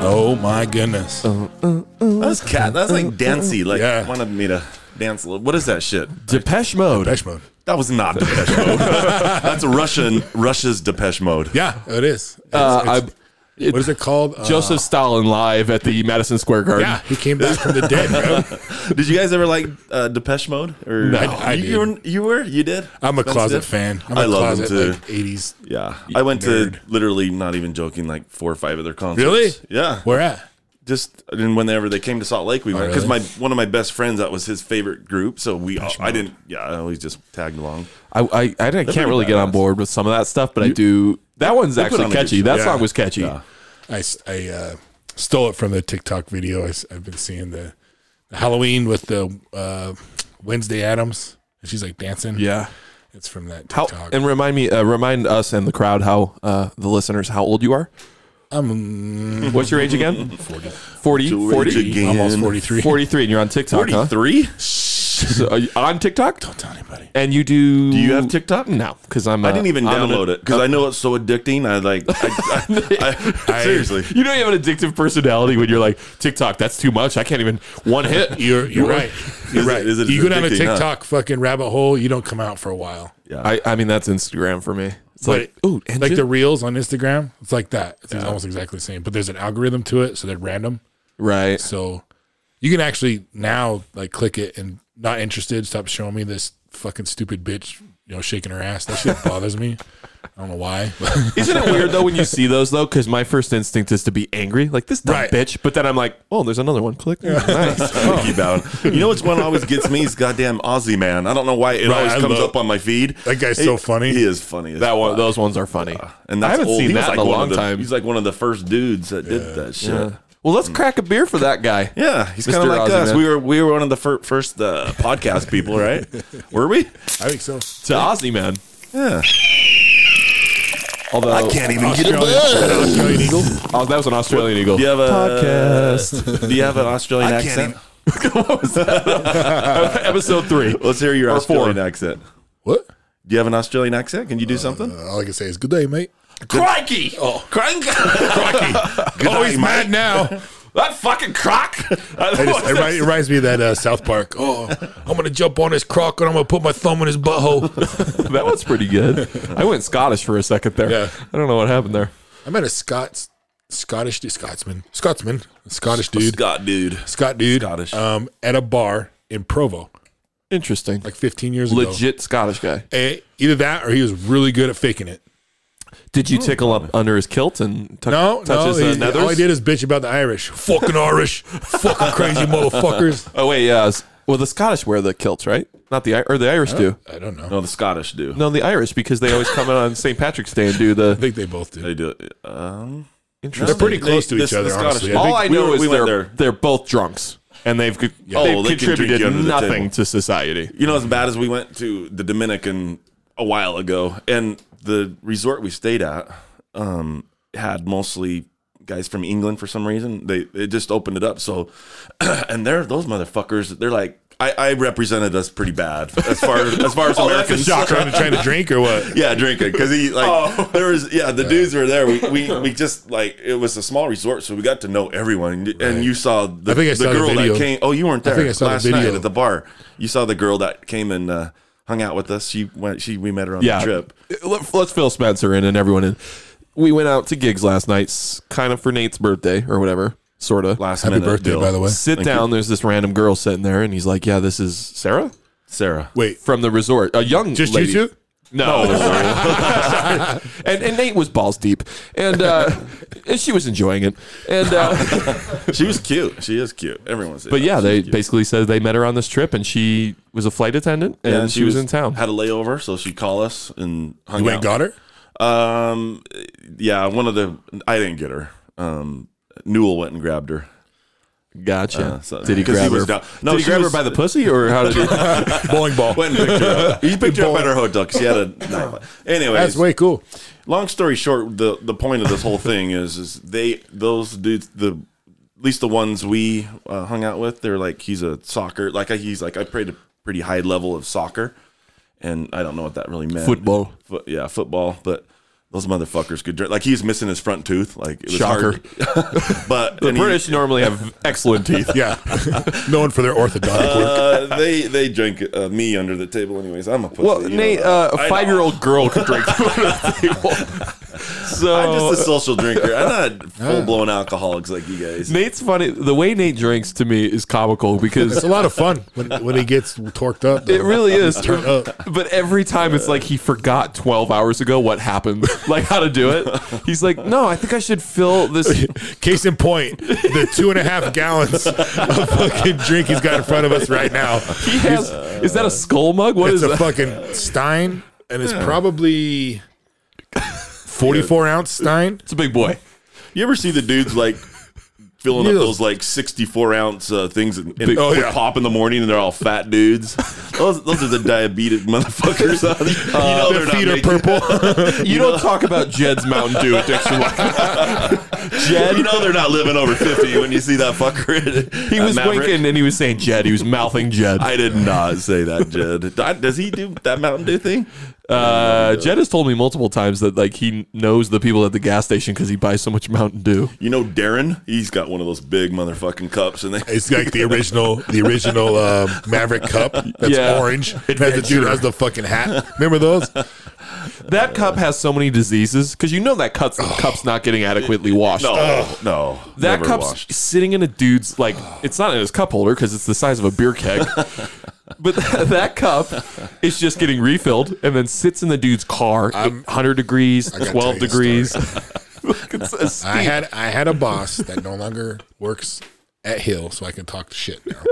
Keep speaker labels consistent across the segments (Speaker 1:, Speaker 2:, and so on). Speaker 1: Oh my goodness.
Speaker 2: Oh. That's cat. That's like dancey. Like
Speaker 1: Yeah.
Speaker 2: wanted me to dance a little. What is that shit?
Speaker 3: Depeche Mode.
Speaker 1: Depeche Mode.
Speaker 2: That was not Depeche Mode. That's Russian. Russia's Depeche Mode.
Speaker 1: Yeah, it is. It's-
Speaker 3: Uh,
Speaker 1: it's-
Speaker 3: I- it-
Speaker 1: what is it called?
Speaker 3: Joseph Stalin live at the Madison Square
Speaker 1: Uh,
Speaker 3: Garden.
Speaker 1: yeah, he came back from the dead, bro.
Speaker 2: Did you guys ever like uh, Depeche Mode? Or
Speaker 1: No, I
Speaker 2: you, you, were, you were. You did.
Speaker 1: I'm a
Speaker 2: Spencer
Speaker 1: closet
Speaker 2: did?
Speaker 1: fan. I'm a
Speaker 2: I love
Speaker 1: closet
Speaker 2: them too.
Speaker 1: like 80s.
Speaker 2: yeah, I went
Speaker 1: nerd.
Speaker 2: to literally not even joking like four or five of their concerts.
Speaker 1: Really?
Speaker 2: Yeah.
Speaker 1: Where at?
Speaker 2: just and whenever they came to Salt Lake, we
Speaker 1: Oh,
Speaker 2: went because my one of my best friends that was his favorite group, so we all, I didn't yeah I always just tagged along.
Speaker 3: I, I, I didn't- can't really get on
Speaker 2: badass.
Speaker 3: board with some of that stuff, but I do. That one's
Speaker 2: put
Speaker 3: actually
Speaker 2: on a good
Speaker 3: catchy.
Speaker 2: show.
Speaker 3: That
Speaker 1: Yeah.
Speaker 3: song was catchy.
Speaker 1: I, s- I, uh, stole it from the TikTok video. I, have been seeing the, the Halloween with the uh, Wednesday Adams, and she's like dancing.
Speaker 3: Yeah.
Speaker 1: it's from that
Speaker 3: How,
Speaker 1: TikTok.
Speaker 3: and remind me, uh, remind us and the crowd how uh, the listeners how old you are.
Speaker 1: I'm
Speaker 3: What's your age again? 40. 40?
Speaker 2: Your Mm-hmm. age
Speaker 3: 40?
Speaker 2: again.
Speaker 1: almost 43.
Speaker 3: 43, and you're on TikTok, huh?
Speaker 2: Forty-three?
Speaker 3: So are you on TikTok?
Speaker 1: Don't tell anybody.
Speaker 3: And you do? Do
Speaker 2: you have TikTok?
Speaker 3: No, because I'm.
Speaker 2: I didn't even
Speaker 3: uh, I'm
Speaker 2: download
Speaker 3: a-
Speaker 2: it because I know it's so addicting. I like I, I, I, seriously.
Speaker 3: You know you have an addictive personality when you're like TikTok. That's too much. I can't even one hit.
Speaker 1: You're you're right. You're
Speaker 2: Is it-
Speaker 1: right.
Speaker 2: is it
Speaker 1: you go down a
Speaker 2: addicting, huh?
Speaker 1: TikTok fucking rabbit hole, you don't come out for a while.
Speaker 3: I, I mean that's Instagram for me. It's like
Speaker 1: but
Speaker 3: ooh, and
Speaker 1: like
Speaker 3: you-
Speaker 1: the reels on Instagram, it's like that. It's almost exactly the same. But there's an algorithm to it, so they're random.
Speaker 3: right.
Speaker 1: So you can actually now like click it and not interested. Stop showing me this fucking stupid bitch, you know, shaking her ass. That shit bothers me. I don't know why.
Speaker 3: Isn't it weird though when you see those though? Because my first instinct is to be angry, like this dumb
Speaker 1: Right.
Speaker 3: bitch. But then I'm like, oh, there's another one. Click. Nice.
Speaker 2: Keep down. You know what's one that always gets me is goddamn Aussie man. I don't know why it
Speaker 1: Right,
Speaker 2: always
Speaker 1: I
Speaker 2: comes
Speaker 1: love-
Speaker 2: up on my feed.
Speaker 1: That guy's so funny.
Speaker 2: He is funny. as
Speaker 3: That one,
Speaker 2: fuck.
Speaker 3: those ones are funny.
Speaker 2: And
Speaker 3: I
Speaker 2: that's
Speaker 3: haven't
Speaker 2: old.
Speaker 3: seen
Speaker 2: He was
Speaker 3: that in
Speaker 2: like one
Speaker 3: a
Speaker 2: of
Speaker 3: long
Speaker 2: the-
Speaker 3: time.
Speaker 2: He's like one of the first dudes that did that shit.
Speaker 3: Yeah. Well, let's crack a beer for that guy.
Speaker 2: Yeah, he's
Speaker 3: Mr.
Speaker 2: kind of like
Speaker 3: Ozzy,
Speaker 2: us.
Speaker 3: man.
Speaker 2: We were we were one of the fir- first uh, podcast people, right? Were we?
Speaker 1: I think so.
Speaker 3: to Ozzy man.
Speaker 2: Yeah.
Speaker 3: Although
Speaker 2: even
Speaker 1: Australian, Australian Eagle.
Speaker 3: oh, that was an Australian eagle.
Speaker 2: Do you have a
Speaker 3: Podcast.
Speaker 2: Do you have an Australian accent?
Speaker 3: Episode three.
Speaker 2: Let's hear your
Speaker 3: Or four.
Speaker 2: Australian accent.
Speaker 1: What?
Speaker 2: Do you have an Australian accent? Can you do something?
Speaker 1: Uh, All I can say is good day, mate.
Speaker 3: Uh, Crikey!
Speaker 1: Oh,
Speaker 3: Crank!
Speaker 1: oh, he's
Speaker 2: day,
Speaker 1: mad now.
Speaker 3: that fucking croc!
Speaker 1: I just, it, reminds, it reminds me of that uh, South Park. Oh, I'm gonna jump on his crock and I'm gonna put my thumb in his butthole.
Speaker 3: that was pretty good. I went Scottish for a second there.
Speaker 1: Yeah.
Speaker 3: I don't know what happened there.
Speaker 1: I met a Scots, Scottish dude, Scotsman, Scotsman, Scottish dude,
Speaker 2: Scott, dude.
Speaker 1: Scott dude,
Speaker 2: Scottish.
Speaker 1: um, at a bar in Provo
Speaker 3: Interesting.
Speaker 1: like 15 years ago.
Speaker 3: Legit Scottish guy.
Speaker 1: Eh, Either that or he was really good at faking it.
Speaker 3: Did you tickle up under his kilt and tuck,
Speaker 1: No,
Speaker 3: touch
Speaker 1: no,
Speaker 3: his uh,
Speaker 1: he, all
Speaker 3: nethers?
Speaker 1: I did is bitch about the Irish, fucking Irish, fucking crazy motherfuckers.
Speaker 3: oh wait, yeah. s- Well, the Scottish wear the kilts, right? Not the I- or the Irish do.
Speaker 1: I don't know.
Speaker 2: No, the Scottish do.
Speaker 3: No, the Irish because they always come out on St. Patrick's Day and do
Speaker 1: I
Speaker 3: the
Speaker 1: think they both did.
Speaker 2: They do it. Um,
Speaker 1: They're
Speaker 3: interesting.
Speaker 1: pretty
Speaker 2: They-
Speaker 1: close
Speaker 2: they-
Speaker 1: to each
Speaker 2: the
Speaker 1: other.
Speaker 2: Scottish-
Speaker 1: honestly. I
Speaker 3: All
Speaker 1: think-
Speaker 3: I
Speaker 2: we
Speaker 3: know
Speaker 2: were-
Speaker 3: is
Speaker 2: we went
Speaker 3: they're
Speaker 2: there.
Speaker 3: they're both drunks and they've co- they've
Speaker 2: Oh, they can drink you
Speaker 3: contributed
Speaker 2: under the
Speaker 3: nothing
Speaker 2: table.
Speaker 3: to society.
Speaker 2: you know, as bad as we went to the Dominican a while ago, and the resort we stayed at um, had mostly guys from England for some reason. They they just opened it up. So, and they're those motherfuckers. They're like. I, I represented us pretty bad as far as far as Americans.
Speaker 1: shocker. I'm trying to drink or what?
Speaker 2: Yeah, drinking because he like
Speaker 3: Oh.
Speaker 2: there was yeah the dudes were there. We, we we just like it was a small resort, so we got to know everyone. And, and you saw the,
Speaker 1: I think I
Speaker 2: the
Speaker 1: saw the
Speaker 2: girl
Speaker 1: video.
Speaker 2: that came. Oh, you weren't there
Speaker 1: think I saw the
Speaker 2: last
Speaker 1: video.
Speaker 2: night at the bar. You saw the girl that came and uh, hung out with us. She went. She we met her on
Speaker 3: yeah.
Speaker 2: the trip.
Speaker 3: Let, us fill Spencer in and everyone in. We went out to gigs last night, s- kind of for Nate's birthday or whatever, sort of.
Speaker 2: Last
Speaker 1: Happy
Speaker 2: minute,
Speaker 1: birthday,
Speaker 2: Bill.
Speaker 1: by the way.
Speaker 3: Sit down. There's this random girl sitting there, and he's like, "Yeah, this is Sarah
Speaker 2: Sarah.
Speaker 1: Wait,
Speaker 3: from the resort, a young
Speaker 1: just
Speaker 3: lady.
Speaker 1: you two? Oh.
Speaker 3: No. and, and Nate was balls deep, and uh, and she was enjoying it, and uh,
Speaker 2: She was cute. She is cute. Everyone's.
Speaker 3: but yeah, they basically said they met her on this trip, and she was a flight attendant, and she, was, in town.
Speaker 2: Had a layover, so she called us and hung
Speaker 1: You went and
Speaker 2: out.
Speaker 1: got her?
Speaker 2: Um, yeah, one of the I didn't get her. Um, Newell went and grabbed her.
Speaker 3: Gotcha.
Speaker 2: so-
Speaker 3: did he
Speaker 2: 'cause he
Speaker 3: grab her?
Speaker 2: was down- No,
Speaker 3: did he
Speaker 2: she
Speaker 3: grab
Speaker 2: was-
Speaker 3: her by the pussy, or how did he?
Speaker 1: Bowling ball.
Speaker 2: Went and picked her up. He picked her up at her hotel because she had a
Speaker 3: Oh.
Speaker 2: knife.
Speaker 1: That's
Speaker 2: Anyways,
Speaker 1: way cool.
Speaker 2: long story short, the the point of this whole thing is is they those dudes the at least the ones we uh, hung out with they're like he's a soccer like he's like I played a pretty high level of soccer, and I don't know what that really meant
Speaker 3: Football.
Speaker 2: Fo- yeah football but Those motherfuckers could drink. Like he was missing his front tooth. Like it was
Speaker 3: Shocker.
Speaker 2: hard. but
Speaker 3: The
Speaker 2: and he-
Speaker 3: British normally have excellent teeth.
Speaker 1: Yeah, known for their orthodontic work.
Speaker 2: uh, they they drink uh, me under the table. Anyways, I'm a pussy.
Speaker 3: Well,
Speaker 2: you know
Speaker 3: Nate,
Speaker 2: that. I
Speaker 3: uh, a
Speaker 2: know.
Speaker 3: five-year-old girl could drink under the table. So
Speaker 2: I'm just a social drinker. I'm not full blown alcoholics like you guys.
Speaker 3: Nate's funny. The way Nate drinks to me is comical
Speaker 1: It's
Speaker 3: because
Speaker 1: a lot of fun when, when he gets torqued up. though.
Speaker 3: it really is.
Speaker 1: Turn up.
Speaker 3: But every time it's like he forgot 12 hours ago what happened, like how to do it. He's like, no, I think I should fill this.
Speaker 1: Case in point, the two and a half gallons of fucking drink he's got in front of us right now.
Speaker 3: He has, is that a skull mug? What is
Speaker 1: It's a
Speaker 3: that?
Speaker 1: fucking Stein, and it's probably 44 ounce Stein.
Speaker 3: It's a big boy.
Speaker 2: You ever see the dudes like filling up
Speaker 1: Yeah.
Speaker 2: those like 64 ounce uh, things and, and
Speaker 1: Oh,
Speaker 2: with
Speaker 1: yeah.
Speaker 2: pop in the morning and they're all fat dudes? those, those are the diabetic motherfuckers. you know
Speaker 1: Their
Speaker 2: they're
Speaker 1: feet
Speaker 2: not
Speaker 1: are
Speaker 2: making-
Speaker 1: purple.
Speaker 3: You, don't talk about Jed's Mountain Dew addiction like that. Jed,
Speaker 2: You know they're not living over 50 when you see that fucker.
Speaker 3: he was winking and he was saying Jed. He was mouthing Jed.
Speaker 2: I did not say that, Jed. Do- Does he do that Mountain Dew thing?
Speaker 3: Uh, Jed has told me multiple times that like he knows the people at the gas station because he buys so much Mountain Dew.
Speaker 2: You know Darren? He's got one of those big motherfucking cups and they
Speaker 1: it's like the original, the original um Maverick cup that's
Speaker 3: Yeah.
Speaker 1: orange. It has the dude that has the fucking hat. Remember those?
Speaker 3: That cup has so many diseases because you know that cup's, cup's not getting adequately washed.
Speaker 2: No, no.
Speaker 3: That
Speaker 2: never
Speaker 3: cup's
Speaker 2: washed.
Speaker 3: sitting in a dude's like it's not in his cup holder because it's the size of a beer keg. but that, cup is just getting refilled and then sits in the dude's car at 100 degrees,
Speaker 1: gotta
Speaker 3: 12
Speaker 1: tell you a
Speaker 3: degrees. Look, it's a steep-
Speaker 1: I had I had a boss that no longer works at Hill, so I can talk shit now.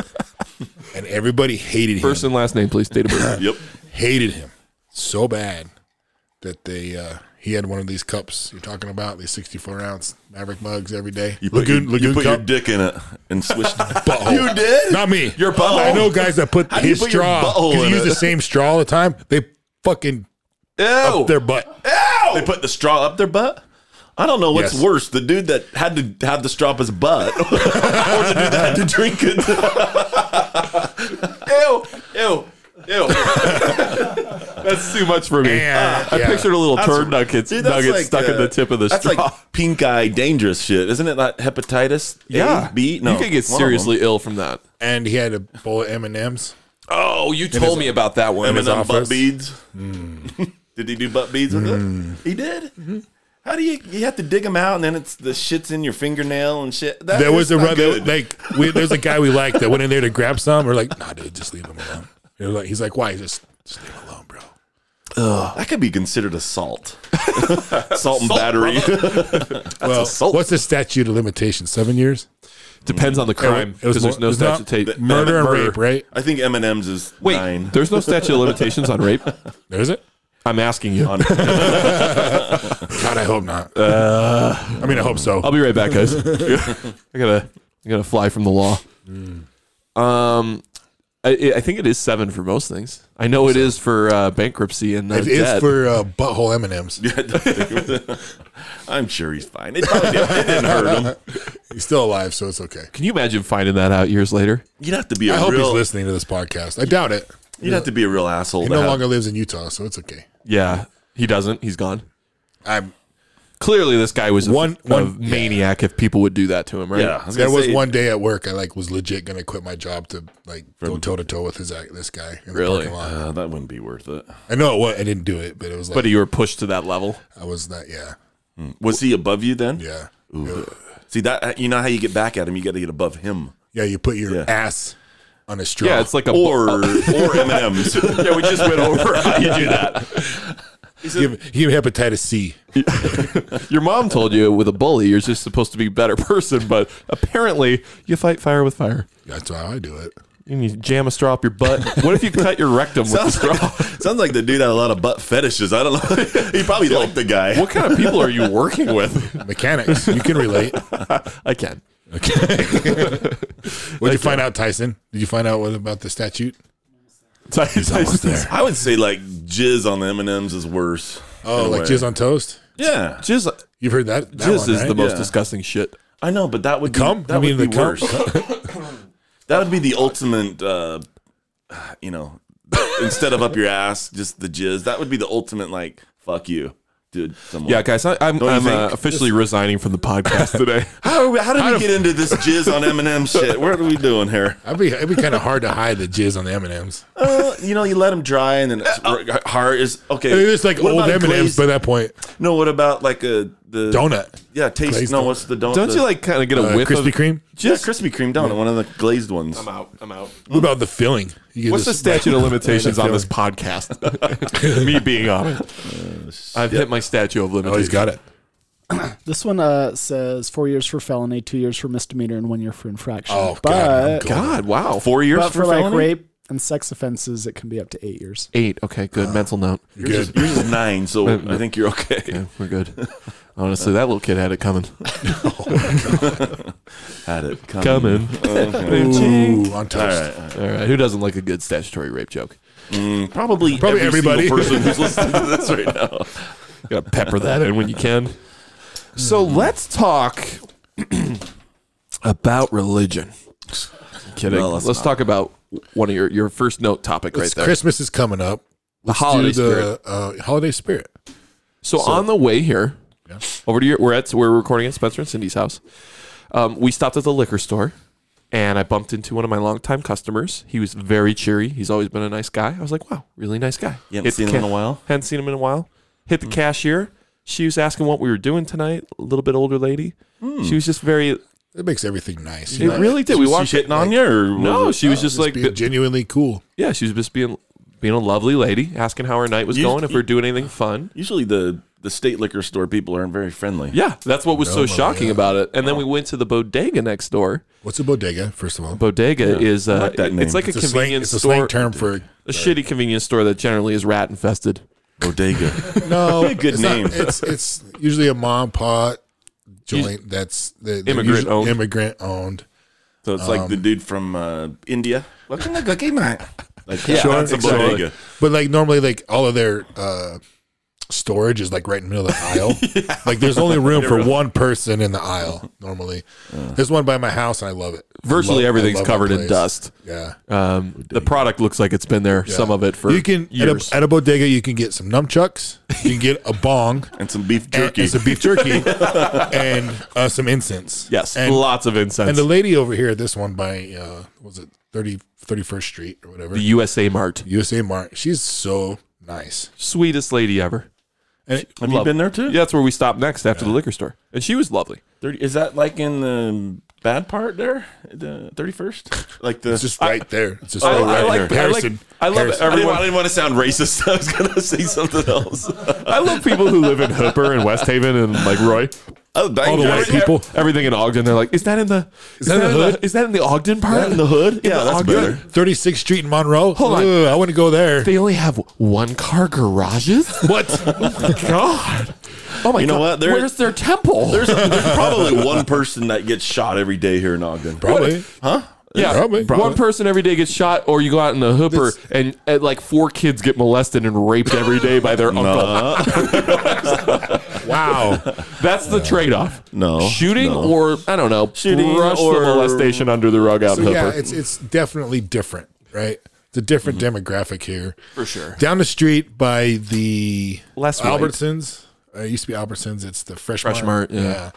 Speaker 1: and everybody hated
Speaker 3: First
Speaker 1: him.
Speaker 3: and last name, please. Date of birth.
Speaker 2: Yep.
Speaker 1: Hated him so bad that they uh, he had one of these cups you're talking about, these 64 ounce Maverick mugs every day.
Speaker 2: You put,
Speaker 1: Lagoon
Speaker 2: your, you
Speaker 1: Lagoon
Speaker 2: put your
Speaker 1: cup.
Speaker 2: dick in it and switched.
Speaker 1: butthole.
Speaker 2: You did?
Speaker 1: Not me.
Speaker 2: Your butthole?
Speaker 1: I know guys that put
Speaker 2: How do you
Speaker 1: his
Speaker 2: put your
Speaker 1: straw
Speaker 2: butthole
Speaker 1: because
Speaker 2: in
Speaker 1: you use
Speaker 2: it?
Speaker 1: the same straw all the time. They fucking
Speaker 2: Ew.
Speaker 1: their butt.
Speaker 2: They put the straw up their butt. I don't know what's
Speaker 1: Yes.
Speaker 2: worse: the dude that had to have the straw up his butt, or the dude that had to drink it.
Speaker 3: Ew, ew, ew. that's too much for me.
Speaker 1: And,
Speaker 3: I
Speaker 1: yeah.
Speaker 3: pictured a little
Speaker 2: That's-
Speaker 3: turd nuggets,
Speaker 2: Dude, that's
Speaker 3: nuggets
Speaker 2: like,
Speaker 3: stuck in
Speaker 2: uh,
Speaker 3: the tip of the
Speaker 2: That's
Speaker 3: straw.
Speaker 2: like pink eye dangerous shit, isn't it? Like hepatitis. A,
Speaker 3: yeah,
Speaker 2: B. No,
Speaker 3: you could get
Speaker 2: one of
Speaker 3: seriously ill from that.
Speaker 1: and he had a bowl of M and M's.
Speaker 3: Oh, you told me about that one.
Speaker 2: them.
Speaker 1: his
Speaker 2: M&M butt
Speaker 1: office. Hmm.
Speaker 2: beads. did he do butt beads with it? He did. How do you? You have to dig them out, and then it's the shit's in your fingernail and shit. That
Speaker 1: There
Speaker 2: is
Speaker 1: was a
Speaker 2: not
Speaker 1: rub
Speaker 2: good.
Speaker 1: like we, there's a guy we liked that went in there to grab some. We're like, nah, dude, just leave him alone. They're like, he's like, why? He's just just leave him alone, bro.
Speaker 2: That could be considered assault. salt and battery.
Speaker 1: well,
Speaker 2: assault.
Speaker 1: what's the statute of limitations? Seven years.
Speaker 3: Depends on the crime
Speaker 1: It was
Speaker 3: because there's
Speaker 1: more-
Speaker 3: no
Speaker 1: it was not-
Speaker 3: statute.
Speaker 2: Th-
Speaker 1: Murder and rape, right?
Speaker 2: I think M and M's is
Speaker 3: Wait,
Speaker 2: nine.
Speaker 3: there's no statute of limitations on rape.
Speaker 1: There's it.
Speaker 3: I'm asking you.
Speaker 1: God, I hope not. I mean, I hope so.
Speaker 3: I'll be right back, guys. I gotta, I gotta fly from the law. Um, I, I think it is seven for most things. I know it is for uh, bankruptcy and uh,
Speaker 1: It is
Speaker 3: debt.
Speaker 1: for uh, butthole M and M's.
Speaker 2: I'm sure he's fine. It, probably did, it didn't hurt him.
Speaker 1: He's still alive, so it's okay.
Speaker 3: Can you imagine finding that out years later?
Speaker 2: You'd have to be a
Speaker 1: I hope
Speaker 2: real.
Speaker 1: he's listening to this podcast. I doubt it.
Speaker 2: You'd have to be a real asshole.
Speaker 1: He
Speaker 2: to
Speaker 1: no
Speaker 2: have-
Speaker 1: longer lives in Utah, so it's okay.
Speaker 3: Yeah, he doesn't. He's gone.
Speaker 1: I'm.
Speaker 3: Clearly, this guy was one,
Speaker 1: One-
Speaker 3: a,
Speaker 1: one-
Speaker 3: a maniac. If people would do that to him, right?
Speaker 2: Yeah, I was
Speaker 1: There
Speaker 2: gonna
Speaker 1: was
Speaker 2: say,
Speaker 1: one day at work I like was legit gonna quit my job to like go toe to toe with his this guy. In
Speaker 3: Really?
Speaker 1: The parking lot.
Speaker 2: Uh, that wouldn't be worth it.
Speaker 1: I know it was. I didn't do it, but it was like
Speaker 3: But you were pushed to that level.
Speaker 1: I was not. Yeah,
Speaker 2: Was he above you then?
Speaker 1: yeah,
Speaker 2: See that? You know how you get back at him? You got to get above him.
Speaker 1: yeah. You put your
Speaker 2: Yeah.
Speaker 1: ass on a straw.
Speaker 3: Yeah, it's like a
Speaker 2: Or or M and M's.
Speaker 3: yeah. We just went over how you do that.
Speaker 1: give, give him hepatitis C.
Speaker 3: Your mom told you with a bully, you're just supposed to be a better person, but apparently you fight fire with fire.
Speaker 1: That's how I do it.
Speaker 3: You need to jam a straw up your butt. What if you cut your rectum with a
Speaker 2: Sounds
Speaker 3: straw?
Speaker 2: like, sounds like the dude had a lot of butt fetishes. I don't know. he probably liked the guy.
Speaker 3: What kind of people are you working with?
Speaker 1: Mechanics, you can relate.
Speaker 3: I can.
Speaker 1: Okay. What'd you find out, Tyson? Did you find out what about the statute?
Speaker 3: He's
Speaker 1: almost there.
Speaker 2: I would say like jizz on the M and M's is worse.
Speaker 1: Oh,
Speaker 2: in a
Speaker 1: like
Speaker 2: way.
Speaker 1: jizz on toast.
Speaker 2: Yeah,
Speaker 3: Jizz,
Speaker 1: You've heard that. that
Speaker 3: jizz
Speaker 1: one,
Speaker 3: is
Speaker 1: right?
Speaker 3: the most
Speaker 2: Yeah.
Speaker 3: disgusting shit.
Speaker 2: I know, but that would be,
Speaker 1: cum?
Speaker 2: that
Speaker 1: You mean
Speaker 2: would
Speaker 1: the
Speaker 2: be
Speaker 1: cum?
Speaker 2: worse. that would be the ultimate, uh, you know, instead of up your ass, just the jizz. That would be the ultimate, like fuck you. dude. Someone.
Speaker 3: Yeah, guys, I, I'm,
Speaker 2: Don't you
Speaker 3: I'm uh,
Speaker 2: think?
Speaker 3: officially resigning from the podcast today.
Speaker 2: How, how did
Speaker 1: How
Speaker 2: we
Speaker 1: do-
Speaker 2: get into this jizz on Eminem shit? What are we doing here?
Speaker 1: I'd be it'd be kind of hard to hide the jizz on the M and M's.
Speaker 2: Uh, you know, you let them dry, and then it's r- hard is okay.
Speaker 1: It's like
Speaker 2: What
Speaker 1: old
Speaker 2: about
Speaker 1: M and M's
Speaker 2: glazed-
Speaker 1: by that point.
Speaker 2: No, what about like a the
Speaker 1: Donut,
Speaker 2: Yeah, taste.
Speaker 1: Glazed
Speaker 2: no,
Speaker 1: donut.
Speaker 2: what's the donut?
Speaker 3: Don't you like kind of get a
Speaker 1: uh,
Speaker 3: whiff
Speaker 1: Krispy
Speaker 3: of?
Speaker 1: Kreme.
Speaker 2: just Krispy Kreme donut? One of the glazed ones.
Speaker 3: I'm out. I'm out.
Speaker 1: What about the filling? You get
Speaker 3: What's the
Speaker 1: this-
Speaker 3: statute of limitations on
Speaker 1: feeling.
Speaker 3: this podcast? Me being on it, I've hit my statute of
Speaker 1: Oh, he's
Speaker 3: limitations.
Speaker 1: got it.
Speaker 4: This one uh, says four years for felony, two years for misdemeanor, and one year for infraction.
Speaker 1: Oh, God, I'm
Speaker 4: but,
Speaker 1: going-
Speaker 3: God, wow, four years
Speaker 4: but for, like
Speaker 3: felony?
Speaker 4: rape and sex offenses, it can be up to eight years.
Speaker 3: Eight. Okay, good. Mental note.
Speaker 1: You're
Speaker 2: Yours
Speaker 1: good.
Speaker 2: is, yours is nine, so I think you're okay.
Speaker 3: Yeah, we're good. Honestly, that little kid had it coming.
Speaker 2: Had it coming.
Speaker 3: Coming.
Speaker 1: Ooh, on
Speaker 2: All
Speaker 1: toast.
Speaker 2: right, all right.
Speaker 3: All right. Who doesn't like a good statutory rape joke?
Speaker 2: Mm, probably
Speaker 1: Probably
Speaker 2: every single
Speaker 1: everybody.
Speaker 2: person who's listening to this right now.
Speaker 3: You gotta pepper that in when you can. So
Speaker 1: Mm-hmm.
Speaker 3: let's talk about religion. Kidding.
Speaker 2: No, let's
Speaker 3: let's talk about one of your, your first note topic right
Speaker 1: It's-
Speaker 3: there.
Speaker 1: Christmas is coming up.
Speaker 3: the
Speaker 1: Let's
Speaker 3: holiday
Speaker 1: do
Speaker 3: spirit.
Speaker 1: the uh, holiday spirit.
Speaker 3: So, on the way here,
Speaker 1: Yeah.
Speaker 3: over to your, we're at we're recording at Spencer and Cindy's house. Um, we stopped at the liquor store, and I bumped into one of my longtime customers. He was very cheery. He's always been a nice guy. I was like, wow, really nice guy.
Speaker 2: You haven't
Speaker 3: Hit the
Speaker 2: seen him in a while? Hmm.
Speaker 3: Hadn't seen him in a while. Hit the cashier. She was asking what we were doing tonight. A little bit older lady.
Speaker 2: Hmm.
Speaker 3: She was just very. It
Speaker 1: It makes everything nice.
Speaker 3: really did. We
Speaker 2: Was
Speaker 3: walked.
Speaker 2: she hitting on you? Or was
Speaker 3: no,
Speaker 2: it-
Speaker 3: she was just like,
Speaker 1: being genuinely cool.
Speaker 3: yeah, she was just being being a lovely lady, asking how her night was
Speaker 2: You-
Speaker 3: going, if
Speaker 2: you-
Speaker 3: we're doing anything fun.
Speaker 2: usually the the state liquor store people aren't very friendly.
Speaker 3: Yeah, that's what was so
Speaker 1: Roma,
Speaker 3: shocking
Speaker 1: yeah.
Speaker 3: about it. And then we went to the bodega next door.
Speaker 1: What's a bodega? First of all,
Speaker 3: Bodega is uh,
Speaker 2: like that name.
Speaker 3: it's like
Speaker 1: it's
Speaker 3: a
Speaker 1: a slang.
Speaker 3: convenience
Speaker 1: It's a
Speaker 3: store,
Speaker 1: slang term for
Speaker 3: a shitty convenience store that generally is rat infested.
Speaker 2: Bodega.
Speaker 1: no
Speaker 2: Good
Speaker 1: it's
Speaker 2: name.
Speaker 1: Not, it's it's usually a mom pot joint that's the
Speaker 3: Immigrant owned.
Speaker 1: immigrant owned.
Speaker 2: so it's like
Speaker 3: Um,
Speaker 2: the dude from uh, India. Welcome to Cookie Mart. Like, yeah,
Speaker 3: Sure,
Speaker 2: that's a
Speaker 3: exactly.
Speaker 2: bodega.
Speaker 1: But like normally, like all of their uh, storage is like right in the middle of the aisle. Like there's only room for one person in the aisle normally. There's one by my house, and I love it.
Speaker 3: Virtually
Speaker 1: Love- I
Speaker 3: everything's
Speaker 1: love that
Speaker 3: covered in
Speaker 1: place.
Speaker 3: dust.
Speaker 1: Yeah,
Speaker 3: Um, the product looks like it's been there, some of it for
Speaker 1: you can at a,
Speaker 3: years.
Speaker 1: at a bodega you can get some nunchucks, you can get a bong,
Speaker 2: And some beef
Speaker 1: and-
Speaker 2: jerky.
Speaker 1: and some beef jerky, and uh, some incense.
Speaker 3: yes,
Speaker 1: and
Speaker 3: lots of incense.
Speaker 1: And the lady over here at this one by uh was it 30 31st Street or whatever.
Speaker 3: the USA Mart,
Speaker 1: USA Mart. She's so nice.
Speaker 3: sweetest lady ever.
Speaker 1: And it-
Speaker 2: Have you
Speaker 3: Love-
Speaker 2: been there too?
Speaker 3: Yeah, that's where we stopped next after the liquor store, and she was lovely.
Speaker 2: 30, is that like in the bad part there? The 31st? Like the.
Speaker 1: it's just right there. It's just
Speaker 3: I-
Speaker 1: right,
Speaker 3: I like-
Speaker 1: there.
Speaker 3: I like-
Speaker 1: Harrison.
Speaker 3: I love
Speaker 1: Harrison.
Speaker 2: I didn't,
Speaker 3: everyone-
Speaker 2: want, I didn't want to sound racist. I was going to say something else.
Speaker 3: I love people who live in Hooper and West Haven and like Roy.
Speaker 2: All the
Speaker 1: All the white people.
Speaker 3: Everything in Ogden, they're like, is that in the is,
Speaker 1: that in the
Speaker 3: in
Speaker 1: hood?
Speaker 3: is that in the Ogden part?
Speaker 2: in the hood? Yeah, that's
Speaker 3: Ogden.
Speaker 2: better.
Speaker 1: 36th Street in Monroe. Hold
Speaker 3: on.
Speaker 1: I want to go there.
Speaker 3: They only have one car garages.
Speaker 1: what?
Speaker 3: God. Oh my
Speaker 2: You know
Speaker 3: God.
Speaker 2: what? There-
Speaker 3: Where's their temple?
Speaker 2: There's, there's probably one person that gets shot every day here in Ogden.
Speaker 1: Probably.
Speaker 2: Huh?
Speaker 3: yeah,
Speaker 1: probably.
Speaker 3: one person every day gets shot, or you go out in the hooper and, and like four kids get molested and raped every day by
Speaker 1: Oh,
Speaker 3: their uncle.
Speaker 2: Uh,
Speaker 1: Wow.
Speaker 3: That's the trade-off.
Speaker 2: No,
Speaker 3: shooting
Speaker 2: no.
Speaker 3: or I don't know,
Speaker 2: Shooting
Speaker 3: brush
Speaker 2: or-
Speaker 3: the molestation under the rug out
Speaker 1: So
Speaker 3: hooper. Mm-hmm.
Speaker 1: yeah, it's it's definitely different, right? It's a different demographic here.
Speaker 3: for sure.
Speaker 1: Down the street by the
Speaker 3: Less white.
Speaker 1: Albertsons. Uh, it used to be Albertsons. It's the Fresh,
Speaker 3: Fresh Mart, yeah.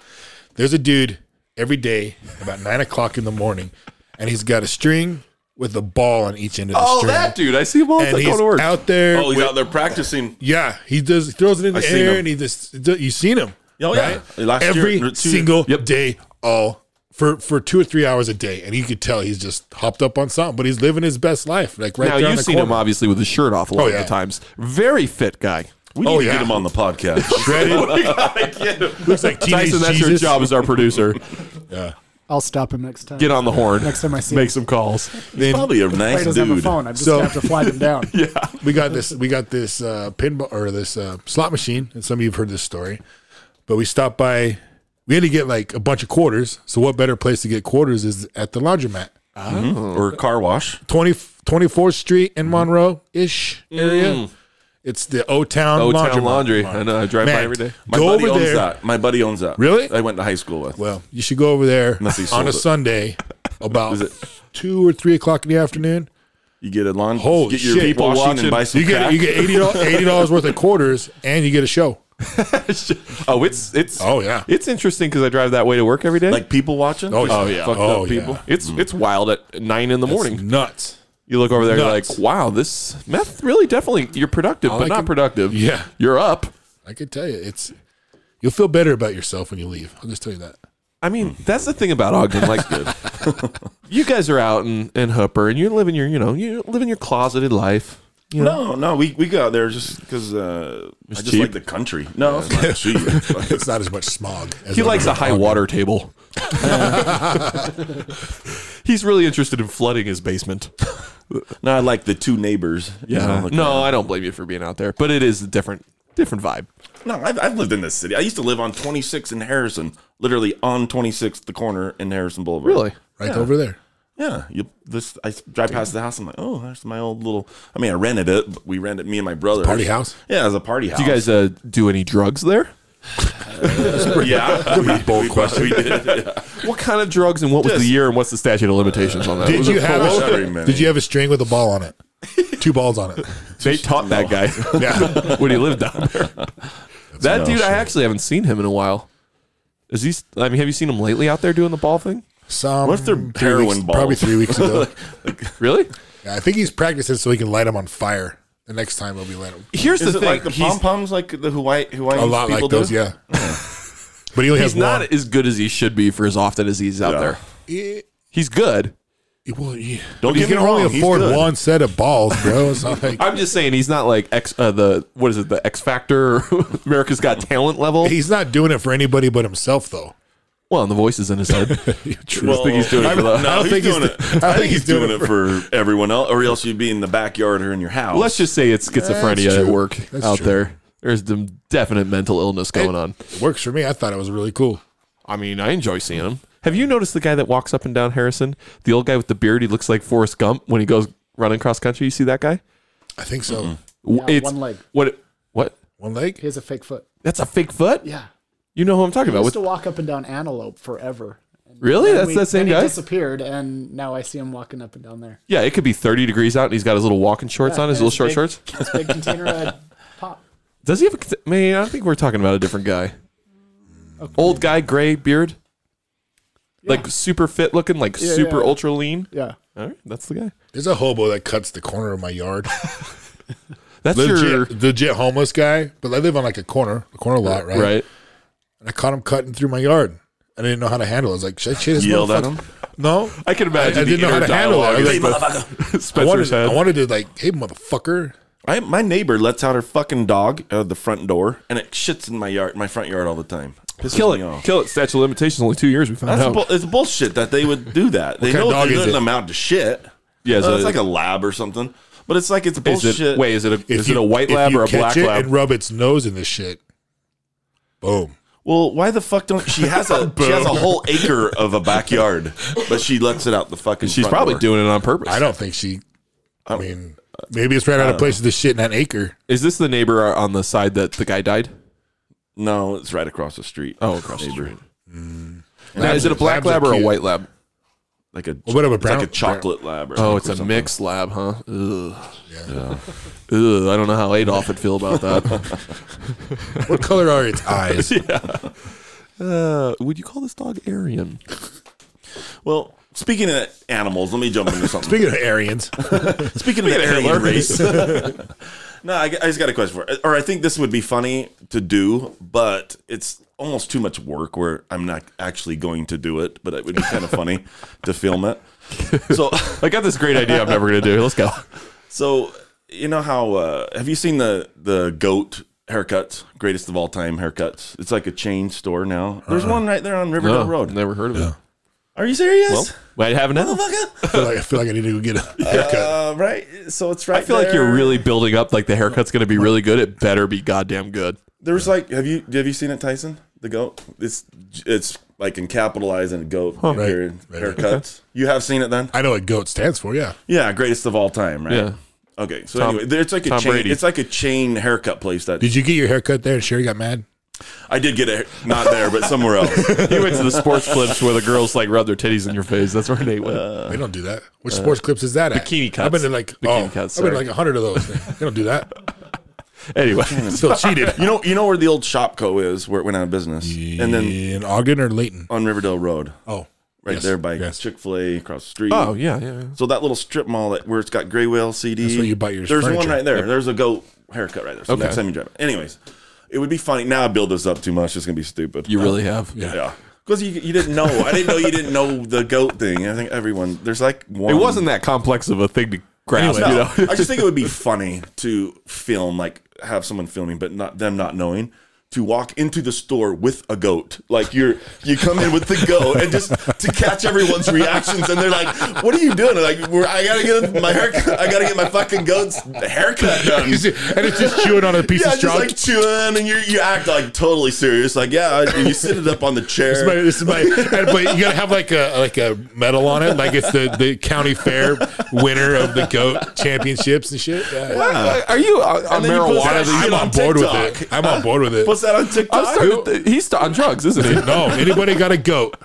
Speaker 1: There's a dude every day about nine o'clock in the morning, and he's got a string with a ball on each end of the
Speaker 3: Oh,
Speaker 1: string.
Speaker 3: that dude! I see him all the
Speaker 1: And
Speaker 3: time
Speaker 1: he's
Speaker 3: going to work.
Speaker 1: out there.
Speaker 2: oh, he's
Speaker 1: with-
Speaker 2: out there practicing.
Speaker 1: yeah, he does. He throws it in the
Speaker 2: seen
Speaker 1: air,
Speaker 2: him.
Speaker 1: and he just you seen him.
Speaker 2: Oh, yeah. Last year-
Speaker 1: every
Speaker 2: no, two-
Speaker 1: single
Speaker 3: Yep.
Speaker 1: day, all for for two or three hours a day, and you could tell he's just hopped up on something, but he's living his best life. Like right
Speaker 3: now
Speaker 1: there on
Speaker 3: you've
Speaker 1: the
Speaker 3: seen
Speaker 1: corner.
Speaker 3: him
Speaker 2: uh,
Speaker 3: obviously with his shirt off a lot
Speaker 1: Oh,
Speaker 3: of
Speaker 1: yeah.
Speaker 3: the times. Very fit guy.
Speaker 2: We need
Speaker 1: Oh,
Speaker 2: to
Speaker 1: yeah.
Speaker 2: get him on the podcast.
Speaker 1: Shredded. Looks like teenage
Speaker 3: Tyson, that's your
Speaker 1: Jesus.
Speaker 3: job as our producer.
Speaker 4: I'll stop him next time.
Speaker 3: Get on the horn. Next
Speaker 4: time I see
Speaker 3: make
Speaker 4: him.
Speaker 3: some calls.
Speaker 1: Then
Speaker 2: Probably a
Speaker 4: He
Speaker 2: nice
Speaker 4: doesn't have a
Speaker 2: dude.
Speaker 4: phone. I'm just
Speaker 1: So-
Speaker 4: gonna have to flag him down.
Speaker 1: we got this we got this uh pinball or this uh slot machine and some of you've heard this story but we stopped by we had to get like a bunch of quarters so what better place to get quarters is at the laundromat
Speaker 2: Or a car wash.
Speaker 1: 20 24th street in monroe ish area it's the o-town
Speaker 3: Oh, town
Speaker 1: laundromat.
Speaker 3: laundry. I know. I drive by
Speaker 1: Man,
Speaker 3: every day.
Speaker 2: My
Speaker 1: go
Speaker 2: buddy
Speaker 1: over
Speaker 2: owns
Speaker 1: there
Speaker 2: that. My buddy owns that.
Speaker 1: Really?
Speaker 2: I went to high school with.
Speaker 1: well you should go over there
Speaker 2: Unless he
Speaker 1: on
Speaker 2: sold
Speaker 1: a
Speaker 2: it.
Speaker 1: sunday about
Speaker 2: Is it-
Speaker 1: two or three o'clock in the afternoon
Speaker 2: You get a lawn.
Speaker 1: Holy
Speaker 2: get your
Speaker 1: shit.
Speaker 2: people
Speaker 3: People
Speaker 2: washing
Speaker 3: watching.
Speaker 2: and buy some
Speaker 1: you get
Speaker 2: crack.
Speaker 1: you get 80 dollars worth of quarters and you get a show
Speaker 3: oh, it's it's
Speaker 1: Oh, yeah.
Speaker 3: it's interesting because I drive that way to work every day.
Speaker 2: Like people watching?
Speaker 1: Oh,
Speaker 2: Just
Speaker 1: yeah.
Speaker 3: yeah.
Speaker 2: Fucked
Speaker 1: Oh,
Speaker 2: up people.
Speaker 1: yeah.
Speaker 3: it's it's wild at nine in the morning.
Speaker 1: It's nuts.
Speaker 3: You look over there,
Speaker 1: Nuts.
Speaker 3: you're like, wow, this meth really definitely, you're productive, but
Speaker 1: I
Speaker 3: not
Speaker 1: can-
Speaker 3: productive.
Speaker 1: Yeah.
Speaker 3: You're up.
Speaker 1: I can tell you, it's you'll feel better about yourself when you leave. I'll just tell you that.
Speaker 3: I mean,
Speaker 1: Mm-hmm.
Speaker 3: that's the thing about Ogden. Like, you guys are out in, in Hooper and you're living your, you know, you're living your closeted life. You know?
Speaker 2: No, no, we, we got there just because uh, I just
Speaker 3: cheap.
Speaker 2: like the country. No, it's not cheap. It's like-
Speaker 1: It's not as much smog. As
Speaker 3: He
Speaker 1: over
Speaker 3: likes a
Speaker 1: in
Speaker 3: high
Speaker 1: Ogden.
Speaker 3: water table. He's really interested in flooding his basement.
Speaker 2: no, I like the two neighbors. you know, like-
Speaker 3: no, I don't blame you for being out there, but it is a different, different vibe.
Speaker 2: No, I've, I've lived in this city. I used to live on 26 in Harrison, literally on 26th, the corner in Harrison Boulevard.
Speaker 1: right over there.
Speaker 2: Yeah. You, this I drive past the house. I'm like, oh, there's my old little. I mean, I rented it. But we rented me and my brother.
Speaker 1: Party house.
Speaker 2: Yeah, it was a party house.
Speaker 3: Do you guys uh, do any drugs there?
Speaker 2: yeah. we,
Speaker 1: bold
Speaker 2: we- We did. Yeah.
Speaker 3: What kind of drugs and what was
Speaker 2: Just-
Speaker 3: the year and what's the statute of limitations on that? It
Speaker 1: Did
Speaker 3: was
Speaker 1: you
Speaker 3: a-
Speaker 1: have
Speaker 2: full
Speaker 1: a,
Speaker 2: shuttering, man.
Speaker 1: Did you have a string with a ball on it? Two balls on it.
Speaker 3: They taught that guy
Speaker 1: Yeah.
Speaker 3: when he lived down there. that dude, I actually haven't seen him in a while. Is he? I mean, have you seen him lately out there doing the ball thing?
Speaker 1: Some
Speaker 2: What if they're
Speaker 1: three
Speaker 2: heroin
Speaker 1: weeks-
Speaker 2: balls?
Speaker 1: Probably three weeks ago.
Speaker 3: Really?
Speaker 1: yeah, I think he's practicing so he can light them on fire. The next time he'll be lighting
Speaker 3: Here's
Speaker 2: Is
Speaker 3: the
Speaker 2: it
Speaker 3: thing.
Speaker 2: like the
Speaker 3: he's
Speaker 2: pom poms, like the Hawaii Hawaiian
Speaker 1: a lot
Speaker 2: people
Speaker 1: like those.
Speaker 2: do?
Speaker 1: Yeah. but he only
Speaker 3: he's
Speaker 1: has
Speaker 3: not
Speaker 1: one.
Speaker 3: as good as he should be for as often as he's out
Speaker 2: Yeah.
Speaker 3: there.
Speaker 1: It-
Speaker 3: He's good.
Speaker 1: it- well, yeah. But
Speaker 2: Don't
Speaker 1: he
Speaker 2: get me
Speaker 1: can only
Speaker 2: wrong, he's
Speaker 1: afford
Speaker 2: good.
Speaker 1: one set of balls, bro. It's not like
Speaker 3: I'm just saying he's not like X. Uh, the what is it? The X Factor, or America's Got Talent level.
Speaker 1: he's not doing it for anybody but himself, though.
Speaker 3: well, and the voice is in his head.
Speaker 1: True.
Speaker 3: Well, think he's doing it for the-
Speaker 2: No, I don't think he's doing it. I think he's doing it
Speaker 1: for-
Speaker 2: for everyone else, or else you'd be in the backyard or in your house.
Speaker 3: Let's just say it's schizophrenia at
Speaker 1: true.
Speaker 3: work
Speaker 1: That's
Speaker 3: out
Speaker 1: true.
Speaker 3: there. There's some definite mental illness going on.
Speaker 1: It works for me. I thought it was really cool.
Speaker 3: I mean, I enjoy seeing him. Have you noticed the guy that walks up and down Harrison? The old guy with the beard. He looks like Forrest Gump when he goes running cross country. You see that guy?
Speaker 1: I think so.
Speaker 3: W-
Speaker 4: Yeah, one leg.
Speaker 3: What? What?
Speaker 1: One leg.
Speaker 4: He has a fake foot.
Speaker 3: That's a fake foot.
Speaker 4: Yeah.
Speaker 3: You know who I'm talking
Speaker 4: I
Speaker 3: about?
Speaker 4: used
Speaker 3: With,
Speaker 4: to walk up and down Antelope forever. And
Speaker 3: really?
Speaker 4: then
Speaker 3: That's
Speaker 4: we-
Speaker 3: that same
Speaker 4: then
Speaker 3: guy.
Speaker 4: He disappeared, and now I see him walking up and down there.
Speaker 3: yeah, it could be 30 degrees out, and he's got his little walking shorts on, his
Speaker 4: and
Speaker 3: little short
Speaker 4: big-
Speaker 3: shorts.
Speaker 4: His big container of pop.
Speaker 3: Does he have? a... cont- Man, I think we're talking about a different guy. Old guy, gray beard, like super fit looking, like
Speaker 4: yeah,
Speaker 3: super
Speaker 4: yeah.
Speaker 3: ultra lean.
Speaker 4: Yeah.
Speaker 3: All right, that's the guy.
Speaker 1: There's a hobo that cuts the corner of my yard.
Speaker 3: That's your
Speaker 1: legit, legit homeless guy, but I live on like a corner, a corner lot, right?
Speaker 3: right.
Speaker 1: And I caught him cutting through my yard. I didn't know how to handle it. I was like, should I chase this
Speaker 2: Yelled at
Speaker 1: motherfucker?
Speaker 2: him?
Speaker 1: No.
Speaker 3: I can imagine.
Speaker 1: I
Speaker 3: the
Speaker 1: didn't know how
Speaker 3: inner
Speaker 1: to handle it. I
Speaker 3: dialogue
Speaker 1: was
Speaker 3: in
Speaker 1: like, I
Speaker 3: Spencer's
Speaker 1: wanted,
Speaker 3: head.
Speaker 1: I wanted to like, hey, motherfucker.
Speaker 2: I, my neighbor lets out her fucking dog out of the front door, and it shits in my yard, my front yard all the time. Pisses
Speaker 3: Kill
Speaker 2: me off.
Speaker 3: it. Kill it. Statue of limitations. Only two years we found
Speaker 2: That's
Speaker 3: out.
Speaker 2: bu- it's bullshit that they would do that. They
Speaker 1: kind of
Speaker 2: know they're
Speaker 1: dog is
Speaker 2: letting
Speaker 1: it?
Speaker 2: them out to shit.
Speaker 3: Yeah, is
Speaker 2: Uh,
Speaker 3: it-
Speaker 2: it's like a lab or something. But it's like it's
Speaker 3: is
Speaker 2: bullshit.
Speaker 3: it, wait, is it a, is it a white
Speaker 1: if
Speaker 3: lab
Speaker 1: you
Speaker 3: or a
Speaker 1: catch
Speaker 3: black
Speaker 1: it
Speaker 3: lab?
Speaker 1: And rub its nose in this shit. Boom.
Speaker 2: Well, why the fuck don't she has a she has a whole acre of a backyard, but she lets it out the fucking.
Speaker 3: She's
Speaker 2: front
Speaker 3: probably
Speaker 2: door.
Speaker 3: doing it on purpose.
Speaker 1: I don't think she. I
Speaker 3: Oh.
Speaker 1: mean, maybe it's right out of
Speaker 3: Uh.
Speaker 1: place with this shit in that acre.
Speaker 3: Is this the neighbor on the side that the guy died?
Speaker 2: No, it's right across the street.
Speaker 3: Oh, across the street. Now,
Speaker 1: Labs
Speaker 3: is it a
Speaker 1: are-
Speaker 3: black
Speaker 1: labs are
Speaker 3: lab or a
Speaker 1: cute.
Speaker 3: white lab?
Speaker 2: like a
Speaker 1: What about a
Speaker 2: it's
Speaker 1: brown-
Speaker 2: like a chocolate lab? Or
Speaker 3: Oh,
Speaker 2: something
Speaker 3: it's
Speaker 2: or
Speaker 3: a
Speaker 2: something.
Speaker 3: mixed lab, huh? Ugh. Ugh, I don't know how Adolf would feel about that.
Speaker 1: What color are its eyes?
Speaker 3: uh, would you call this dog Aryan?
Speaker 2: Well, speaking of animals, let me jump into something.
Speaker 1: Speaking of Aryans,
Speaker 2: Speaking of the alien race, no, I, I just got a question for, it. or I think this would be funny to do, but it's almost too much work. Where I'm not actually going to do it, but it would be kind of funny to film it. So,
Speaker 3: I got this great idea I'm never going to do. Let's go.
Speaker 2: so you know how uh, have you seen the the goat haircuts? Greatest of all time haircuts. It's like a chain store now. There's one right there on Riverdale Road.
Speaker 3: Uh-huh. Oh, never heard of it.
Speaker 2: Are you serious?
Speaker 3: Well, I have now.
Speaker 1: I feel, like, I feel like I need to go get a haircut.
Speaker 2: Uh, right. So it's right.
Speaker 3: I feel like you're really building up. Like the haircut's going to be really good. It better be goddamn good.
Speaker 2: There's like, have you have you seen it, Tyson? The goat. It's it's like in capitalize and goat hair-
Speaker 1: Right.
Speaker 2: haircuts. You have seen it then?
Speaker 1: I know what goat stands for. Yeah.
Speaker 2: Yeah, greatest of all time, right?
Speaker 3: Yeah.
Speaker 2: Okay, so
Speaker 3: Tom-
Speaker 2: anyway, there- it's like a
Speaker 3: Tom
Speaker 2: chain.
Speaker 3: Brady.
Speaker 2: It's like a chain haircut place that
Speaker 1: Did you get your haircut there? And Sherry got mad.
Speaker 2: I did get it. Not there, but somewhere else.
Speaker 3: He went to the sports clips where the girls like rub their titties in your face. That's where Nate went.
Speaker 1: They don't do that. Which
Speaker 2: Uh,
Speaker 1: sports clips is that at?
Speaker 3: Bikini
Speaker 1: I've
Speaker 3: cuts.
Speaker 1: been to like
Speaker 3: Bikini
Speaker 1: oh,
Speaker 3: cuts,
Speaker 1: I've been to
Speaker 3: sorry.
Speaker 1: like a hundred of those. they don't do that.
Speaker 3: Anyway,
Speaker 1: Still cheated.
Speaker 2: You know, you know where the old Shopco is, where it went out of business, and then
Speaker 1: in Ogden or Layton.
Speaker 2: on Riverdale Road,
Speaker 1: Oh,
Speaker 2: right
Speaker 1: yes,
Speaker 2: there by
Speaker 1: yes.
Speaker 2: Chick Fil A across the street.
Speaker 3: oh yeah, yeah. yeah.
Speaker 2: So that little strip mall that where it's got Gray Whale CD.
Speaker 1: That's where you buy your
Speaker 2: There's one
Speaker 1: furniture.
Speaker 2: right there. There's a goat haircut right there. So
Speaker 3: Okay.
Speaker 2: next time you drive. it. Anyways, it would be funny. Now I build this up too much. It's gonna be stupid.
Speaker 3: You really have.
Speaker 1: Yeah.
Speaker 2: yeah. Because you, you didn't know. I didn't know you didn't know the goat thing. I think everyone there's like one.
Speaker 3: It wasn't that complex of a thing to grab.
Speaker 2: No,
Speaker 3: you know?
Speaker 2: I just think it would be funny to film like have someone filming, but not them not knowing. To walk into the store with a goat, like you're, you come in with the goat, and just to catch everyone's reactions, and they're like, "What are you doing?" They're like, We're, "I gotta get my haircut. I gotta get my fucking goat's haircut done."
Speaker 1: You see- and it's just chewing on a piece
Speaker 2: Yeah,
Speaker 1: of
Speaker 2: just
Speaker 1: straw.
Speaker 2: like chewing, and you you act like totally serious, like yeah, and you sit it up on the
Speaker 1: This is my,
Speaker 2: chair.
Speaker 1: this is my, and- but you gotta have like a like a medal on it, like it's the, the county fair winner of the goat championships and shit. Yeah.
Speaker 3: Are you on, on
Speaker 2: And then you put
Speaker 3: marijuana?
Speaker 2: that
Speaker 3: that you-
Speaker 2: shit
Speaker 1: I'm on
Speaker 2: on
Speaker 1: board with
Speaker 2: TikTok.
Speaker 1: it. I'm on board with it.
Speaker 2: What's that on
Speaker 3: I'm
Speaker 2: TikTok?
Speaker 3: starting to th- he's on drugs, isn't he?
Speaker 1: No, anybody got a goat?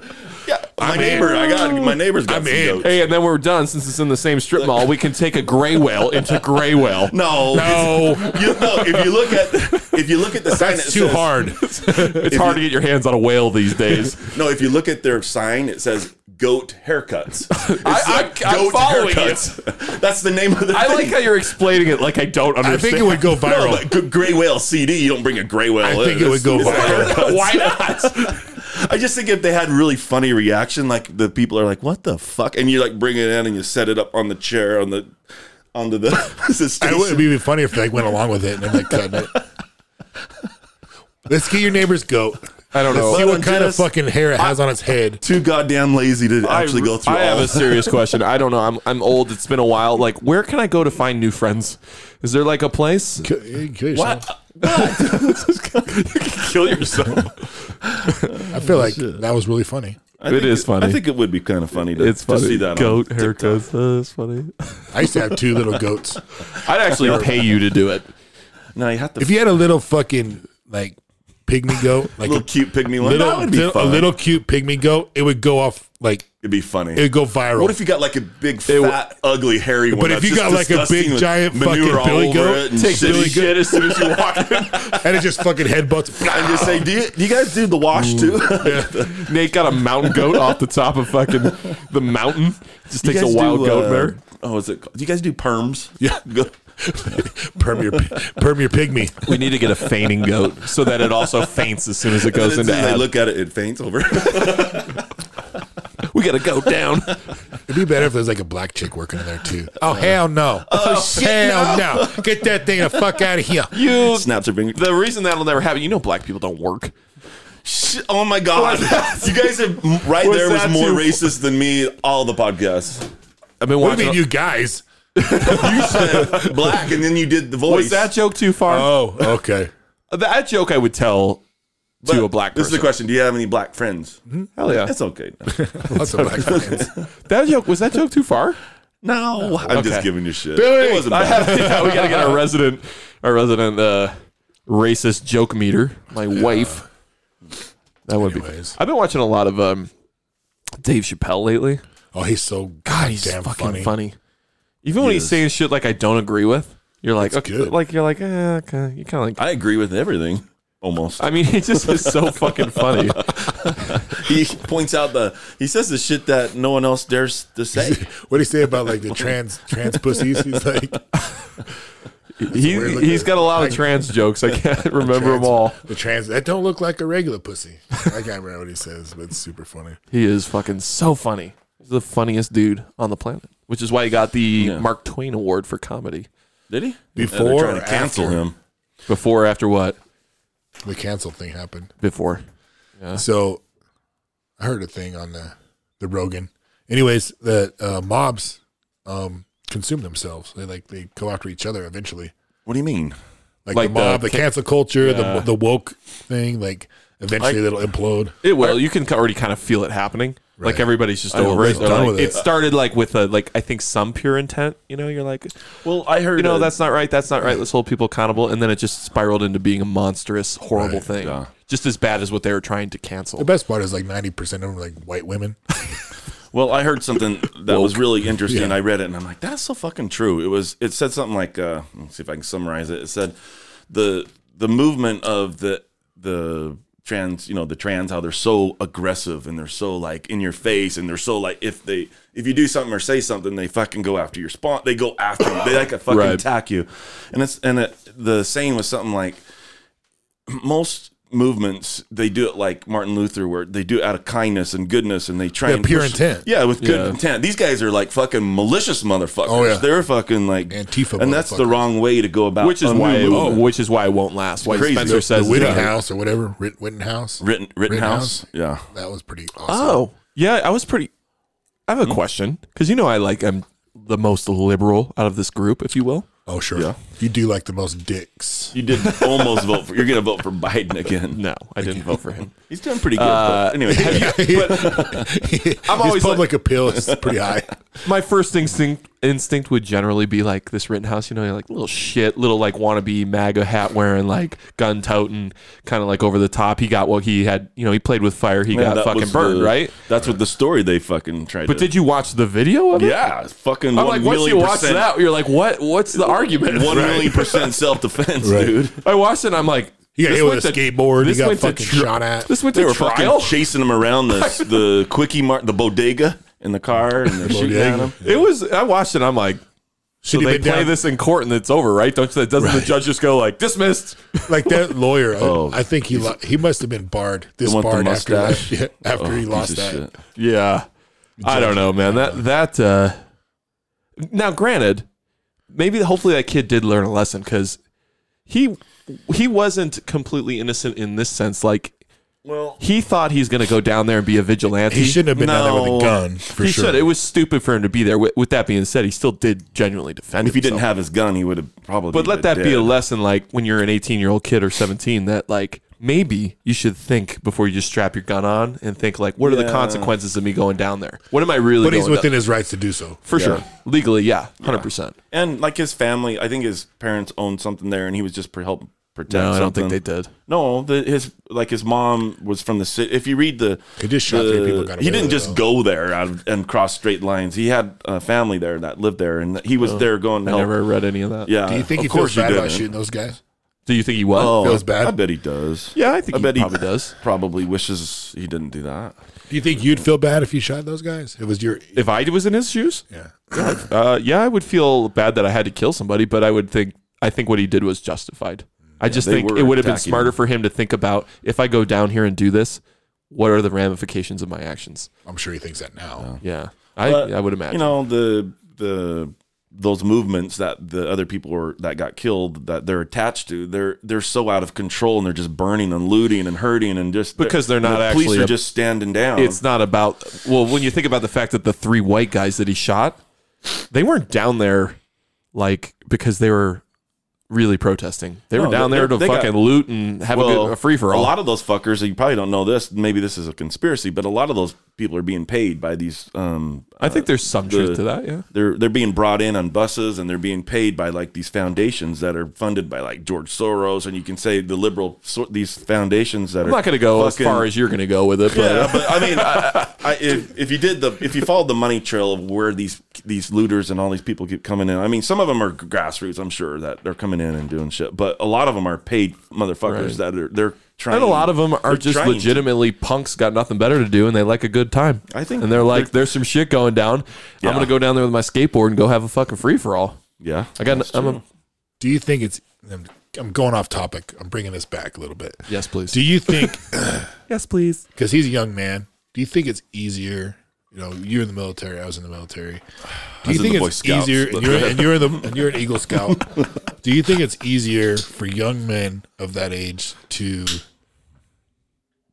Speaker 2: yeah, my
Speaker 1: I'm
Speaker 2: neighbor,
Speaker 1: in.
Speaker 2: I got my neighbor's got
Speaker 1: I'm
Speaker 2: some
Speaker 1: in.
Speaker 2: goats.
Speaker 3: Hey, and then we're done. Since it's in the same strip mall, we can take a gray whale into gray whale.
Speaker 2: No,
Speaker 1: No,
Speaker 2: You, no, if you look at if you look at the sign,
Speaker 1: that's
Speaker 2: it
Speaker 1: too
Speaker 2: says-
Speaker 1: hard.
Speaker 3: It's hard to get your hands on a whale these days.
Speaker 2: No, if you look at their sign, it says "goat haircuts." It's
Speaker 3: I- I'm following you.
Speaker 2: That's the name of the
Speaker 3: I
Speaker 2: thing.
Speaker 3: like how you're explaining it like I don't
Speaker 1: I
Speaker 3: understand.
Speaker 1: think it would go
Speaker 2: no,
Speaker 1: viral.
Speaker 2: but g- gray whale CD. You don't bring a gray whale.
Speaker 1: I
Speaker 2: in.
Speaker 1: think it would go
Speaker 2: It's-
Speaker 1: viral.
Speaker 3: Why not?
Speaker 2: I just think if they had really funny reaction, like the people are like, "What the fuck?" and you like bring it in and you set it up on the chair on the onto the, the
Speaker 1: I
Speaker 2: station.
Speaker 1: would, it'd be funny if they like, went along with it and then like cutting it. Let's get your neighbor's goat.
Speaker 3: I don't know.
Speaker 1: See
Speaker 2: But
Speaker 1: what
Speaker 2: I'm
Speaker 1: kind
Speaker 2: just-
Speaker 1: of fucking hair it has on its head.
Speaker 2: too goddamn lazy to actually go through. all
Speaker 3: I have a
Speaker 2: this.
Speaker 3: serious question. I don't know. I'm I'm old. It's been a while. Like, where can I go to find new friends? Is there like a place?
Speaker 1: Kill- you kill yourself.
Speaker 3: Kill yourself.
Speaker 1: I feel like that was really funny.
Speaker 2: I
Speaker 3: It
Speaker 2: think
Speaker 3: is funny.
Speaker 2: I think it would be kind of funny to,
Speaker 3: It's funny.
Speaker 2: to see that. on
Speaker 3: Goat
Speaker 2: TikTok.
Speaker 3: haircuts. Oh, That's funny.
Speaker 1: I used to have two little goats.
Speaker 3: I'd actually pay you to do it.
Speaker 2: No, you have to
Speaker 1: If you had a little fucking like pygmy goat, like
Speaker 2: little
Speaker 1: a
Speaker 2: cute pygmy one.
Speaker 1: little,
Speaker 2: that would be
Speaker 1: little-
Speaker 2: fun.
Speaker 1: a little cute pygmy goat, it would go off like
Speaker 2: It'd be funny.
Speaker 1: it would go viral.
Speaker 2: what if you got like a big
Speaker 3: w-
Speaker 2: fat ugly hairy one?
Speaker 1: But if
Speaker 2: that's
Speaker 1: you
Speaker 2: just
Speaker 1: got, like, a
Speaker 2: disgusting
Speaker 1: big,
Speaker 2: with
Speaker 1: giant
Speaker 2: manure
Speaker 1: fucking
Speaker 2: all
Speaker 1: Billy
Speaker 2: over
Speaker 1: Goat,
Speaker 2: it and
Speaker 3: Take
Speaker 2: shit.
Speaker 3: Billy shit as soon as you walk in.
Speaker 1: and it just fucking headbutts.
Speaker 2: and just say, do you, do you guys do the wash too?
Speaker 3: Mm, Nate got a mountain goat off the top of fucking the mountain. Just takes a wild goat there.
Speaker 2: Oh, is it? called- Do you guys do perms? Yeah. Go,
Speaker 1: perm your perm your pygmy.
Speaker 3: We need to get a fainting goat so that it also faints as soon as it
Speaker 2: and
Speaker 3: goes
Speaker 2: as
Speaker 3: into
Speaker 2: they
Speaker 3: ad.
Speaker 2: look at it, it faints over.
Speaker 3: we got a goat down.
Speaker 1: It'd be better if there's like a black chick working in there too. Oh hell no! Oh shit! Hell no! Get that thing the fuck out of here!
Speaker 3: You
Speaker 2: Snaps her finger.
Speaker 3: The reason that'll never happen, you know, black people don't work.
Speaker 2: Sh- oh my god! you guys have right
Speaker 3: Was
Speaker 2: there was
Speaker 3: that
Speaker 2: more
Speaker 3: too-
Speaker 2: racist than me. All the podcasts.
Speaker 3: I've been
Speaker 1: What do
Speaker 3: watching.
Speaker 1: you mean, you guys?
Speaker 2: You said black, and then you did the voice.
Speaker 3: was that joke too far?
Speaker 1: Oh, okay.
Speaker 3: that joke I would tell
Speaker 2: But
Speaker 3: to a black
Speaker 2: This is
Speaker 3: person. Mm-hmm.
Speaker 2: the question: Do you have any black friends?
Speaker 3: Hell yeah.
Speaker 2: That's okay.
Speaker 1: Lots of black fans.
Speaker 3: That joke was that joke too far?
Speaker 2: No, I'm
Speaker 3: Okay.
Speaker 2: just giving you shit.
Speaker 3: Billy!
Speaker 2: It wasn't
Speaker 3: I
Speaker 2: bad.
Speaker 3: have, yeah, we gotta get our resident, our resident uh, racist joke meter. My wife. That would
Speaker 1: Anyways.
Speaker 3: be. I've been watching a lot of um, Dave Chappelle lately.
Speaker 1: Oh, he's so
Speaker 3: God, he's
Speaker 1: damn
Speaker 3: fucking
Speaker 1: funny.
Speaker 3: funny. Even when he's saying shit like I don't agree with, you're like,
Speaker 1: That's
Speaker 3: okay,
Speaker 1: good.
Speaker 3: like you're like, eh, okay, you kind of like.
Speaker 2: I agree with everything. Almost.
Speaker 3: I mean, he just is so fucking funny.
Speaker 2: he points out the he says the shit that no one else dares to say.
Speaker 1: What do you say about like the trans trans pussies? He's like
Speaker 3: He
Speaker 1: weird looking-
Speaker 3: he's got a lot of trans jokes. I can't remember them
Speaker 1: trans-
Speaker 3: all.
Speaker 1: The trans that don't look like a regular pussy. I can't remember what he says, but it's super funny.
Speaker 3: He is fucking so funny. He's the funniest dude on the planet, which is why he got the Mark Twain Award for comedy.
Speaker 2: Did he?
Speaker 1: Before
Speaker 2: they're trying
Speaker 1: or
Speaker 2: to cancel
Speaker 1: after?
Speaker 2: him.
Speaker 3: Before, after what?
Speaker 1: The cancel thing happened.
Speaker 3: Before.
Speaker 1: So I heard a thing on the the Rogan. Anyways, that uh, mobs um, consume themselves. They like they go after each other eventually.
Speaker 2: What do you mean?
Speaker 1: Like,
Speaker 3: Like
Speaker 1: the mob,
Speaker 3: the
Speaker 1: the,
Speaker 3: ca-
Speaker 1: cancel culture, the the woke thing. Like eventually it'll implode.
Speaker 3: It will. You can already kind of feel it happening. Like
Speaker 1: Right.
Speaker 3: everybody's just
Speaker 2: know,
Speaker 3: over
Speaker 2: they're
Speaker 3: it. They're
Speaker 1: done
Speaker 3: like-
Speaker 1: with
Speaker 3: it.
Speaker 1: it.
Speaker 3: started like with a like I think some pure intent. You know, you're like,
Speaker 2: Well, I heard
Speaker 3: you know,
Speaker 2: a-
Speaker 3: that's not right. That's not right. Let's hold people accountable. And then it just spiraled into being a monstrous, horrible thing. Just as bad as what they were trying to cancel.
Speaker 1: The best part is like ninety percent of them are like white women.
Speaker 2: Well, I heard something that was really interesting.
Speaker 1: Yeah.
Speaker 2: I read it and I'm like, that's so fucking true. It was it said something like uh let's see if I can summarize it. It said the the movement of the the trans, you know, the trans how they're so aggressive and they're so like in your face and they're so like if they if you do something or say something, they fucking go after your spawn. They go after you. They like a fucking
Speaker 3: Right.
Speaker 2: attack you. And it's and it, the saying was something like most movements they do it like Martin Luther where they do it out of kindness and goodness and they try
Speaker 1: Yeah,
Speaker 2: and
Speaker 1: pure intent.
Speaker 2: Yeah, with good
Speaker 3: Yeah.
Speaker 2: intent. These guys are like fucking malicious motherfuckers.
Speaker 1: Oh, yeah.
Speaker 2: They're fucking like
Speaker 1: Antifa
Speaker 2: and that's the
Speaker 1: motherfuckers.
Speaker 2: wrong way to go about
Speaker 3: which is
Speaker 2: a
Speaker 3: why
Speaker 2: new
Speaker 3: it,
Speaker 2: movement.
Speaker 3: which is why it won't last. Why
Speaker 2: crazy.
Speaker 3: Spencer
Speaker 2: The-
Speaker 3: says
Speaker 1: the Wittenhouse or whatever, Writ- Wittenhouse.
Speaker 2: Written, Oh, Rittenhouse.
Speaker 1: Rittenhouse?
Speaker 2: Yeah.
Speaker 1: That was pretty awesome.
Speaker 3: Oh, yeah. I was pretty. I have a question because you know I like I'm the most liberal out of this group, if you will.
Speaker 1: Oh, sure. You do like the most dicks.
Speaker 2: You did almost vote for. You're going to vote for Biden again.
Speaker 3: No, I didn't vote for him.
Speaker 2: He's doing pretty good. Uh, but anyway,
Speaker 1: I'm
Speaker 3: always
Speaker 1: His public appeal is pretty high.
Speaker 3: My first instinct instinct would generally be like this Rittenhouse, you know, like little shit, little like wannabe MAGA hat wearing, like gun toting, kind of like over the top. He got what he had, you know, he played with fire, he
Speaker 2: that
Speaker 3: got fucking
Speaker 2: was
Speaker 3: burned,
Speaker 2: the-
Speaker 3: right?
Speaker 2: That's what the story they fucking tried.
Speaker 3: But
Speaker 2: to,
Speaker 3: did you watch the video of it?
Speaker 2: yeah, it's fucking.
Speaker 3: I'm
Speaker 2: one
Speaker 3: like, once you
Speaker 2: million
Speaker 3: watch
Speaker 2: percent-
Speaker 3: that, you're like, what? What's the argument?
Speaker 2: one
Speaker 3: Right.
Speaker 2: million percent self defense,
Speaker 1: Right.
Speaker 2: dude.
Speaker 3: I watched it. and I'm like,
Speaker 1: He got
Speaker 3: this
Speaker 1: hit with
Speaker 3: went
Speaker 1: a
Speaker 3: to-
Speaker 1: skateboard. He
Speaker 3: this
Speaker 1: got
Speaker 3: went to
Speaker 1: fucking
Speaker 3: tri-
Speaker 1: shot at.
Speaker 3: This went
Speaker 2: They
Speaker 3: to
Speaker 2: were
Speaker 3: trial.
Speaker 2: fucking chasing him around the the quickie mart, the bodega in the car, and they're shooting at
Speaker 1: bodega.
Speaker 2: him.
Speaker 3: It was. I watched it. I'm like, so
Speaker 1: Should he
Speaker 3: they
Speaker 1: been
Speaker 3: play
Speaker 1: down
Speaker 3: this in court and it's over, right? Don't you, doesn't the judge just go like dismissed?
Speaker 1: like that lawyer? I-
Speaker 2: Oh,
Speaker 1: I, think he lo- he must have been barred,
Speaker 2: want the
Speaker 1: disbarred after that,
Speaker 2: mustache?
Speaker 1: yeah, after he
Speaker 2: Oh, Piece
Speaker 1: lost
Speaker 2: of
Speaker 1: that.
Speaker 2: shit.
Speaker 3: Yeah, I don't know, man. That that. uh Now, granted, maybe hopefully that kid did learn a lesson because he he wasn't completely innocent in this sense. Like
Speaker 2: Well,
Speaker 3: he thought he's going to go down there and be a vigilante.
Speaker 1: He shouldn't have been down there with a
Speaker 2: No.
Speaker 1: gun for
Speaker 3: He
Speaker 1: sure.
Speaker 3: should. It was stupid for him to be there. With, with that being said, he still did genuinely defend.
Speaker 2: if he didn't
Speaker 3: himself.
Speaker 2: have his gun, he would have probably.
Speaker 3: But let
Speaker 2: been
Speaker 3: that be
Speaker 2: dead.
Speaker 3: a lesson, like when you're an 18 year old kid or 17, that like maybe you should think before you just strap your gun on and think like, what are the
Speaker 2: Yeah.
Speaker 3: consequences of me going down there? What am I really?
Speaker 1: but he's
Speaker 3: going
Speaker 1: within
Speaker 3: down-
Speaker 1: his rights to do so.
Speaker 3: for
Speaker 2: Yeah.
Speaker 3: sure legally, yeah, hundred percent.
Speaker 2: and like his family. I think his parents owned something there, and he was just pr- helping protect.
Speaker 3: No, I don't
Speaker 2: something.
Speaker 3: think they did.
Speaker 2: No, the, his like his mom was from the city. If you read the,
Speaker 1: He just shot
Speaker 2: the-
Speaker 1: three people, got away
Speaker 2: he didn't
Speaker 1: with it,
Speaker 2: just go there out of, and cross straight lines. He had a family there that lived there, and he was there going. To
Speaker 3: I
Speaker 2: help.
Speaker 3: never read any of that.
Speaker 2: Yeah,
Speaker 1: Oh. Do you think he
Speaker 2: Uh, of course
Speaker 1: feels bad
Speaker 2: you
Speaker 1: about
Speaker 2: didn't.
Speaker 1: shooting those guys?
Speaker 3: Do you think he was?
Speaker 2: Oh,
Speaker 1: Feels bad?
Speaker 2: I bet he does.
Speaker 3: Yeah, I think
Speaker 2: I
Speaker 3: he
Speaker 2: bet he
Speaker 3: probably does.
Speaker 2: Probably wishes he didn't do that.
Speaker 1: Do you think you'd feel bad if you shot those guys? It was your
Speaker 3: If I was in his shoes,
Speaker 1: yeah.
Speaker 3: uh, yeah, I would feel bad that I had to kill somebody, but I would think I think what he did was justified. I just
Speaker 2: they
Speaker 3: think
Speaker 2: were
Speaker 3: it would have been
Speaker 2: attacking
Speaker 3: smarter for him to think about if I go down here and do this, what are the ramifications of my actions?
Speaker 1: I'm sure he thinks that now.
Speaker 3: Yeah, I
Speaker 2: But,
Speaker 3: I would imagine.
Speaker 2: You know the the those movements that the other people were that got killed that they're attached to they're they're so out of control and they're just burning and looting and hurting and just
Speaker 3: Because they're not
Speaker 2: the
Speaker 3: actually
Speaker 2: police are
Speaker 3: a-
Speaker 2: just standing down.
Speaker 3: it's not about well when you think about the fact that the three white guys that he shot they weren't down there like because they were really protesting they were
Speaker 2: No,
Speaker 3: down
Speaker 2: they-
Speaker 3: there to
Speaker 2: they got-
Speaker 3: fucking loot and have a, good, a free for all
Speaker 2: A lot of those fuckers, you probably don't know this. Maybe this is a conspiracy, but a lot of those people are being paid by these. Um,
Speaker 3: i think there's some
Speaker 2: the-
Speaker 3: truth to that yeah
Speaker 2: they're they're being brought in on buses and they're being paid by like these foundations that are funded by like George Soros and you can say the liberal so, these foundations that are
Speaker 3: i'm not gonna go as
Speaker 2: fucking-
Speaker 3: far as you're gonna go with it but
Speaker 2: yeah, but I mean, I, I, I, if if you did the if you followed the money trail of where these these looters and all these people keep coming in, I mean, some of them are grassroots. I'm sure that they're coming in and doing shit, but a lot of them are paid motherfuckers that are they're trying.
Speaker 3: and a lot of them
Speaker 2: they're
Speaker 3: are just
Speaker 2: trying to.
Speaker 3: legitimately punks got nothing better to do and they like a good time
Speaker 2: I think
Speaker 3: and they're like
Speaker 2: they're-
Speaker 3: there's some shit going down
Speaker 2: Yeah.
Speaker 3: i'm gonna go down there with my skateboard and go have a fucking free for all
Speaker 2: Yeah,
Speaker 3: i got
Speaker 2: that's
Speaker 3: i'm
Speaker 2: true.
Speaker 3: a
Speaker 1: Do you think it's? I'm, I'm going off topic. I'm bringing this back a little bit.
Speaker 3: yes please
Speaker 1: Do you think?
Speaker 3: yes please
Speaker 1: Because he's a young man. Do you think it's easier? You know, you're in the military. I was in the military. Do you
Speaker 2: was in
Speaker 1: think
Speaker 2: the Boy
Speaker 1: it's
Speaker 2: Scouts,
Speaker 1: easier?
Speaker 2: but-
Speaker 1: And you're, and you're in the and you're an Eagle Scout. Do you think it's easier for young men of that age to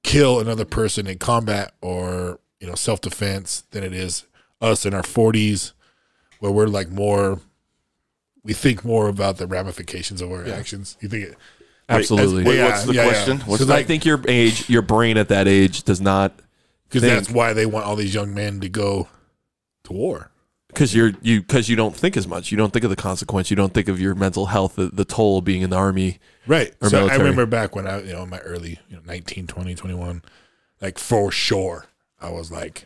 Speaker 1: kill another person in combat or you know self defense than it is us in our 40s, where we're like more, we think more about the ramifications of our actions. You think it?
Speaker 3: absolutely
Speaker 2: Wait, what's the question? What's
Speaker 1: so
Speaker 3: I
Speaker 1: like,
Speaker 3: think your age, your brain at that age does not
Speaker 1: because that's why they want all these young men to go to war.
Speaker 3: because you're you because you don't think as much. You don't think of the consequence. You don't think of your mental health, the, the toll of being in the army.
Speaker 1: Right.
Speaker 3: Or
Speaker 1: so
Speaker 3: military.
Speaker 1: I remember back when I, you know, in my early you know, 19, 20, 21, like for sure, I was like,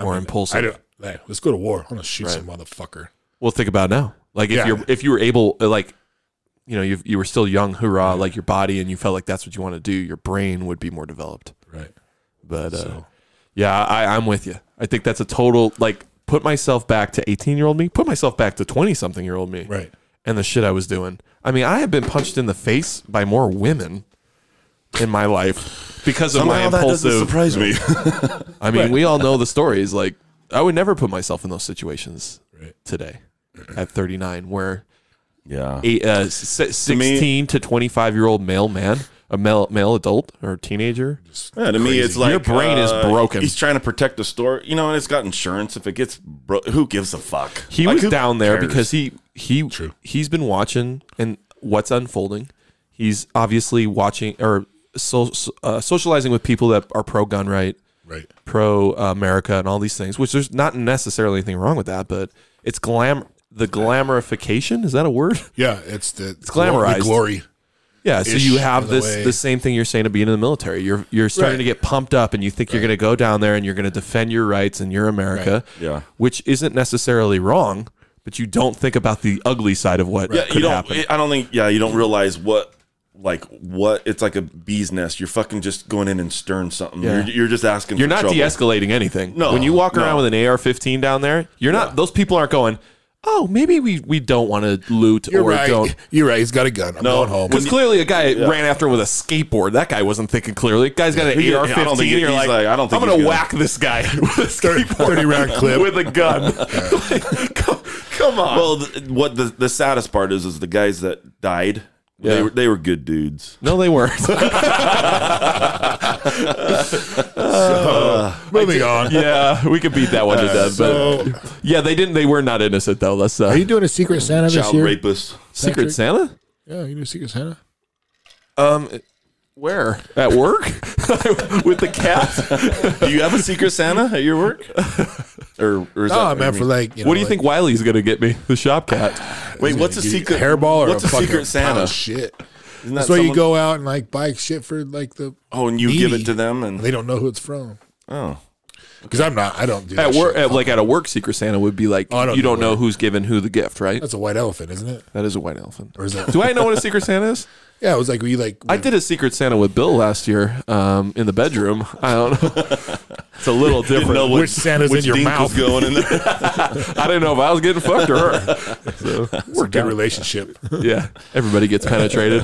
Speaker 3: More
Speaker 1: in-
Speaker 3: impulsive.
Speaker 1: I don't, like, let's go to war. I'm going to shoot some motherfucker.
Speaker 3: Well, think about it now. Like if
Speaker 1: Yeah.
Speaker 3: you're if you were able like you know you you were still young, hoorah, like your body, and you felt like that's what you want to do. Your brain would be more developed.
Speaker 1: Right.
Speaker 3: But uh,
Speaker 1: So-
Speaker 3: yeah, I, I'm with you. I think that's a total like put myself back to 18 year old me, put myself back to 20 something year old me,
Speaker 1: Right.
Speaker 3: and the shit I was doing. I mean, I have been punched in the face by more women in my life because of my
Speaker 2: Somehow that doesn't
Speaker 3: impulsive.
Speaker 2: surprise me.
Speaker 3: I mean, we all know the stories. Like, I would never put myself in those situations
Speaker 1: Right.
Speaker 3: today at 39, where
Speaker 2: yeah.
Speaker 3: eight, uh, s- s- 16 to 25 year old male man, a male male adult or teenager.
Speaker 2: Yeah, to me, it's like
Speaker 3: Your brain is
Speaker 2: uh,
Speaker 3: broken.
Speaker 2: He's trying to protect the store, you know, and it's got insurance. If it gets, bro- who gives a fuck?
Speaker 3: He
Speaker 2: Like,
Speaker 3: was
Speaker 2: who
Speaker 3: down there
Speaker 2: cares?
Speaker 3: because he he he's been watching and what's unfolding. He's obviously watching or so, uh, socializing with people that are pro gun right,
Speaker 1: Right.
Speaker 3: pro America, and all these things. Which there's not necessarily anything wrong with that, but it's glam the glamorification is that a word?
Speaker 1: Yeah. It's the it's
Speaker 3: glamorized.
Speaker 1: The glory.
Speaker 3: Yeah, so
Speaker 1: ish
Speaker 3: you have
Speaker 1: in a
Speaker 3: this
Speaker 1: way.
Speaker 3: the same thing you're saying to being in the military. You're you're starting
Speaker 1: Right.
Speaker 3: to get pumped up, and you think you're going to go down there and you're going to defend your rights and your America.
Speaker 2: Yeah.
Speaker 3: which isn't necessarily wrong, but you don't think about the ugly side of what
Speaker 2: Yeah,
Speaker 3: could
Speaker 2: you don't.
Speaker 3: happen.
Speaker 2: I don't think. Yeah, you don't realize what, like, what it's like a bee's nest. You're fucking just going in and stirring something.
Speaker 3: Yeah.
Speaker 2: You're, you're just asking.
Speaker 3: you're
Speaker 2: for
Speaker 3: not
Speaker 2: trouble.
Speaker 3: de-escalating anything.
Speaker 2: No,
Speaker 3: when you walk around
Speaker 2: no.
Speaker 3: with an AR-15 down there, you're not. Those people aren't going. Oh, maybe we we don't want to loot
Speaker 1: You're
Speaker 3: or
Speaker 1: right.
Speaker 3: don't.
Speaker 1: You're right. He's got a gun. I'm
Speaker 2: No.
Speaker 1: going home.
Speaker 3: Because clearly, a guy ran after him with a skateboard. That guy wasn't thinking clearly. Guy's got an
Speaker 2: Yeah, I don't
Speaker 3: AR-15.
Speaker 2: think he-
Speaker 3: you're
Speaker 2: he's
Speaker 3: like,
Speaker 2: like, I don't think
Speaker 3: I'm
Speaker 2: he's
Speaker 3: going to
Speaker 2: gonna-
Speaker 3: whack this guy with a skateboard,
Speaker 1: 30 round clip.
Speaker 3: with a gun. Like, come, come on.
Speaker 2: Well, th- what the the saddest part is is the guys that died.
Speaker 3: Yeah.
Speaker 2: They were they were good dudes.
Speaker 3: no, they weren't.
Speaker 1: Moving on.
Speaker 3: yeah, we could beat that one to death.
Speaker 1: So,
Speaker 3: but yeah, they didn't. They were not innocent though. Let's uh,
Speaker 1: are you doing a Secret Santa this
Speaker 2: Child
Speaker 1: year?
Speaker 2: rapists.
Speaker 3: Secret
Speaker 1: Patrick?
Speaker 3: Santa.
Speaker 1: Yeah, you do Secret Santa.
Speaker 3: Um, where at work with the cat?
Speaker 2: Do you have a secret Santa at your work? or, or is
Speaker 1: No,
Speaker 2: that
Speaker 1: I meant
Speaker 2: you
Speaker 1: for
Speaker 2: mean-
Speaker 1: like. You know,
Speaker 3: what do you
Speaker 1: like,
Speaker 3: think Wiley's gonna get me? The shop cat.
Speaker 2: Wait, what's a
Speaker 1: you get
Speaker 2: secret
Speaker 1: hairball or
Speaker 2: What's a,
Speaker 1: fucking
Speaker 2: secret Santa?
Speaker 1: pile of shit?
Speaker 2: Isn't that
Speaker 1: That's why you
Speaker 2: someone-
Speaker 1: go out and like buy shit for like the.
Speaker 2: Oh, and you
Speaker 1: needy.
Speaker 2: give it to them, and
Speaker 1: They don't know who it's from.
Speaker 2: oh,
Speaker 1: Because I'm not. I don't do that.
Speaker 3: At work,
Speaker 1: shit.
Speaker 3: at, like at a work, Secret Santa would be like,
Speaker 1: I don't
Speaker 3: you
Speaker 1: do
Speaker 3: don't know
Speaker 1: that.
Speaker 3: who's given who the gift, right?
Speaker 1: That's a white elephant, isn't it?
Speaker 3: That is a white elephant.
Speaker 1: Or is that?
Speaker 3: Do I know what a Secret Santa is?
Speaker 1: yeah, it was like we like.
Speaker 3: I did a Secret Santa with Bill last year um, in the bedroom. I don't know. It's a little different.
Speaker 2: know
Speaker 1: which Santa's in your
Speaker 2: Oh. dink
Speaker 1: mouth?
Speaker 2: was going in there.
Speaker 3: I didn't know if I was getting fucked or her. So,
Speaker 1: Work good relationship.
Speaker 3: yeah, everybody gets penetrated.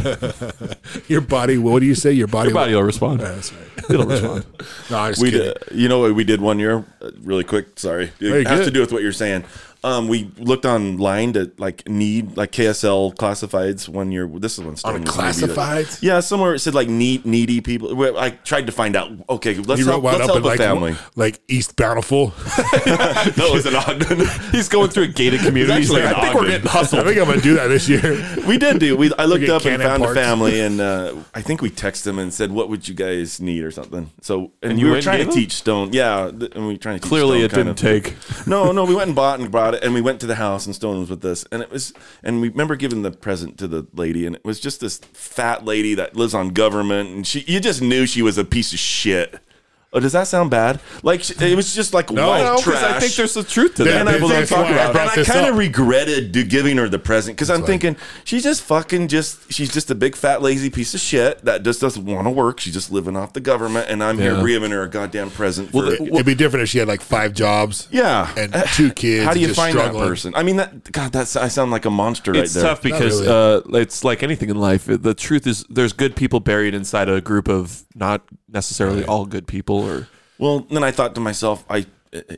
Speaker 1: Your body. What do you say? Your body.
Speaker 3: Your body will respond.
Speaker 1: That's right.
Speaker 3: It'll respond.
Speaker 1: No, I was
Speaker 2: we
Speaker 1: kidding.
Speaker 2: did, you know what we did one year Uh, really quick sorry it
Speaker 1: Very
Speaker 2: has
Speaker 1: good.
Speaker 2: to do with what you're saying um, we looked online to like need like ksl classifieds when you're this is when
Speaker 1: On a
Speaker 2: Stone was maybe, like-
Speaker 1: classifieds?
Speaker 2: yeah somewhere it said like need, needy people Well, i tried to find out okay let's
Speaker 1: You wrote
Speaker 2: help,
Speaker 1: one
Speaker 2: let's
Speaker 1: up in
Speaker 2: help a
Speaker 1: like,
Speaker 2: family
Speaker 1: like East Bountiful.
Speaker 2: no it was in ogden
Speaker 3: He's going through a gated community. He's
Speaker 2: actually
Speaker 3: like,
Speaker 2: an
Speaker 3: I think we're
Speaker 2: odd
Speaker 3: getting
Speaker 2: dude."
Speaker 1: I
Speaker 3: hustled.
Speaker 1: think I'm gonna do that this year.
Speaker 2: we did do we i
Speaker 1: Look
Speaker 2: looked
Speaker 1: at
Speaker 2: up and
Speaker 1: Cannon
Speaker 2: found
Speaker 1: Park.
Speaker 2: a family and uh, i think we texted them and said what would you guys need or something so and,
Speaker 3: And you
Speaker 2: we
Speaker 3: went
Speaker 2: were
Speaker 3: and
Speaker 2: trying to
Speaker 3: gave them?
Speaker 2: teach stone yeah th- and we were trying to teach
Speaker 3: Clearly,
Speaker 2: Stone
Speaker 3: it
Speaker 2: kind
Speaker 3: didn't
Speaker 2: of-
Speaker 3: take.
Speaker 2: no, no, we went and bought and brought it, and we went to the house, and Stone was with us, and it was, and we remember giving the present to the lady, and it was just this fat lady that lives on government, and she, you just knew she was a piece of shit. Oh, does that sound bad? Like she, it was just like white
Speaker 1: no,
Speaker 2: trash.
Speaker 3: I think there's some truth to
Speaker 1: Yeah,
Speaker 3: that.
Speaker 2: and I,
Speaker 1: there's-
Speaker 3: People don't
Speaker 1: there's why
Speaker 3: talk
Speaker 1: I
Speaker 3: about. it.
Speaker 1: brought
Speaker 2: and I
Speaker 1: this
Speaker 2: kind
Speaker 1: up.
Speaker 2: of regretted do giving her the present because I'm
Speaker 1: like-
Speaker 2: thinking she's just fucking just she's just a big fat lazy piece of shit that just doesn't want to work. She's just living off the government, and I'm
Speaker 3: Yeah.
Speaker 2: here giving her a goddamn present. for,
Speaker 3: the-
Speaker 1: It'd be different if she had like five jobs.
Speaker 2: yeah,
Speaker 1: and two kids.
Speaker 2: How do
Speaker 1: and
Speaker 2: you
Speaker 1: just
Speaker 2: find
Speaker 1: struggling.
Speaker 2: that person? I mean, that God, that's I sound like a monster right
Speaker 3: It's
Speaker 2: there.
Speaker 3: tough because
Speaker 1: really.
Speaker 3: uh, it's like anything in life. The truth is, there's good people buried inside a group of not necessarily all good people. Or
Speaker 2: Well, then I thought to myself, I,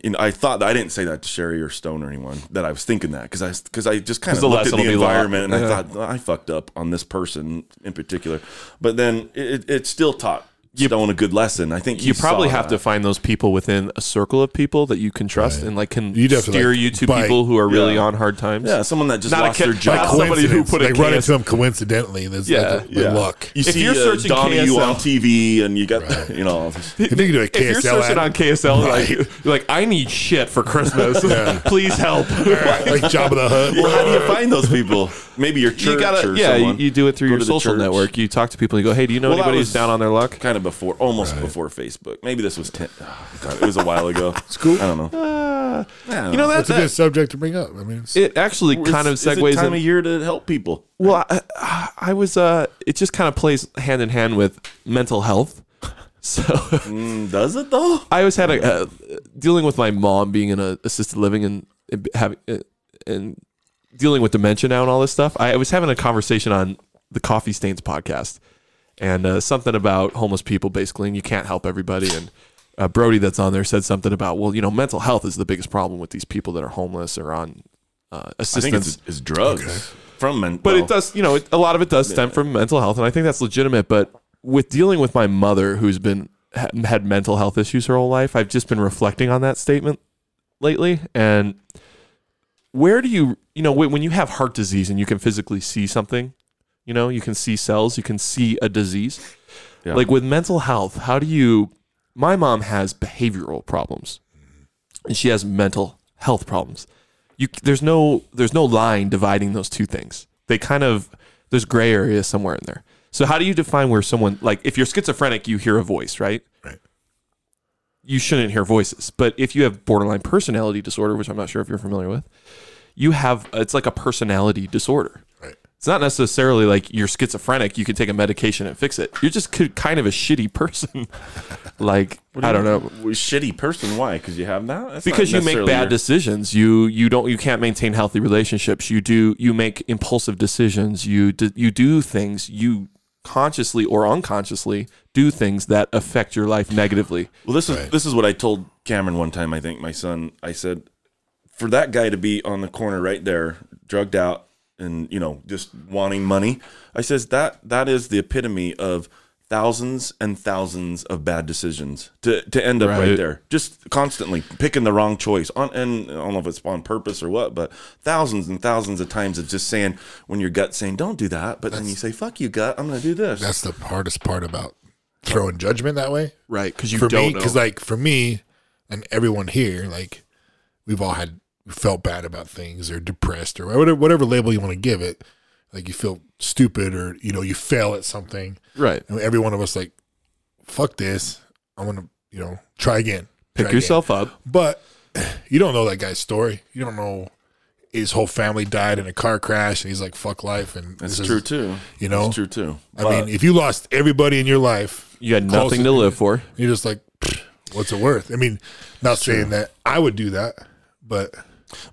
Speaker 2: you know, I thought that I didn't say that to Sherry or Stone or anyone that I was thinking that because I because I just kind
Speaker 3: 'Cause
Speaker 2: of
Speaker 3: the
Speaker 2: looked at
Speaker 3: lesson
Speaker 2: the
Speaker 3: will be
Speaker 2: environment and
Speaker 3: learned.
Speaker 2: I thought "Well, I fucked up on this person in particular, but then it, it, it still taught Stone a good lesson. I think he
Speaker 3: you probably
Speaker 2: saw
Speaker 3: have to
Speaker 2: that.
Speaker 3: find those people within a circle of people that you can trust and like can
Speaker 1: You'd have to,
Speaker 3: steer
Speaker 1: like,
Speaker 3: you to
Speaker 1: bite.
Speaker 3: people who are really
Speaker 2: Yeah.
Speaker 3: on hard times.
Speaker 2: yeah someone that just
Speaker 3: Not a
Speaker 2: lost
Speaker 3: kid-
Speaker 2: their
Speaker 3: not
Speaker 2: job.
Speaker 3: someone- somebody who put a
Speaker 1: Coincidence. like run
Speaker 3: KS
Speaker 1: into them coincidentally and there's
Speaker 3: Yeah.
Speaker 1: like, the- the luck.
Speaker 2: You
Speaker 3: If
Speaker 2: see
Speaker 3: you're
Speaker 2: uh,
Speaker 3: searching
Speaker 2: Donnie you
Speaker 3: KSL
Speaker 2: on TV and you got you know
Speaker 1: If you can do a
Speaker 3: If you're
Speaker 1: KSL
Speaker 3: searching on
Speaker 1: ad,
Speaker 3: KSL, like, you're like I need shit for Christmas. Please help.
Speaker 1: like Job of the Hutt,
Speaker 2: well how do you find those people? Maybe your church
Speaker 3: you gotta,
Speaker 2: or
Speaker 3: yeah, you,
Speaker 2: someone.
Speaker 3: you do it through
Speaker 2: Go
Speaker 3: your
Speaker 2: to the
Speaker 3: social
Speaker 2: church.
Speaker 3: network. You talk to people. You go, hey, do you know
Speaker 2: Well, that
Speaker 3: anybody who's
Speaker 2: was-
Speaker 3: down on their luck?
Speaker 2: kind of before, almost before Facebook. Maybe this was ten. oh, God, it was a while ago. It's
Speaker 1: cool.
Speaker 2: I don't know.
Speaker 3: ah.
Speaker 2: Yeah.
Speaker 3: You know that,
Speaker 1: That's a
Speaker 3: that
Speaker 1: good subject to bring up. I mean, it's,
Speaker 3: it actually
Speaker 2: It's-
Speaker 3: kind of
Speaker 2: it's a
Speaker 3: segues
Speaker 2: time
Speaker 3: in,
Speaker 2: of year to help people.
Speaker 3: Well, I- I, I was. Uh, it just kind of plays hand in hand with mental health. So
Speaker 2: Mm, does it though?
Speaker 3: I always had a uh, dealing with my mom being in a assisted living and and having uh, and dealing with dementia now and all this stuff. I was having a conversation on the Coffee Stains podcast and uh, something about homeless people basically, and you can't help everybody. And uh, Brody that's on there said something about well, you know, mental health is the biggest problem with these people that are homeless or on uh,
Speaker 2: I think
Speaker 3: assistance.
Speaker 2: it's, it's drugs from men.
Speaker 3: But
Speaker 2: well,
Speaker 3: it does, you know, it, a lot of it does stem from mental health, and I think that's legitimate. But with dealing with my mother, who's been ha- had mental health issues her whole life, I've just been reflecting on that statement lately. And where do you, you know, when when you have heart disease and you can physically see something, you know, you can see cells, you can see a disease.
Speaker 2: Yeah.
Speaker 3: Like with mental health, how do you? My mom has behavioral problems, and she has mental health problems you there's no there's no line dividing those two things. They kind of there's gray area somewhere in there. So how do you define where someone like if you're schizophrenic, you hear a voice, right?
Speaker 1: Right.
Speaker 3: You shouldn't hear voices. But if you have borderline personality disorder, which I'm not sure if you're familiar with, you have it's like a personality disorder.
Speaker 1: Right.
Speaker 3: It's not necessarily like you're schizophrenic. You can take a medication and fix it. You're just ki- kind of a shitty person. like I don't know
Speaker 2: Well, shitty person. Why? Because you have that. That's
Speaker 3: because
Speaker 2: not
Speaker 3: you make
Speaker 2: necessarily
Speaker 3: bad
Speaker 2: your-
Speaker 3: decisions you you don't you can't maintain healthy relationships you do you make impulsive decisions you do, you do things you consciously or unconsciously do things that affect your life negatively
Speaker 2: Well, this is
Speaker 1: Right.
Speaker 2: this is what I told Cameron one time. I think my son. I said, for that guy to be on the corner right there, drugged out, and you know, just wanting money. I says that that is the epitome of thousands and thousands of bad decisions to to end up right,
Speaker 3: Right.
Speaker 2: there, just constantly picking the wrong choice. On and I don't know if it's on purpose or what, but thousands and thousands of times of just saying when your gut's saying don't do that, but then you say fuck you gut, I'm gonna do this.
Speaker 1: that's the hardest part about throwing judgment that way.
Speaker 3: right because you
Speaker 1: for me, because like for me and everyone here, like we've all had felt bad about things or depressed or whatever, whatever label you want to give it. Like you feel stupid or you know you fail at something.
Speaker 3: right
Speaker 1: And every one of us like, fuck this. I'm gonna you know try again.
Speaker 3: pick
Speaker 1: try again.
Speaker 3: yourself up
Speaker 1: But you don't know that guy's story. You don't know his whole family died in a car crash, and he's like, "Fuck life." And
Speaker 2: That's
Speaker 1: this is-
Speaker 2: true too.
Speaker 1: You know,
Speaker 2: That's true too.
Speaker 1: I mean, if you lost everybody in your life,
Speaker 3: you had
Speaker 1: Close
Speaker 3: nothing
Speaker 1: it.
Speaker 3: to live for
Speaker 1: you're just like, "Pfft, "What's it worth?" I mean, not saying that I would do that, but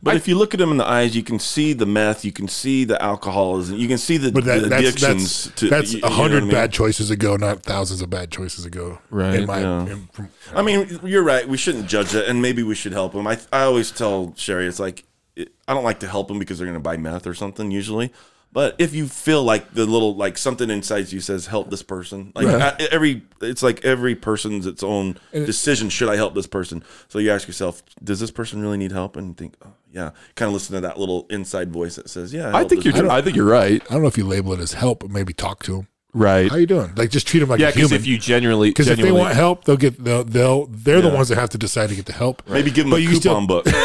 Speaker 2: But if you look at them in the eyes, you can see the meth, you can see the alcoholism, you can see the,
Speaker 1: but that,
Speaker 2: the
Speaker 1: that's
Speaker 2: addictions.
Speaker 1: that's
Speaker 2: to,
Speaker 1: that's
Speaker 2: you- you know
Speaker 1: a
Speaker 2: what
Speaker 1: hundred
Speaker 2: I mean?
Speaker 1: bad choices ago, not thousands of bad choices ago.
Speaker 3: Right,
Speaker 1: In my,
Speaker 2: yeah.
Speaker 1: in- from-
Speaker 2: I mean, you're right. We shouldn't judge it, and maybe we should help them. I I always tell Sherry, it's like it, I don't like to help them because they're going to buy meth or something usually. But if you feel like the little like something inside you says help this person, like I, every it's like every person's its own decision. Should I help this person? So you ask yourself, does this person really need help? And think, oh, yeah, kind of listen to that little inside voice that says, yeah.
Speaker 3: i
Speaker 2: help
Speaker 3: think
Speaker 2: this
Speaker 3: you're i, think you're right
Speaker 1: I don't know if you label it as help, but maybe talk to him.
Speaker 3: right
Speaker 1: How you doing? Like, just treat him like
Speaker 3: yeah
Speaker 1: a
Speaker 3: because
Speaker 1: human.
Speaker 3: if you genuinely
Speaker 1: because if they
Speaker 3: genuinely-
Speaker 1: want help, they'll get they'll, they'll they're the ones that have to decide to get the help.
Speaker 2: Maybe give them
Speaker 1: But
Speaker 2: a
Speaker 1: you
Speaker 2: coupon
Speaker 1: can still-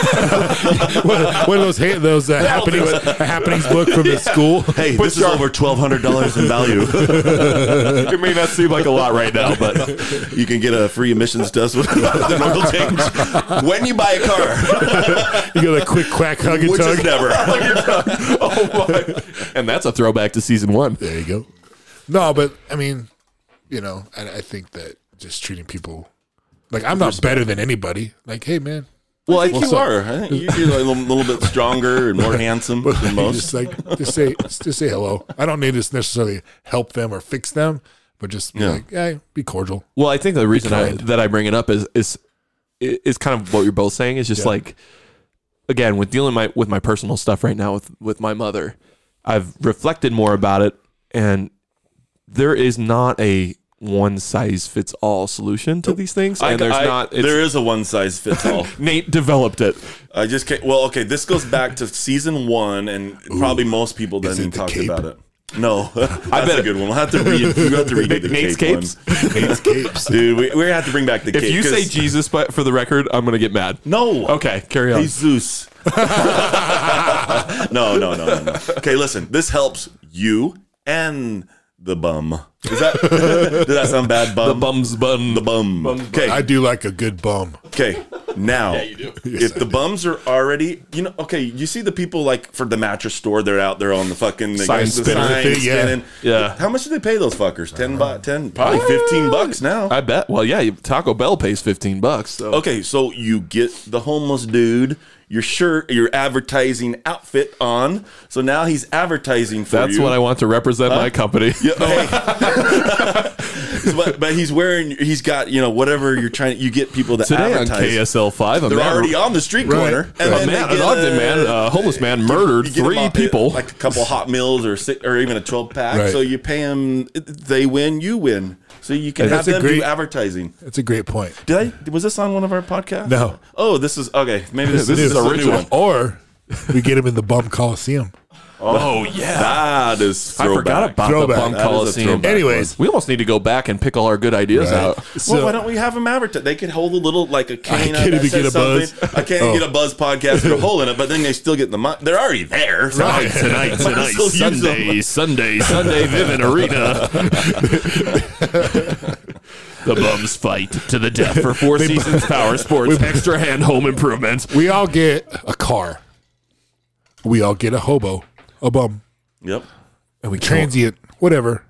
Speaker 2: book.
Speaker 1: one, of- one of those ha- those uh, happenings happenings book from the school.
Speaker 2: hey,
Speaker 3: Put
Speaker 2: this
Speaker 3: your-
Speaker 2: is over twelve hundred dollars in value.
Speaker 3: it may not seem like a lot right now but
Speaker 2: you can get a free emissions test with the rental change when you buy a car,
Speaker 1: You go a quick quack hug and
Speaker 2: which
Speaker 1: tug.
Speaker 2: is never.
Speaker 3: oh my and that's a throwback to season one
Speaker 1: there you go. No, but I mean, you know, I, I think that just treating people like I'm not better than anybody. Like, hey man,
Speaker 3: well i
Speaker 2: I think you are. I think you- you're a little, little bit stronger and more handsome than
Speaker 1: You
Speaker 2: most.
Speaker 1: just like just say just say hello. I don't need to necessarily help them or fix them, but just be
Speaker 2: Yeah.
Speaker 1: like, yeah, be cordial.
Speaker 3: Well, I think the reason I,
Speaker 1: kind.
Speaker 3: that I bring it up is is is kind of what you're both saying is just like again with dealing my with my personal stuff right now with with my mother, I've reflected more about it, and there is not a one size fits all solution to these things, and there's
Speaker 2: I-
Speaker 3: not. It's,
Speaker 2: there is a one size fits all.
Speaker 3: Nate developed it.
Speaker 2: I just can't. Well, okay, this goes back to season one, and probably most people
Speaker 1: Is
Speaker 2: didn't
Speaker 1: it
Speaker 2: even
Speaker 1: the
Speaker 2: talk
Speaker 1: cape?
Speaker 2: about it. No, that's
Speaker 3: bet
Speaker 2: a
Speaker 3: it-
Speaker 2: good one. We'll have to read. You have to read the
Speaker 3: Nate's
Speaker 2: cape
Speaker 3: capes?
Speaker 2: one.
Speaker 1: It's capes.
Speaker 2: dude. We, we have to bring back the
Speaker 3: If
Speaker 2: cape.
Speaker 3: you say
Speaker 2: 'cause-
Speaker 3: Jesus, but for the record, I'm gonna get mad.
Speaker 2: no,
Speaker 3: Okay, carry on.
Speaker 2: Hey Zeus. no, no, no, no, no. Okay, listen. This helps you and the bum. Is that does that sound bad? Bum.
Speaker 3: the bums bun.
Speaker 2: The bum. Okay.
Speaker 1: I do like a good bum.
Speaker 2: Okay. Now,
Speaker 3: do.
Speaker 2: if the bums are already, you know, okay, you see the people like for the mattress store, they're out there on the fucking they
Speaker 1: Sign
Speaker 2: got the
Speaker 1: spinner thing, yeah.
Speaker 3: Yeah.
Speaker 2: How much do they pay those fuckers? Ten bucks, ten, probably fifteen bucks now.
Speaker 3: I bet. Well, yeah, you- Taco Bell pays 15 bucks. So
Speaker 2: Okay, so you get the homeless dude your shirt, your advertising outfit on. So now he's advertising for
Speaker 3: that's
Speaker 2: you.
Speaker 3: what I want to represent my company.
Speaker 2: but, but he's wearing, he's got you know whatever you're trying. You get people that
Speaker 3: Today on
Speaker 2: advertise.
Speaker 3: KSL 5, a
Speaker 2: They're
Speaker 3: man,
Speaker 2: already on the street
Speaker 1: Right.
Speaker 2: corner.
Speaker 1: A
Speaker 2: then
Speaker 3: a man,
Speaker 2: they
Speaker 3: an
Speaker 2: get
Speaker 3: odd
Speaker 2: a-
Speaker 3: man, a homeless man murdered
Speaker 2: you get
Speaker 3: three
Speaker 2: them, uh,
Speaker 3: people.
Speaker 2: like a couple hot meals or six, or even a twelve pack.
Speaker 1: Right.
Speaker 2: So you pay them, they win, you win. So you can
Speaker 1: That's
Speaker 2: have
Speaker 1: a
Speaker 2: them
Speaker 1: great-
Speaker 2: do advertising.
Speaker 1: That's a great point.
Speaker 2: Did I? Was this on one of our podcasts?
Speaker 1: No.
Speaker 2: Oh, this is okay. Maybe this,
Speaker 3: This
Speaker 2: this
Speaker 3: is
Speaker 2: is a new
Speaker 3: original.
Speaker 2: one.
Speaker 1: Or we get him in the bum coliseum.
Speaker 2: Oh yeah, that is.
Speaker 3: I forgot
Speaker 2: throwback.
Speaker 3: about
Speaker 1: Throwback.
Speaker 3: the Bum
Speaker 1: That is a
Speaker 3: Coliseum.
Speaker 1: throwback. Anyways.
Speaker 3: we almost need to go back and pick all our good ideas out.
Speaker 2: well,
Speaker 1: So-
Speaker 2: why don't we have them advertise? They could hold a little like a
Speaker 1: can't
Speaker 2: cane. up that
Speaker 1: even get
Speaker 2: says
Speaker 1: a buzz. Oh.
Speaker 2: something. I can't get a buzz podcast with a hole in it, but then they still get the money. They're already there. So
Speaker 1: Right.
Speaker 3: Tonight,
Speaker 2: tonight, as well use them. Sunday,
Speaker 3: Sunday, Sunday, Vivint Arena. the bums fight to the death for Four Seasons Power Sports. Extra hand home improvements.
Speaker 1: We all get a car. We all get a hobo, a bum,
Speaker 2: Yep.
Speaker 1: and we transient, whatever,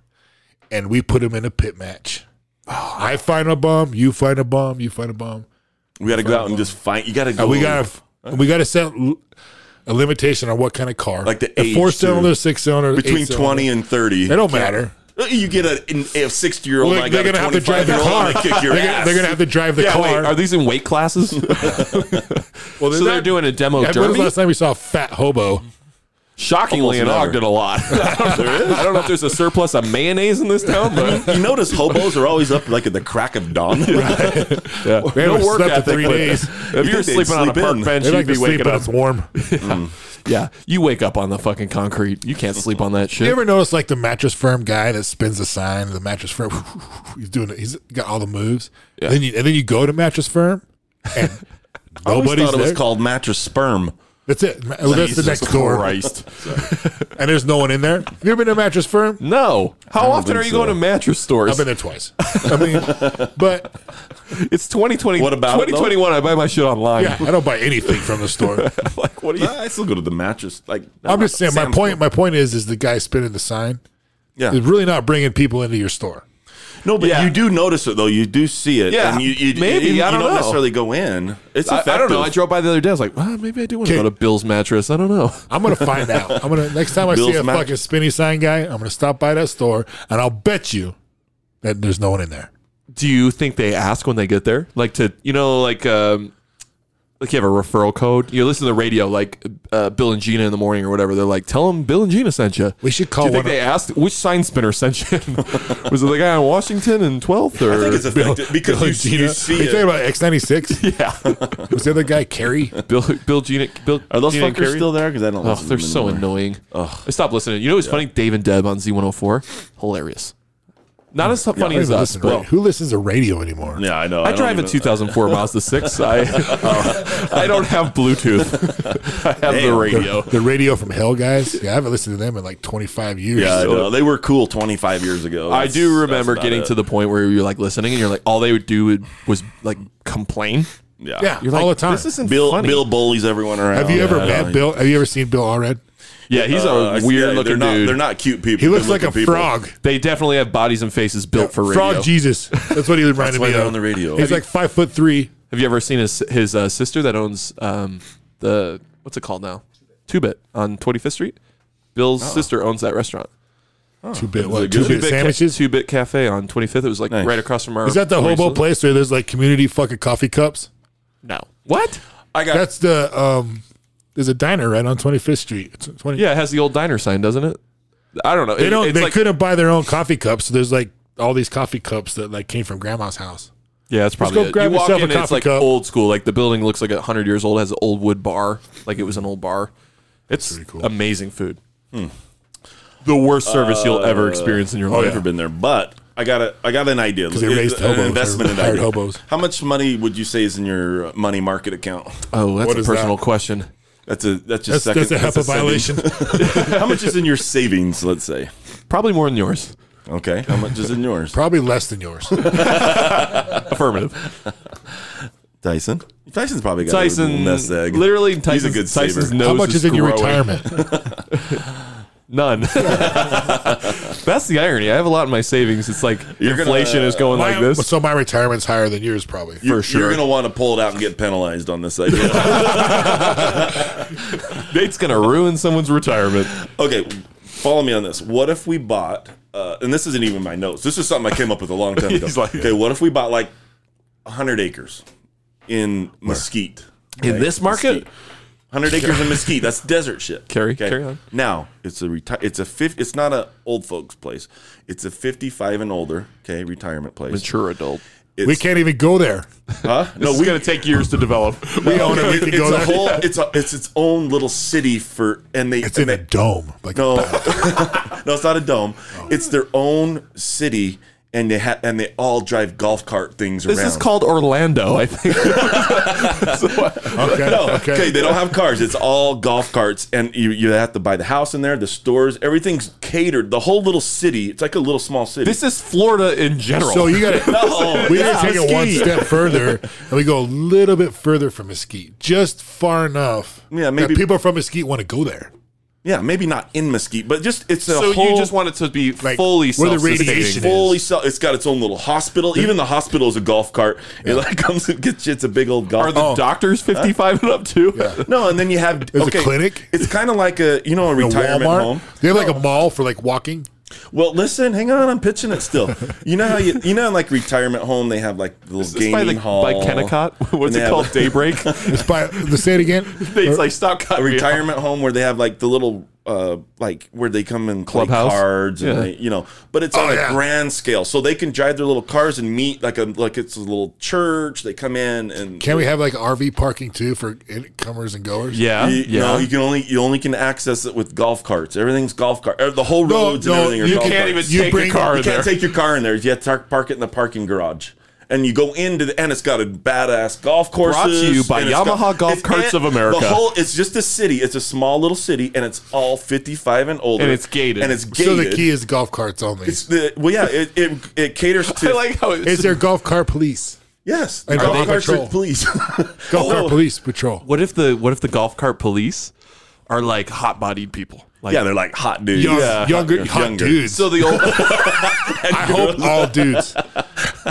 Speaker 1: and we put him in a pit match.
Speaker 2: Oh.
Speaker 1: I find a bum, you find a bum, you find a bum.
Speaker 2: We got to go out and just find. You got to go.
Speaker 1: And Oh, we gotta we gotta set l- a limitation on what kind of car,
Speaker 2: Like the
Speaker 1: A
Speaker 2: age,
Speaker 1: four
Speaker 2: too.
Speaker 1: cylinder, six cylinder,
Speaker 2: between
Speaker 1: eight cylinder.
Speaker 2: twenty and thirty. Uh,
Speaker 1: It don't matter.
Speaker 2: You get a, a sixty year old.
Speaker 1: Well, they're gonna have to drive the car.
Speaker 2: Kick your
Speaker 1: they're, gonna,
Speaker 2: ass.
Speaker 1: they're gonna have to drive the
Speaker 3: Yeah, wait,
Speaker 1: car.
Speaker 3: are these in weight classes?
Speaker 1: well,
Speaker 3: so they're doing a demo
Speaker 1: When was
Speaker 3: derby.
Speaker 1: the last time we saw a fat hobo?
Speaker 2: Almost
Speaker 3: Shockingly, in
Speaker 2: never.
Speaker 3: Ogden, a lot. I don't, know, I don't know if there's a surplus of mayonnaise in this town, but
Speaker 2: You notice hobos are always up like at the crack of dawn.
Speaker 1: They
Speaker 3: no
Speaker 1: haven't
Speaker 3: work
Speaker 1: slept in
Speaker 3: ethic.
Speaker 1: three
Speaker 3: but
Speaker 1: days.
Speaker 3: If
Speaker 2: You
Speaker 3: you were
Speaker 2: think they'd
Speaker 3: sleeping on a
Speaker 2: sleep
Speaker 3: park
Speaker 2: in.
Speaker 3: bench,
Speaker 1: They like
Speaker 3: you'd
Speaker 1: to
Speaker 3: be
Speaker 1: sleep
Speaker 3: waking
Speaker 1: when
Speaker 3: up.
Speaker 1: it's warm.
Speaker 3: Yeah, you wake up on the fucking concrete. You can't sleep on that
Speaker 1: You
Speaker 3: shit.
Speaker 1: ever notice like the mattress firm guy that spins the sign? The mattress firm, he's doing it. He's got all the moves. And then you and then you go to mattress firm, and
Speaker 2: I always
Speaker 1: nobody's
Speaker 2: thought it
Speaker 1: there.
Speaker 2: was called mattress sperm.
Speaker 1: that's it. Ma- well, that's the next door,
Speaker 3: Christ.
Speaker 1: and there's no one in there. Have you ever been to a mattress firm?
Speaker 3: No. How often
Speaker 2: think
Speaker 3: are you
Speaker 2: so.
Speaker 3: going to mattress
Speaker 1: I've
Speaker 3: stores?
Speaker 1: been there twice. I mean, but
Speaker 3: It's 2020.
Speaker 2: What about it, though?
Speaker 3: 2021? I buy my shit online.
Speaker 1: yeah, I don't buy anything from the store.
Speaker 2: Like what? Do you, I still go to the mattress. Like
Speaker 1: I'm just saying. My
Speaker 2: Sam's
Speaker 1: point.
Speaker 2: Club.
Speaker 1: My point is, is the guy spinning the sign is
Speaker 2: Yeah.
Speaker 1: really not bringing people into your store.
Speaker 2: No, but
Speaker 3: Yeah.
Speaker 2: you do notice it though. You do see it.
Speaker 3: Yeah,
Speaker 2: And you, you,
Speaker 3: maybe,
Speaker 2: You, you
Speaker 3: I don't know.
Speaker 2: necessarily go in. It's
Speaker 3: I, I don't know. I
Speaker 2: effective.
Speaker 3: drove by the other day. I was like, well, maybe I do want to
Speaker 1: Okay.
Speaker 3: go to Bill's mattress. I don't know.
Speaker 1: I'm gonna find out. I'm gonna next time I see
Speaker 2: Bill's
Speaker 1: a
Speaker 2: Match-
Speaker 1: fucking spinny sign guy, I'm gonna stop by that store and I'll bet you that there's no one in there.
Speaker 3: Do you think they ask when they get there? Like to you know, like um like you have a referral code. You listen to the radio, like uh, Bill and Gina in the morning or whatever. They're like, "Tell them Bill and Gina sent you."
Speaker 1: We should call
Speaker 3: Do you think
Speaker 1: one
Speaker 3: they asked which sign spinner sent you? Was it the guy on Washington and Twelfth? Or
Speaker 2: I think it's effective because
Speaker 1: Bill and
Speaker 2: you,
Speaker 1: Gina.
Speaker 2: you
Speaker 1: Are
Speaker 2: see
Speaker 1: you talking
Speaker 2: it.
Speaker 1: about X96?
Speaker 3: yeah,
Speaker 1: Was the other guy Kerry?
Speaker 3: Bill, Bill, Gina, Bill.
Speaker 2: Are those
Speaker 3: Gina and
Speaker 2: fuckers
Speaker 3: Carrie?
Speaker 2: still there? Because I don't.
Speaker 3: Oh,
Speaker 2: listen to
Speaker 3: they're
Speaker 2: them
Speaker 3: so
Speaker 2: anymore.
Speaker 3: annoying. I stopped listening. You know what's funny? Dave and Deb on Z104. Hilarious. Not as funny
Speaker 1: Who
Speaker 3: as us,
Speaker 1: listens,
Speaker 3: but
Speaker 1: right? Who listens to radio anymore?
Speaker 2: Yeah, I know.
Speaker 3: I,
Speaker 2: don't
Speaker 3: drive
Speaker 2: even-
Speaker 3: at 2004 miles to six. I uh, I don't have Bluetooth. I have the
Speaker 2: Damn.
Speaker 3: radio.
Speaker 1: The radio from hell guys? Yeah, I haven't listened to them in like 25 years.
Speaker 2: Yeah, I
Speaker 1: So-
Speaker 2: know. They were cool 25 years ago.
Speaker 3: I
Speaker 2: That's-
Speaker 3: do remember
Speaker 2: that's about
Speaker 3: getting
Speaker 2: it.
Speaker 3: to the point where you're like listening and you're like, all they would do would, was like complain.
Speaker 2: yeah.
Speaker 1: yeah,
Speaker 3: You're like,
Speaker 1: all the time.
Speaker 3: This isn't
Speaker 2: Bill
Speaker 3: funny.
Speaker 2: Bill bullies everyone around.
Speaker 1: have you ever
Speaker 2: Yeah, I
Speaker 1: met
Speaker 2: know.
Speaker 1: Bill? Have you ever seen Bill Allred?
Speaker 3: yeah, he's
Speaker 2: Uh, I
Speaker 3: a
Speaker 2: see- yeah,
Speaker 3: weird
Speaker 2: they're
Speaker 3: looking
Speaker 2: not,
Speaker 3: dude.
Speaker 2: They're not cute people.
Speaker 1: He looks
Speaker 2: Good
Speaker 1: like a
Speaker 2: looking people.
Speaker 1: frog.
Speaker 3: They definitely have bodies and faces built for radio.
Speaker 1: Frog Jesus. That's what he reminded
Speaker 2: why
Speaker 1: me
Speaker 2: they're
Speaker 1: of.
Speaker 2: on the radio.
Speaker 1: He's like five foot three.
Speaker 3: Have you ever seen his his uh, sister that owns um, the what's it called now? Two Bit on Twenty Fifth Street.
Speaker 2: Oh.
Speaker 3: Bill's sister owns that restaurant.
Speaker 1: Two bit what?
Speaker 2: good?
Speaker 1: Two bit
Speaker 2: Two-bit
Speaker 1: sandwiches.
Speaker 3: Two Bit Cafe on Twenty Fifth. It was like
Speaker 2: Nice.
Speaker 3: right across from our.
Speaker 1: Is that the hobo place where there's like community fucking coffee cups?
Speaker 3: No. What?
Speaker 2: I got
Speaker 1: That's the um. There's a diner right on 25th Street. It's 20.
Speaker 3: Yeah, it has the old diner sign, doesn't it? I don't know.
Speaker 1: they
Speaker 3: It-
Speaker 1: don't.
Speaker 3: it's
Speaker 1: They
Speaker 3: like-
Speaker 1: couldn't buy their own coffee cups. So there's like all these coffee cups that like came from grandma's house.
Speaker 3: Yeah, that's probably
Speaker 1: go
Speaker 3: it.
Speaker 1: grab
Speaker 3: You walk
Speaker 1: yourself a
Speaker 3: in, and it's
Speaker 1: coffee
Speaker 3: like
Speaker 1: cup.
Speaker 3: old school. Like the building looks like hundred years old. Has an old wood bar, like it was an old bar. It's
Speaker 1: pretty cool. Hmm.
Speaker 3: amazing food. Uh, The worst service you'll ever experience in your
Speaker 1: Oh,
Speaker 2: I've
Speaker 3: life.
Speaker 2: never been there, but I got a I got an idea.
Speaker 1: they raised
Speaker 2: an
Speaker 1: hobos,
Speaker 2: investment
Speaker 1: or
Speaker 2: in
Speaker 1: hired
Speaker 2: idea.
Speaker 1: hobos.
Speaker 2: How much money would you say is in your money market account?
Speaker 3: Oh, that's
Speaker 1: What
Speaker 3: a
Speaker 1: is that?
Speaker 3: personal question.
Speaker 2: That's a that's just
Speaker 1: That's
Speaker 2: second.
Speaker 1: that's a HEPA
Speaker 2: second-
Speaker 1: violation.
Speaker 2: How much is in your savings? Let's say.
Speaker 3: Probably more than yours.
Speaker 2: Okay. How much is in yours,
Speaker 1: Probably less than yours.
Speaker 3: Affirmative.
Speaker 2: Dyson? Tyson's probably got a
Speaker 3: Tyson,
Speaker 2: little nest egg.
Speaker 3: literally Tyson's,
Speaker 2: good
Speaker 3: Tyson's
Speaker 2: saver.
Speaker 3: nose
Speaker 1: How much is in your
Speaker 3: growing.
Speaker 1: retirement?
Speaker 3: None. That's the irony. I have a lot in my savings. It's like
Speaker 2: You're gonna-
Speaker 3: inflation is going like
Speaker 1: My-
Speaker 3: this.
Speaker 1: So my retirement's higher than yours, probably.
Speaker 2: You-
Speaker 3: sure.
Speaker 2: You're going to want to pull it out and get penalized on this idea.
Speaker 3: It's gonna ruin someone's retirement.
Speaker 2: okay, follow me on this. What if we bought, uh, and this isn't even my notes, this is something I came up with a long time ago.
Speaker 3: He's like-
Speaker 2: okay, what if we bought like 100 acres in Mesquite?
Speaker 3: In this market,
Speaker 2: Mesquite. 100 acres in Mesquite. That's desert shit.
Speaker 3: Carry- carry on.
Speaker 2: Now, it's a reti- it's a fif- it's not a old folks place. It's a 55 and older, okay, retirement place.
Speaker 3: mature adult.
Speaker 2: It's,
Speaker 1: We can't even go there.
Speaker 2: huh? No,
Speaker 3: It's
Speaker 2: we
Speaker 3: gonna take years to develop.
Speaker 1: We own it. We can
Speaker 2: it's
Speaker 1: go
Speaker 2: a
Speaker 1: there.
Speaker 2: whole it's a, it's its own little city for and they
Speaker 1: it's in a dome. Like
Speaker 2: No, no, it's not a dome. It's their own city, and they ha- and they all drive golf cart things
Speaker 3: This
Speaker 2: around.
Speaker 3: is called Orlando, I think. So, uh,
Speaker 1: okay,
Speaker 2: No, okay.
Speaker 1: okay.
Speaker 2: They don't have cars. It's all golf carts, and you you have to buy the house in there, the stores, everything's catered. The whole little city. It's like a little small city. Oh,
Speaker 3: this is Florida in general.
Speaker 1: So you got to.
Speaker 2: No,
Speaker 1: we
Speaker 2: it's
Speaker 1: gotta take it one
Speaker 2: Mesquite.
Speaker 1: step further, and we go a little bit further from Mesquite, just far enough.
Speaker 2: Yeah,
Speaker 1: that
Speaker 2: maybe-
Speaker 1: people from Mesquite want to go there.
Speaker 2: yeah, maybe not in Mesquite, but just it's a
Speaker 3: so
Speaker 2: whole.
Speaker 3: you just want it to be
Speaker 1: Like,
Speaker 3: fully
Speaker 1: where the
Speaker 3: self-sustaining.
Speaker 1: radiation
Speaker 3: Full-
Speaker 2: Fully self, it's got its own little hospital. Even the hospital is a golf cart. It like comes and gets you. It's a big old golf.
Speaker 3: Are the
Speaker 2: Oh.
Speaker 3: doctors 55 and up too?
Speaker 2: no, and then you have
Speaker 1: There's a clinic?
Speaker 2: It's kind of like a you know a
Speaker 1: A
Speaker 2: retirement
Speaker 1: Walmart.
Speaker 2: home.
Speaker 1: They have like a mall for like walking.
Speaker 2: Well, listen, hang on, I'm pitching it still. You know how you you know in, like retirement home they have like the little
Speaker 3: It's
Speaker 2: gaming
Speaker 3: by, the,
Speaker 2: hall
Speaker 3: by Kennecott.
Speaker 2: And
Speaker 3: What's
Speaker 2: they
Speaker 3: it
Speaker 2: have
Speaker 3: called?
Speaker 2: a-
Speaker 3: Daybreak.
Speaker 1: It's by the say it again.
Speaker 3: It's like stop
Speaker 2: a
Speaker 3: cutting me off.
Speaker 2: retirement home where they have like the little uh like where they come and play
Speaker 3: Clubhouse?
Speaker 2: cards and
Speaker 3: Yeah.
Speaker 2: they, you know, but it's on
Speaker 1: Oh, yeah.
Speaker 2: a grand scale, so they can drive their little cars and meet like a like it's a little church. They come in and
Speaker 1: Can we have like RV parking too for in- comers and goers?
Speaker 3: Yeah,
Speaker 2: You,
Speaker 3: yeah.
Speaker 2: No, you can only you only can access it with golf carts. Everything's golf cart. er, The whole
Speaker 1: No,
Speaker 2: roads
Speaker 1: no,
Speaker 2: and everything. Are
Speaker 1: you
Speaker 2: golf
Speaker 3: can't
Speaker 2: carts.
Speaker 3: even
Speaker 1: You
Speaker 3: take
Speaker 1: bring-
Speaker 3: your car
Speaker 2: You
Speaker 3: in there.
Speaker 2: can't take your car in there. You have to park- park it in the parking garage. And you go into the and it's got a badass golf course.
Speaker 3: to you by Yamaha Golf Carts of America.
Speaker 2: The whole it's just a city. It's a small little city, and it's all fifty-five and older,
Speaker 3: And it's gated.
Speaker 2: And it's
Speaker 1: So
Speaker 2: gated.
Speaker 1: the key is golf carts only.
Speaker 2: It's the well, yeah. It it, it caters
Speaker 3: I
Speaker 2: to
Speaker 3: like how it's,
Speaker 1: is there golf cart police?
Speaker 2: yes.
Speaker 1: And
Speaker 2: golf
Speaker 1: golf
Speaker 2: carts
Speaker 1: patrol.
Speaker 2: are police.
Speaker 1: Golf cart
Speaker 2: Oh,
Speaker 1: police patrol.
Speaker 3: What if the what if the golf cart police are like hot bodied people? Like
Speaker 2: Yeah, they're like hot dudes.
Speaker 1: Young,
Speaker 2: yeah.
Speaker 1: younger, hot
Speaker 2: Younger.
Speaker 1: dudes.
Speaker 3: so the old
Speaker 1: I hope all dudes,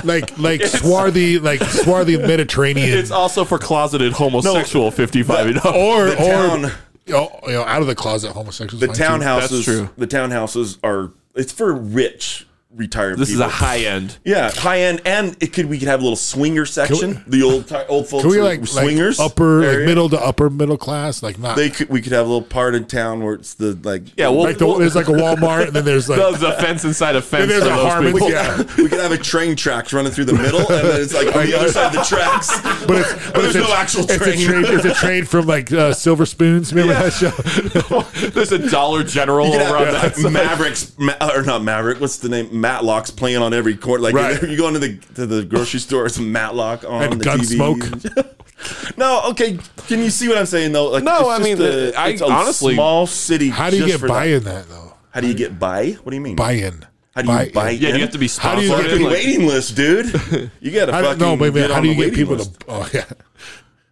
Speaker 1: like like swarthy, like swarthy Mediterranean,
Speaker 3: it's also for closeted homosexual fifty five and up.
Speaker 1: or or
Speaker 2: The town-
Speaker 1: you know, you know, out of the closet homosexuals.
Speaker 2: The
Speaker 1: fine, too.
Speaker 2: townhouses,
Speaker 3: That's true.
Speaker 2: the townhouses are it's for rich retired.
Speaker 3: this is
Speaker 2: people.
Speaker 3: a high end.
Speaker 2: yeah, high end, and it could we could have a little swinger section. the old ti- old folks
Speaker 1: Can we
Speaker 2: were
Speaker 1: like
Speaker 2: swingers
Speaker 1: swingers like upper like
Speaker 2: area.
Speaker 1: middle to upper middle class? Like not
Speaker 2: They could we could have a little part in town where it's the like
Speaker 3: Yeah, well,
Speaker 1: like the,
Speaker 3: well
Speaker 1: there's like a Walmart and then there's like
Speaker 3: there's a fence inside a
Speaker 1: and
Speaker 3: fence for
Speaker 1: there's a
Speaker 3: those
Speaker 1: Harmon.
Speaker 3: people.
Speaker 1: Yeah.
Speaker 2: we could have a train tracks running through the middle, and then it's like on the other side of the tracks.
Speaker 1: But it's, but
Speaker 2: there's
Speaker 1: it's a,
Speaker 2: no actual
Speaker 1: it's
Speaker 2: train.
Speaker 1: A train. It's a train from like uh, Silver Spoons. Remember that show?
Speaker 3: There's a Dollar General
Speaker 2: You could
Speaker 3: around that.
Speaker 2: have Mavericks, Ma- or not Maverick. What's the name? Matlocks playing on every court. Like
Speaker 1: Right.
Speaker 2: you go into the to the grocery store, it's Matlock on
Speaker 1: And
Speaker 2: the
Speaker 1: Gunsmoke.
Speaker 2: TV. no, okay. Can you see what I'm saying though? Like,
Speaker 3: No,
Speaker 2: it's
Speaker 3: I
Speaker 2: just
Speaker 3: mean,
Speaker 2: a-
Speaker 3: I-
Speaker 2: it's a
Speaker 3: honestly-
Speaker 2: small city.
Speaker 1: How do you
Speaker 2: just
Speaker 1: get
Speaker 2: for
Speaker 1: buy
Speaker 2: that.
Speaker 1: in that though?
Speaker 2: How do you get buy? What do you mean?
Speaker 1: Buy in.
Speaker 2: How do you buy?
Speaker 3: Yeah, you have to be
Speaker 1: How do you
Speaker 3: sponsored.
Speaker 1: get
Speaker 2: Fucking
Speaker 1: in,
Speaker 3: like-
Speaker 2: waiting list, dude. You gotta
Speaker 1: I don't
Speaker 2: fucking
Speaker 1: know, maybe
Speaker 2: get
Speaker 1: how
Speaker 2: on
Speaker 1: do you
Speaker 2: the
Speaker 1: get
Speaker 2: waiting
Speaker 1: people
Speaker 2: list.
Speaker 1: to? Oh yeah,